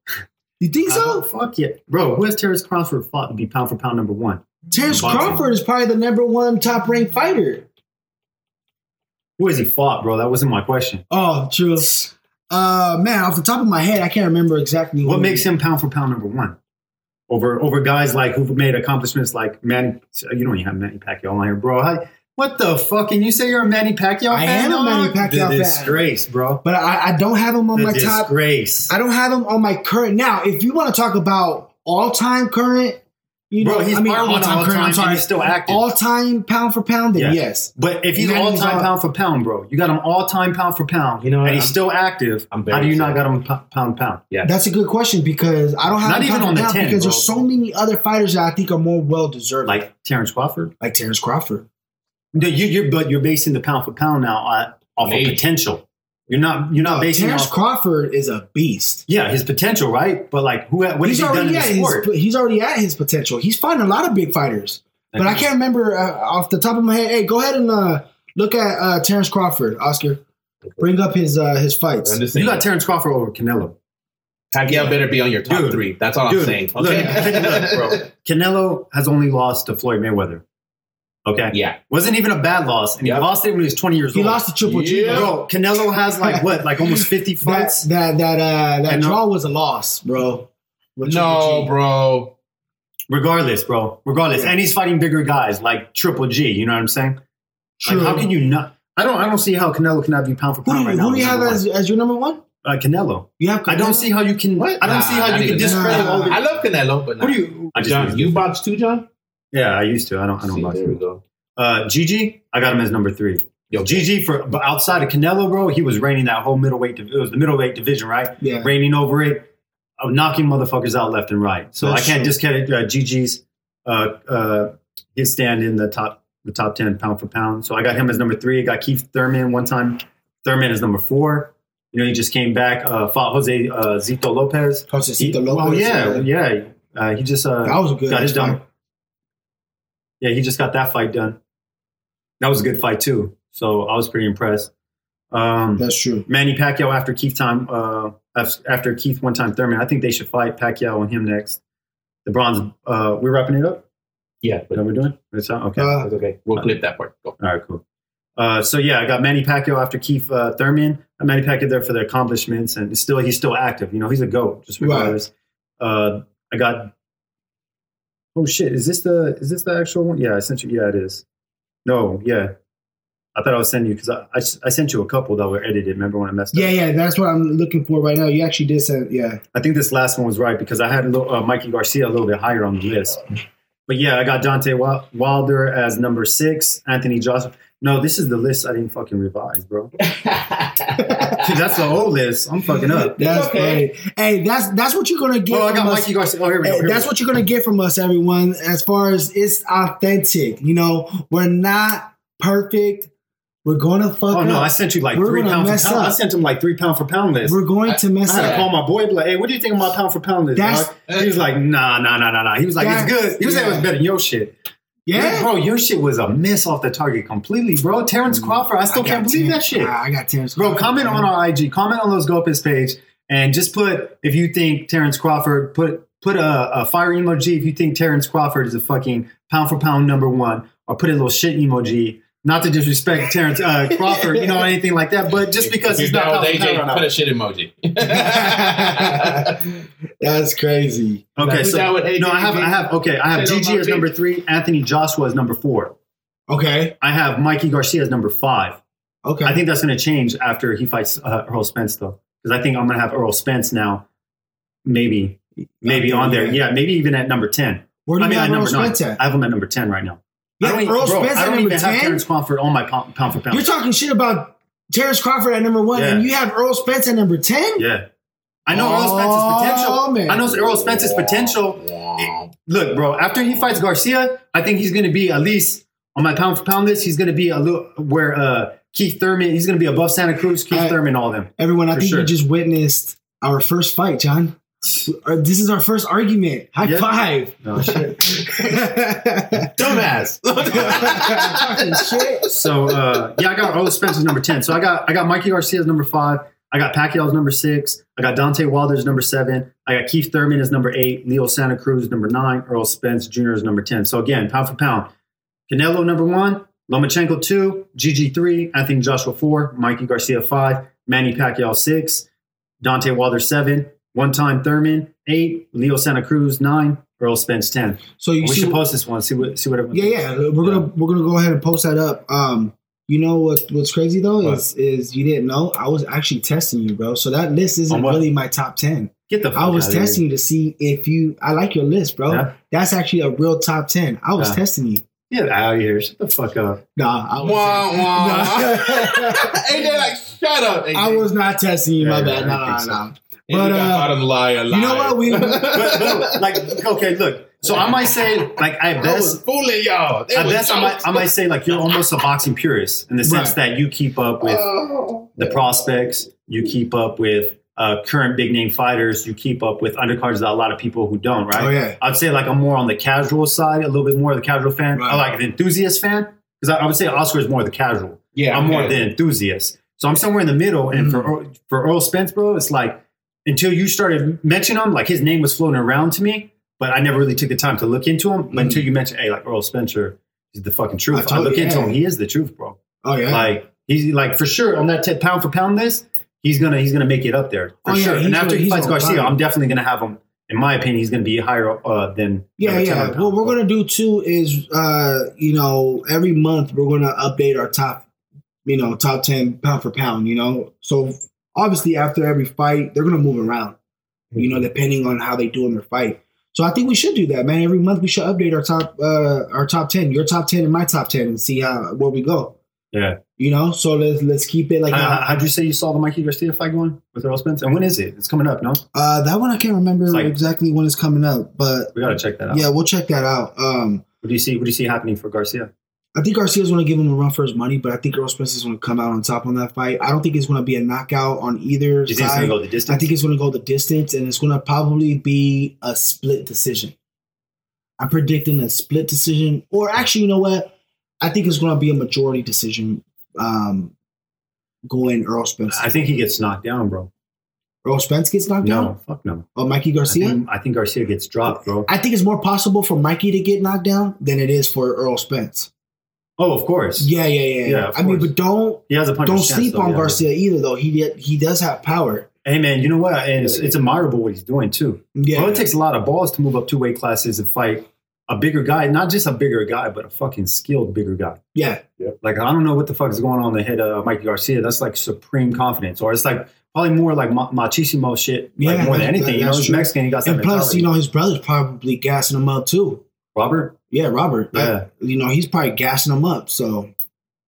[SPEAKER 2] You think so?
[SPEAKER 4] Uh, fuck yeah, bro. Who has Terrence Crawford fought to be pound for pound number one?
[SPEAKER 2] Terrence
[SPEAKER 4] Boxing.
[SPEAKER 2] Crawford is probably the number one top ranked fighter.
[SPEAKER 4] Who has he fought, bro? That wasn't my question.
[SPEAKER 2] Oh, true. Uh, man, off the top of my head, I can't remember exactly.
[SPEAKER 4] What
[SPEAKER 2] who-
[SPEAKER 4] makes him pound for pound number one over over guys like who've made accomplishments like Manny? You don't even have Manny Pacquiao on here, bro. How- what the fuck? And you say you're a Manny Pacquiao?
[SPEAKER 2] I
[SPEAKER 4] fan,
[SPEAKER 2] am a Manny
[SPEAKER 4] dog?
[SPEAKER 2] Pacquiao
[SPEAKER 4] the
[SPEAKER 2] fan.
[SPEAKER 4] disgrace, bro.
[SPEAKER 2] But I, I don't have him on
[SPEAKER 4] the
[SPEAKER 2] my top.
[SPEAKER 4] disgrace,
[SPEAKER 2] I don't have him on my current. Now, if you want to talk about all time current, you know,
[SPEAKER 4] bro. He's
[SPEAKER 2] I mean,
[SPEAKER 4] part
[SPEAKER 2] all
[SPEAKER 4] one
[SPEAKER 2] time
[SPEAKER 4] all
[SPEAKER 2] current.
[SPEAKER 4] time,
[SPEAKER 2] I'm
[SPEAKER 4] and
[SPEAKER 2] sorry,
[SPEAKER 4] he's still active.
[SPEAKER 2] all time pound for pound. Then
[SPEAKER 4] Yeah.
[SPEAKER 2] yes,
[SPEAKER 4] but if he's
[SPEAKER 2] Manny's
[SPEAKER 4] all time
[SPEAKER 2] all-
[SPEAKER 4] pound for pound, bro, you got him all time pound for pound.
[SPEAKER 3] You know what?
[SPEAKER 4] and he's
[SPEAKER 3] I'm-
[SPEAKER 4] still active.
[SPEAKER 3] I'm
[SPEAKER 4] How do
[SPEAKER 3] very
[SPEAKER 4] you not
[SPEAKER 3] sorry.
[SPEAKER 4] got him po- pound pound?
[SPEAKER 2] that's a good question because I don't have
[SPEAKER 4] Not
[SPEAKER 2] him
[SPEAKER 4] even
[SPEAKER 2] pound for
[SPEAKER 4] on the
[SPEAKER 2] pound
[SPEAKER 4] 10,
[SPEAKER 2] because
[SPEAKER 4] bro.
[SPEAKER 2] there's so many other fighters that I think are more well deserved, like,
[SPEAKER 4] Like Terrence Crawford.
[SPEAKER 2] like Terrence Crawford.
[SPEAKER 4] No, you, you're but you're basing the pound for pound now on, off
[SPEAKER 3] Maybe.
[SPEAKER 4] of potential. You're not you're not
[SPEAKER 2] No,
[SPEAKER 4] basing it
[SPEAKER 2] Uh, Terrence
[SPEAKER 4] off
[SPEAKER 2] Crawford is a beast.
[SPEAKER 4] Yeah, his potential, right? But like, who? What has
[SPEAKER 2] he's
[SPEAKER 4] he done
[SPEAKER 2] already
[SPEAKER 4] in the
[SPEAKER 2] at his,
[SPEAKER 4] sport?
[SPEAKER 2] he's already at his potential. He's fighting a lot of big fighters, but I can't remember uh, off the top of my head. Hey, go ahead and uh, look at uh, Terrence Crawford, Oscar. Bring up his uh, his fights.
[SPEAKER 3] I'm just
[SPEAKER 4] You
[SPEAKER 3] saying,
[SPEAKER 4] got Terrence Crawford over Canelo,
[SPEAKER 3] Pacquiao better be on your top
[SPEAKER 4] Dude.
[SPEAKER 3] three. That's all I'm saying.
[SPEAKER 4] Look,
[SPEAKER 3] Okay.
[SPEAKER 4] look, bro. Canelo has only lost to Floyd Mayweather. Okay,
[SPEAKER 3] yeah.
[SPEAKER 4] wasn't even a bad loss, and
[SPEAKER 3] Yeah.
[SPEAKER 4] he lost it when he was 20 years
[SPEAKER 2] He
[SPEAKER 4] old.
[SPEAKER 2] lost to Triple G.
[SPEAKER 3] Yeah.
[SPEAKER 2] Bro.
[SPEAKER 4] Bro, Canelo has like what, like almost 50
[SPEAKER 2] That
[SPEAKER 4] fights.
[SPEAKER 2] that that uh, that
[SPEAKER 4] And no-
[SPEAKER 2] draw was a loss, bro. With Triple
[SPEAKER 3] No,
[SPEAKER 2] G.
[SPEAKER 3] bro.
[SPEAKER 4] regardless, bro. Regardless,
[SPEAKER 2] Yeah.
[SPEAKER 4] and he's fighting bigger guys like Triple G. You know what I'm saying?
[SPEAKER 2] True.
[SPEAKER 4] Like, how can you not? I don't. I don't see how Canelo cannot be pound for
[SPEAKER 2] Who do
[SPEAKER 4] pound
[SPEAKER 2] you,
[SPEAKER 4] right now.
[SPEAKER 2] who do you have
[SPEAKER 4] number one.
[SPEAKER 2] as, as your number one?
[SPEAKER 4] uh, Canelo?
[SPEAKER 2] You have.
[SPEAKER 4] I don't
[SPEAKER 2] Canelo?
[SPEAKER 4] see how you can. I don't
[SPEAKER 3] Nah,
[SPEAKER 4] see how
[SPEAKER 3] not
[SPEAKER 4] you can
[SPEAKER 3] even-
[SPEAKER 4] discredit
[SPEAKER 2] Nah.
[SPEAKER 4] all the.
[SPEAKER 3] I love Canelo, but
[SPEAKER 4] What do
[SPEAKER 3] not.
[SPEAKER 4] you? I just
[SPEAKER 3] John, you box too, John?
[SPEAKER 4] Yeah, I used to. I don't. I don't
[SPEAKER 3] See,
[SPEAKER 4] box.
[SPEAKER 3] there we go.
[SPEAKER 4] Uh, GG, I got him as number three.
[SPEAKER 3] Yo,
[SPEAKER 4] GG for but outside of Canelo, bro, he was reigning that whole middleweight. div- It was the middleweight division, right?
[SPEAKER 2] Yeah.
[SPEAKER 4] Reigning over it, uh, knocking motherfuckers out left and right. So
[SPEAKER 2] That's
[SPEAKER 4] I can't
[SPEAKER 2] true.
[SPEAKER 4] discredit uh, GG's uh, uh, his stand in the top the top ten pound for pound. So I got him as number three. I got Keith Thurman one time. Thurman is number four. You know, he just came back, uh, fought Jose uh, Zito Lopez.
[SPEAKER 2] Jose
[SPEAKER 4] He-
[SPEAKER 2] Cito Lopez.
[SPEAKER 4] Oh yeah, yeah. Uh, he just uh,
[SPEAKER 2] That was a good
[SPEAKER 4] got his done.
[SPEAKER 2] fight.
[SPEAKER 4] Yeah, he just got that fight done. That was a good fight too. So I was pretty impressed. Um,
[SPEAKER 2] That's true.
[SPEAKER 4] Manny Pacquiao after Keith time uh, af- after Keith one time Thurman. I think they should fight Pacquiao and him next. The bronze. Uh, we're wrapping it up.
[SPEAKER 3] Yeah,
[SPEAKER 4] Is
[SPEAKER 3] but
[SPEAKER 4] that what we're doing? It's not? okay.
[SPEAKER 2] Uh,
[SPEAKER 3] that's okay. We'll clip that part. Go.
[SPEAKER 4] All right, cool. Uh, so yeah, I got Manny Pacquiao after Keith uh, Thurman. I Manny Pacquiao there for their accomplishments, and still he's still active. You know, he's a goat. Just
[SPEAKER 2] Right.
[SPEAKER 4] regardless. Uh, I got. Oh shit! Is this the is this the actual one? Yeah, I sent you. Yeah, it is. No, yeah. I thought I was sending you because I, I s- I sent you a couple that were edited. Remember when I messed up?
[SPEAKER 2] yeah, yeah, that's what I'm looking for right now. You actually did say, yeah.
[SPEAKER 4] I think this last one was right because I had a little, uh, Mikey Garcia a little bit higher on the list. But yeah, I got Dante Wa- Wilder as number six, Anthony Joshua. No, this is the list I didn't fucking revise, bro. Dude, that's the whole list. I'm fucking up.
[SPEAKER 2] That's
[SPEAKER 3] okay.
[SPEAKER 2] funny. Hey, that's that's what you're gonna get.
[SPEAKER 4] Oh, I got
[SPEAKER 2] from us.
[SPEAKER 4] Mikey Garcia. Oh, here we go.
[SPEAKER 2] Hey,
[SPEAKER 4] Here we
[SPEAKER 2] that's
[SPEAKER 4] go.
[SPEAKER 2] what you're gonna get from us, everyone. As far as it's authentic, you know, we're not perfect. We're gonna fuck
[SPEAKER 4] Oh no, I
[SPEAKER 2] up.
[SPEAKER 4] sent you like
[SPEAKER 2] We're
[SPEAKER 4] three
[SPEAKER 2] gonna
[SPEAKER 4] pound for
[SPEAKER 2] mess
[SPEAKER 4] pound. I
[SPEAKER 2] up.
[SPEAKER 4] sent him like three pound for pound list.
[SPEAKER 2] we're going to
[SPEAKER 4] I
[SPEAKER 2] mess
[SPEAKER 4] had to
[SPEAKER 2] up.
[SPEAKER 4] call my boy, be like, hey, what do you think of my pound for pound list?
[SPEAKER 2] That's-
[SPEAKER 4] dog? He was like, nah, nah, nah, nah, nah. He was like, it's
[SPEAKER 2] That's-
[SPEAKER 4] good. He was like, it was
[SPEAKER 2] yeah.
[SPEAKER 4] better than your shit. Man,
[SPEAKER 2] Yeah,
[SPEAKER 4] bro, your shit was a miss off the target completely, bro. Terrence Crawford, I still
[SPEAKER 2] Mm. I
[SPEAKER 4] can't
[SPEAKER 2] got
[SPEAKER 4] believe
[SPEAKER 2] Terrence-
[SPEAKER 4] that shit.
[SPEAKER 2] I got Terrence.
[SPEAKER 4] Bro,
[SPEAKER 2] Crawford,
[SPEAKER 4] comment
[SPEAKER 2] man.
[SPEAKER 4] on our IG, comment on those Gopis page, and just put if you think Terrence Crawford put put a, a fire emoji if you think Terrence Crawford is a fucking pound for pound number one, or put a little shit emoji. Not to disrespect Terrence uh, Crawford, you know, anything like that, but just because
[SPEAKER 3] If
[SPEAKER 4] he's
[SPEAKER 3] you're
[SPEAKER 4] not pound
[SPEAKER 3] down with
[SPEAKER 4] for
[SPEAKER 3] AJ,
[SPEAKER 4] pound
[SPEAKER 3] put
[SPEAKER 4] right
[SPEAKER 3] a shit emoji.
[SPEAKER 2] That's crazy.
[SPEAKER 4] now. Okay,
[SPEAKER 3] Who's
[SPEAKER 4] so
[SPEAKER 3] down with AJ?
[SPEAKER 4] no, I have, I have, okay, I have
[SPEAKER 3] Say no
[SPEAKER 4] GG as
[SPEAKER 3] emoji.
[SPEAKER 4] number three, Anthony Joshua as number four,
[SPEAKER 2] Okay,
[SPEAKER 4] I have Mikey Garcia as number five.
[SPEAKER 2] okay.
[SPEAKER 4] I think that's going to change after he fights uh, Earl Spence, though, because I think I'm going to have Earl Spence now, maybe, maybe on there. Yeah, maybe even at number ten.
[SPEAKER 2] Where Oh,
[SPEAKER 4] I
[SPEAKER 2] do you
[SPEAKER 4] mean, at
[SPEAKER 2] have Earl
[SPEAKER 4] number
[SPEAKER 2] Spence
[SPEAKER 4] nine.
[SPEAKER 2] at?
[SPEAKER 4] I have him at number ten right now. I
[SPEAKER 2] You have
[SPEAKER 4] don't even,
[SPEAKER 2] Earl
[SPEAKER 4] bro, I
[SPEAKER 2] Spence at
[SPEAKER 4] don't
[SPEAKER 2] number
[SPEAKER 4] even have
[SPEAKER 2] 10?
[SPEAKER 4] Terrence Crawford on my pound, pound for pound.
[SPEAKER 2] You're talking shit about Terrence Crawford at number one,
[SPEAKER 4] Yeah.
[SPEAKER 2] and you have Earl Spence at number ten.
[SPEAKER 4] yeah. I know Earl
[SPEAKER 2] Oh,
[SPEAKER 4] Spence's potential.
[SPEAKER 2] man.
[SPEAKER 4] I know Earl Spence's potential. Look, bro, after he fights Garcia, I think he's going to be at least on my pound for pound list. He's going to be a little where uh, Keith Thurman. He's going to be above Santa Cruz, Keith
[SPEAKER 2] I-
[SPEAKER 4] Thurman, all them.
[SPEAKER 2] Everyone, I
[SPEAKER 4] For
[SPEAKER 2] think
[SPEAKER 4] sure.
[SPEAKER 2] you just witnessed our first fight, John. Uh, This is our first argument. High
[SPEAKER 4] Yeah.
[SPEAKER 2] five.
[SPEAKER 4] No, shit.
[SPEAKER 3] Dumbass.
[SPEAKER 2] Fucking shit.
[SPEAKER 4] So uh, yeah, I got Earl Spence as number ten. So I got I got Mikey Garcia as number five. I got Pacquiao as number six. I got Dante Wilder as number seven. I got Keith Thurman as number eight. Leo Santa Cruz is number nine. Earl Spence Jr. is number ten. So again, pound for pound, Canelo number one, Lomachenko two, GG three, Anthony Joshua four, Mikey Garcia five, Manny Pacquiao six, Dante Wilder seven, one time Thurman eight, Leo Santa Cruz nine, Earl Spence ten.
[SPEAKER 2] So you
[SPEAKER 4] we
[SPEAKER 2] see,
[SPEAKER 4] should post this one. See what see what everyone.
[SPEAKER 2] yeah,
[SPEAKER 4] thinks.
[SPEAKER 2] yeah. We're gonna we're gonna go ahead and post that up. Um, you know what? What's crazy though
[SPEAKER 4] What?
[SPEAKER 2] is is you didn't know I was actually testing you, bro. So that list
[SPEAKER 4] On
[SPEAKER 2] isn't
[SPEAKER 4] what?
[SPEAKER 2] really my top ten.
[SPEAKER 4] Get the. Fuck
[SPEAKER 2] I was
[SPEAKER 4] outta here.
[SPEAKER 2] testing you to see if you. I like your list, bro.
[SPEAKER 4] Yeah.
[SPEAKER 2] That's actually a real top ten. I was
[SPEAKER 4] Yeah.
[SPEAKER 2] testing you.
[SPEAKER 4] Get out of here. Shut the fuck up.
[SPEAKER 2] Nah, I was. Nah.
[SPEAKER 3] AJ, like, shut up. AJ.
[SPEAKER 2] I was not testing you. My
[SPEAKER 4] Yeah,
[SPEAKER 2] bad.
[SPEAKER 4] yeah, I
[SPEAKER 2] Nah, nah,
[SPEAKER 4] think
[SPEAKER 2] nah.
[SPEAKER 3] AJ
[SPEAKER 2] but,
[SPEAKER 3] got
[SPEAKER 2] uh,
[SPEAKER 3] bottom liar,
[SPEAKER 2] You know what? We
[SPEAKER 4] but, but, like okay, look. So I might say like at
[SPEAKER 3] I was
[SPEAKER 4] best,
[SPEAKER 3] fooling y'all. They
[SPEAKER 4] at
[SPEAKER 3] was
[SPEAKER 4] best I might I might say like you're almost a boxing purist in the sense
[SPEAKER 2] Right. Uh,
[SPEAKER 4] that you keep up with
[SPEAKER 3] Oh.
[SPEAKER 4] the prospects, you keep up with uh, current big name fighters, you keep up with undercards that a lot of people who don't, right?
[SPEAKER 2] oh yeah,
[SPEAKER 4] I'd say like I'm more on the casual side, a little bit more of the casual fan,
[SPEAKER 2] Right.
[SPEAKER 4] I like an enthusiast fan because I, I would say Oscar is more the casual.
[SPEAKER 3] Yeah,
[SPEAKER 4] I'm more
[SPEAKER 3] okay.
[SPEAKER 4] the enthusiast. So I'm somewhere in the middle.
[SPEAKER 2] Mm-hmm.
[SPEAKER 4] And for Earl- for Earl Spence, bro, it's like until you started mentioning him, like his name was floating around to me, but I never really took the time to look into him. But until you mentioned, hey, like Earl Spencer is the fucking
[SPEAKER 2] Mm-hmm. I
[SPEAKER 4] truth. I,
[SPEAKER 2] told
[SPEAKER 4] look
[SPEAKER 2] you,
[SPEAKER 4] into
[SPEAKER 2] yeah.
[SPEAKER 4] him, he is the truth, bro.
[SPEAKER 2] oh yeah.
[SPEAKER 4] Like he's like for sure on that 10 pound for pound list, he's gonna he's gonna make it up there for
[SPEAKER 2] Oh, yeah,
[SPEAKER 4] sure.
[SPEAKER 2] he's
[SPEAKER 4] And after
[SPEAKER 2] gonna-
[SPEAKER 4] he
[SPEAKER 2] he's
[SPEAKER 4] fights
[SPEAKER 2] on
[SPEAKER 4] Garcia,
[SPEAKER 2] fire.
[SPEAKER 4] I'm definitely gonna have him. In my opinion, he's gonna be higher uh, than
[SPEAKER 2] Yeah,
[SPEAKER 4] number 10
[SPEAKER 2] yeah.
[SPEAKER 4] on
[SPEAKER 2] What
[SPEAKER 4] pound.
[SPEAKER 2] we're gonna do too is, uh, you know, every month we're gonna update our top, you know, top ten pound for pound. You know, so obviously after every fight they're gonna move around. You
[SPEAKER 4] Mm-hmm.
[SPEAKER 2] know, depending on how they do in their fight. So I think we should do that, man. Every month we should update our top, uh, our top ten, your top ten and my top ten, and see how where we go.
[SPEAKER 4] Yeah.
[SPEAKER 2] You know, so let's let's keep it like
[SPEAKER 4] How-
[SPEAKER 2] uh,
[SPEAKER 4] how'd you say you saw the Mikey Garcia fight going with Earl Spence? And when is it? It's coming up, no?
[SPEAKER 2] uh, that one. I can't remember
[SPEAKER 4] It's like-
[SPEAKER 2] exactly when it's coming up, but
[SPEAKER 4] We gotta check that out.
[SPEAKER 2] yeah, we'll check that out. Um,
[SPEAKER 4] What do you see? What do you see happening for Garcia?
[SPEAKER 2] I think Garcia's going to give him a run for his money, but I think Earl Spencer's going to come out on top on that fight. I don't think it's going to be a knockout on either
[SPEAKER 4] Do you think it's going
[SPEAKER 2] side.
[SPEAKER 4] to go the distance?
[SPEAKER 2] I think it's going to go the distance, and it's going to probably be a split decision. I'm predicting a split decision, or actually, you know what? I think it's going to be a majority decision um, going Earl Spence.
[SPEAKER 4] I think he gets knocked down, bro.
[SPEAKER 2] Earl Spence gets knocked
[SPEAKER 4] No,
[SPEAKER 2] down,
[SPEAKER 4] fuck no.
[SPEAKER 2] or Mikey
[SPEAKER 4] I
[SPEAKER 2] Garcia.
[SPEAKER 4] think, I think Garcia gets dropped, bro.
[SPEAKER 2] I think it's more possible for Mikey to get knocked down than it is for Earl Spence.
[SPEAKER 4] Oh, of course.
[SPEAKER 2] Yeah, yeah, yeah. yeah.
[SPEAKER 4] Yeah, of
[SPEAKER 2] I mean,
[SPEAKER 4] course.
[SPEAKER 2] but don't
[SPEAKER 4] He has a punch.
[SPEAKER 2] don't sleep on Garcia either, though. He did, he does have power.
[SPEAKER 4] Hey, man, you know what? And it's, it's admirable what he's doing, too.
[SPEAKER 2] Yeah,
[SPEAKER 4] Well, it takes a lot of balls to move up two weight classes and fight a bigger guy, not just a bigger guy, but a fucking skilled bigger guy.
[SPEAKER 2] yeah,
[SPEAKER 4] Like, I don't know what the fuck is going on in the head of Mikey Garcia. That's like supreme confidence, or it's like probably more like ma- machismo shit, like
[SPEAKER 2] Yeah,
[SPEAKER 4] more than
[SPEAKER 2] that-
[SPEAKER 4] anything.
[SPEAKER 2] that-
[SPEAKER 4] you know,
[SPEAKER 2] that's
[SPEAKER 4] he's
[SPEAKER 2] true.
[SPEAKER 4] Mexican. He got that
[SPEAKER 2] and plus,
[SPEAKER 4] mentality.
[SPEAKER 2] you know, his brother's probably gassing him up too.
[SPEAKER 4] Robert.
[SPEAKER 2] Yeah, Robert.
[SPEAKER 4] Yeah.
[SPEAKER 2] Like, you know, he's probably gassing him up. So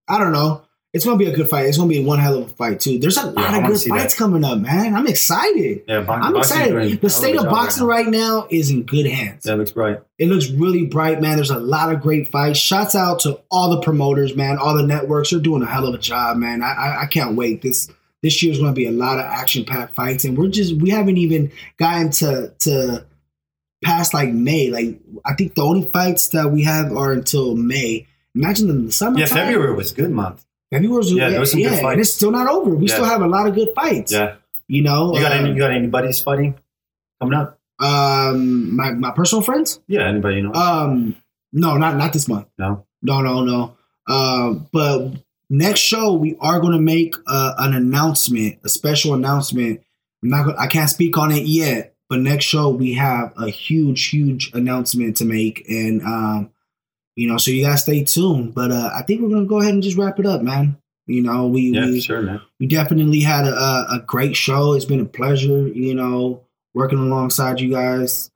[SPEAKER 2] I don't know. It's gonna be a good fight. It's gonna be one hell of a fight too. There's a lot
[SPEAKER 4] I
[SPEAKER 2] of
[SPEAKER 4] wanna
[SPEAKER 2] good
[SPEAKER 4] see that.
[SPEAKER 2] fights coming up, man. I'm excited.
[SPEAKER 4] Yeah, bo- boxing's doing
[SPEAKER 2] I'm
[SPEAKER 4] a
[SPEAKER 2] excited.
[SPEAKER 4] hell
[SPEAKER 2] The state
[SPEAKER 4] a
[SPEAKER 2] of
[SPEAKER 4] job
[SPEAKER 2] boxing
[SPEAKER 4] now.
[SPEAKER 2] right now is in good hands.
[SPEAKER 4] That looks bright.
[SPEAKER 2] It looks really bright, man. There's a lot of great fights. Shouts out to all the promoters, man. All the networks are doing a hell of a job, man. I I, I can't wait. This this year's going to be a lot of action packed fights, and we're just we haven't even gotten to to past like May. Like I think the only fights that we have are until May. Imagine in the summer.
[SPEAKER 4] Yeah, February was a good month.
[SPEAKER 2] February's
[SPEAKER 4] Yeah, there was some good
[SPEAKER 2] yeah,
[SPEAKER 4] fights.
[SPEAKER 2] and it's still not over. We
[SPEAKER 4] Yeah.
[SPEAKER 2] still have a lot of good fights.
[SPEAKER 4] Yeah.
[SPEAKER 2] You know,
[SPEAKER 4] You got any?
[SPEAKER 2] um,
[SPEAKER 4] You got any buddies fighting coming up?
[SPEAKER 2] um, my my personal friends.
[SPEAKER 4] Yeah, anybody you know?
[SPEAKER 2] Um, no, not not this month.
[SPEAKER 4] No?
[SPEAKER 2] no, no, no. Um, but next show we are going to make uh, an announcement, a special announcement. I'm not. Gonna, I can't speak on it yet, but next show we have a huge, huge announcement to make, and um, you know, so you gotta stay tuned. But uh, I think we're gonna go ahead and just wrap it up, man. You know, we
[SPEAKER 4] yeah,
[SPEAKER 2] we,
[SPEAKER 4] sure, man.
[SPEAKER 2] we definitely had a, a, a great show. It's been a pleasure, you know, working alongside you guys,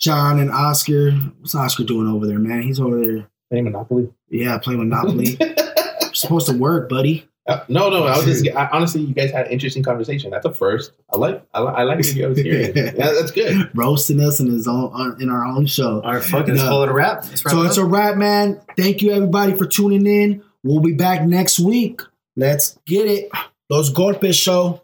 [SPEAKER 2] John and Oscar. What's Oscar doing over there, man? He's over there,
[SPEAKER 3] Any Monopoly?
[SPEAKER 2] yeah, playing Monopoly. You're supposed to work, buddy.
[SPEAKER 3] Uh, no, no. I was just I, honestly, you guys had an interesting conversation. That's a first. I like, I, li- I like to hear. it. Yeah, that's good.
[SPEAKER 2] Roasting us in his own on, in our own show.
[SPEAKER 4] All right, fuck it. Let's
[SPEAKER 2] No.
[SPEAKER 4] call it a wrap. Let's wrap
[SPEAKER 2] So
[SPEAKER 4] it
[SPEAKER 2] it's
[SPEAKER 4] up.
[SPEAKER 2] a wrap, man. Thank you everybody for tuning in. We'll be back next week. Let's get it. Los Golpes Show.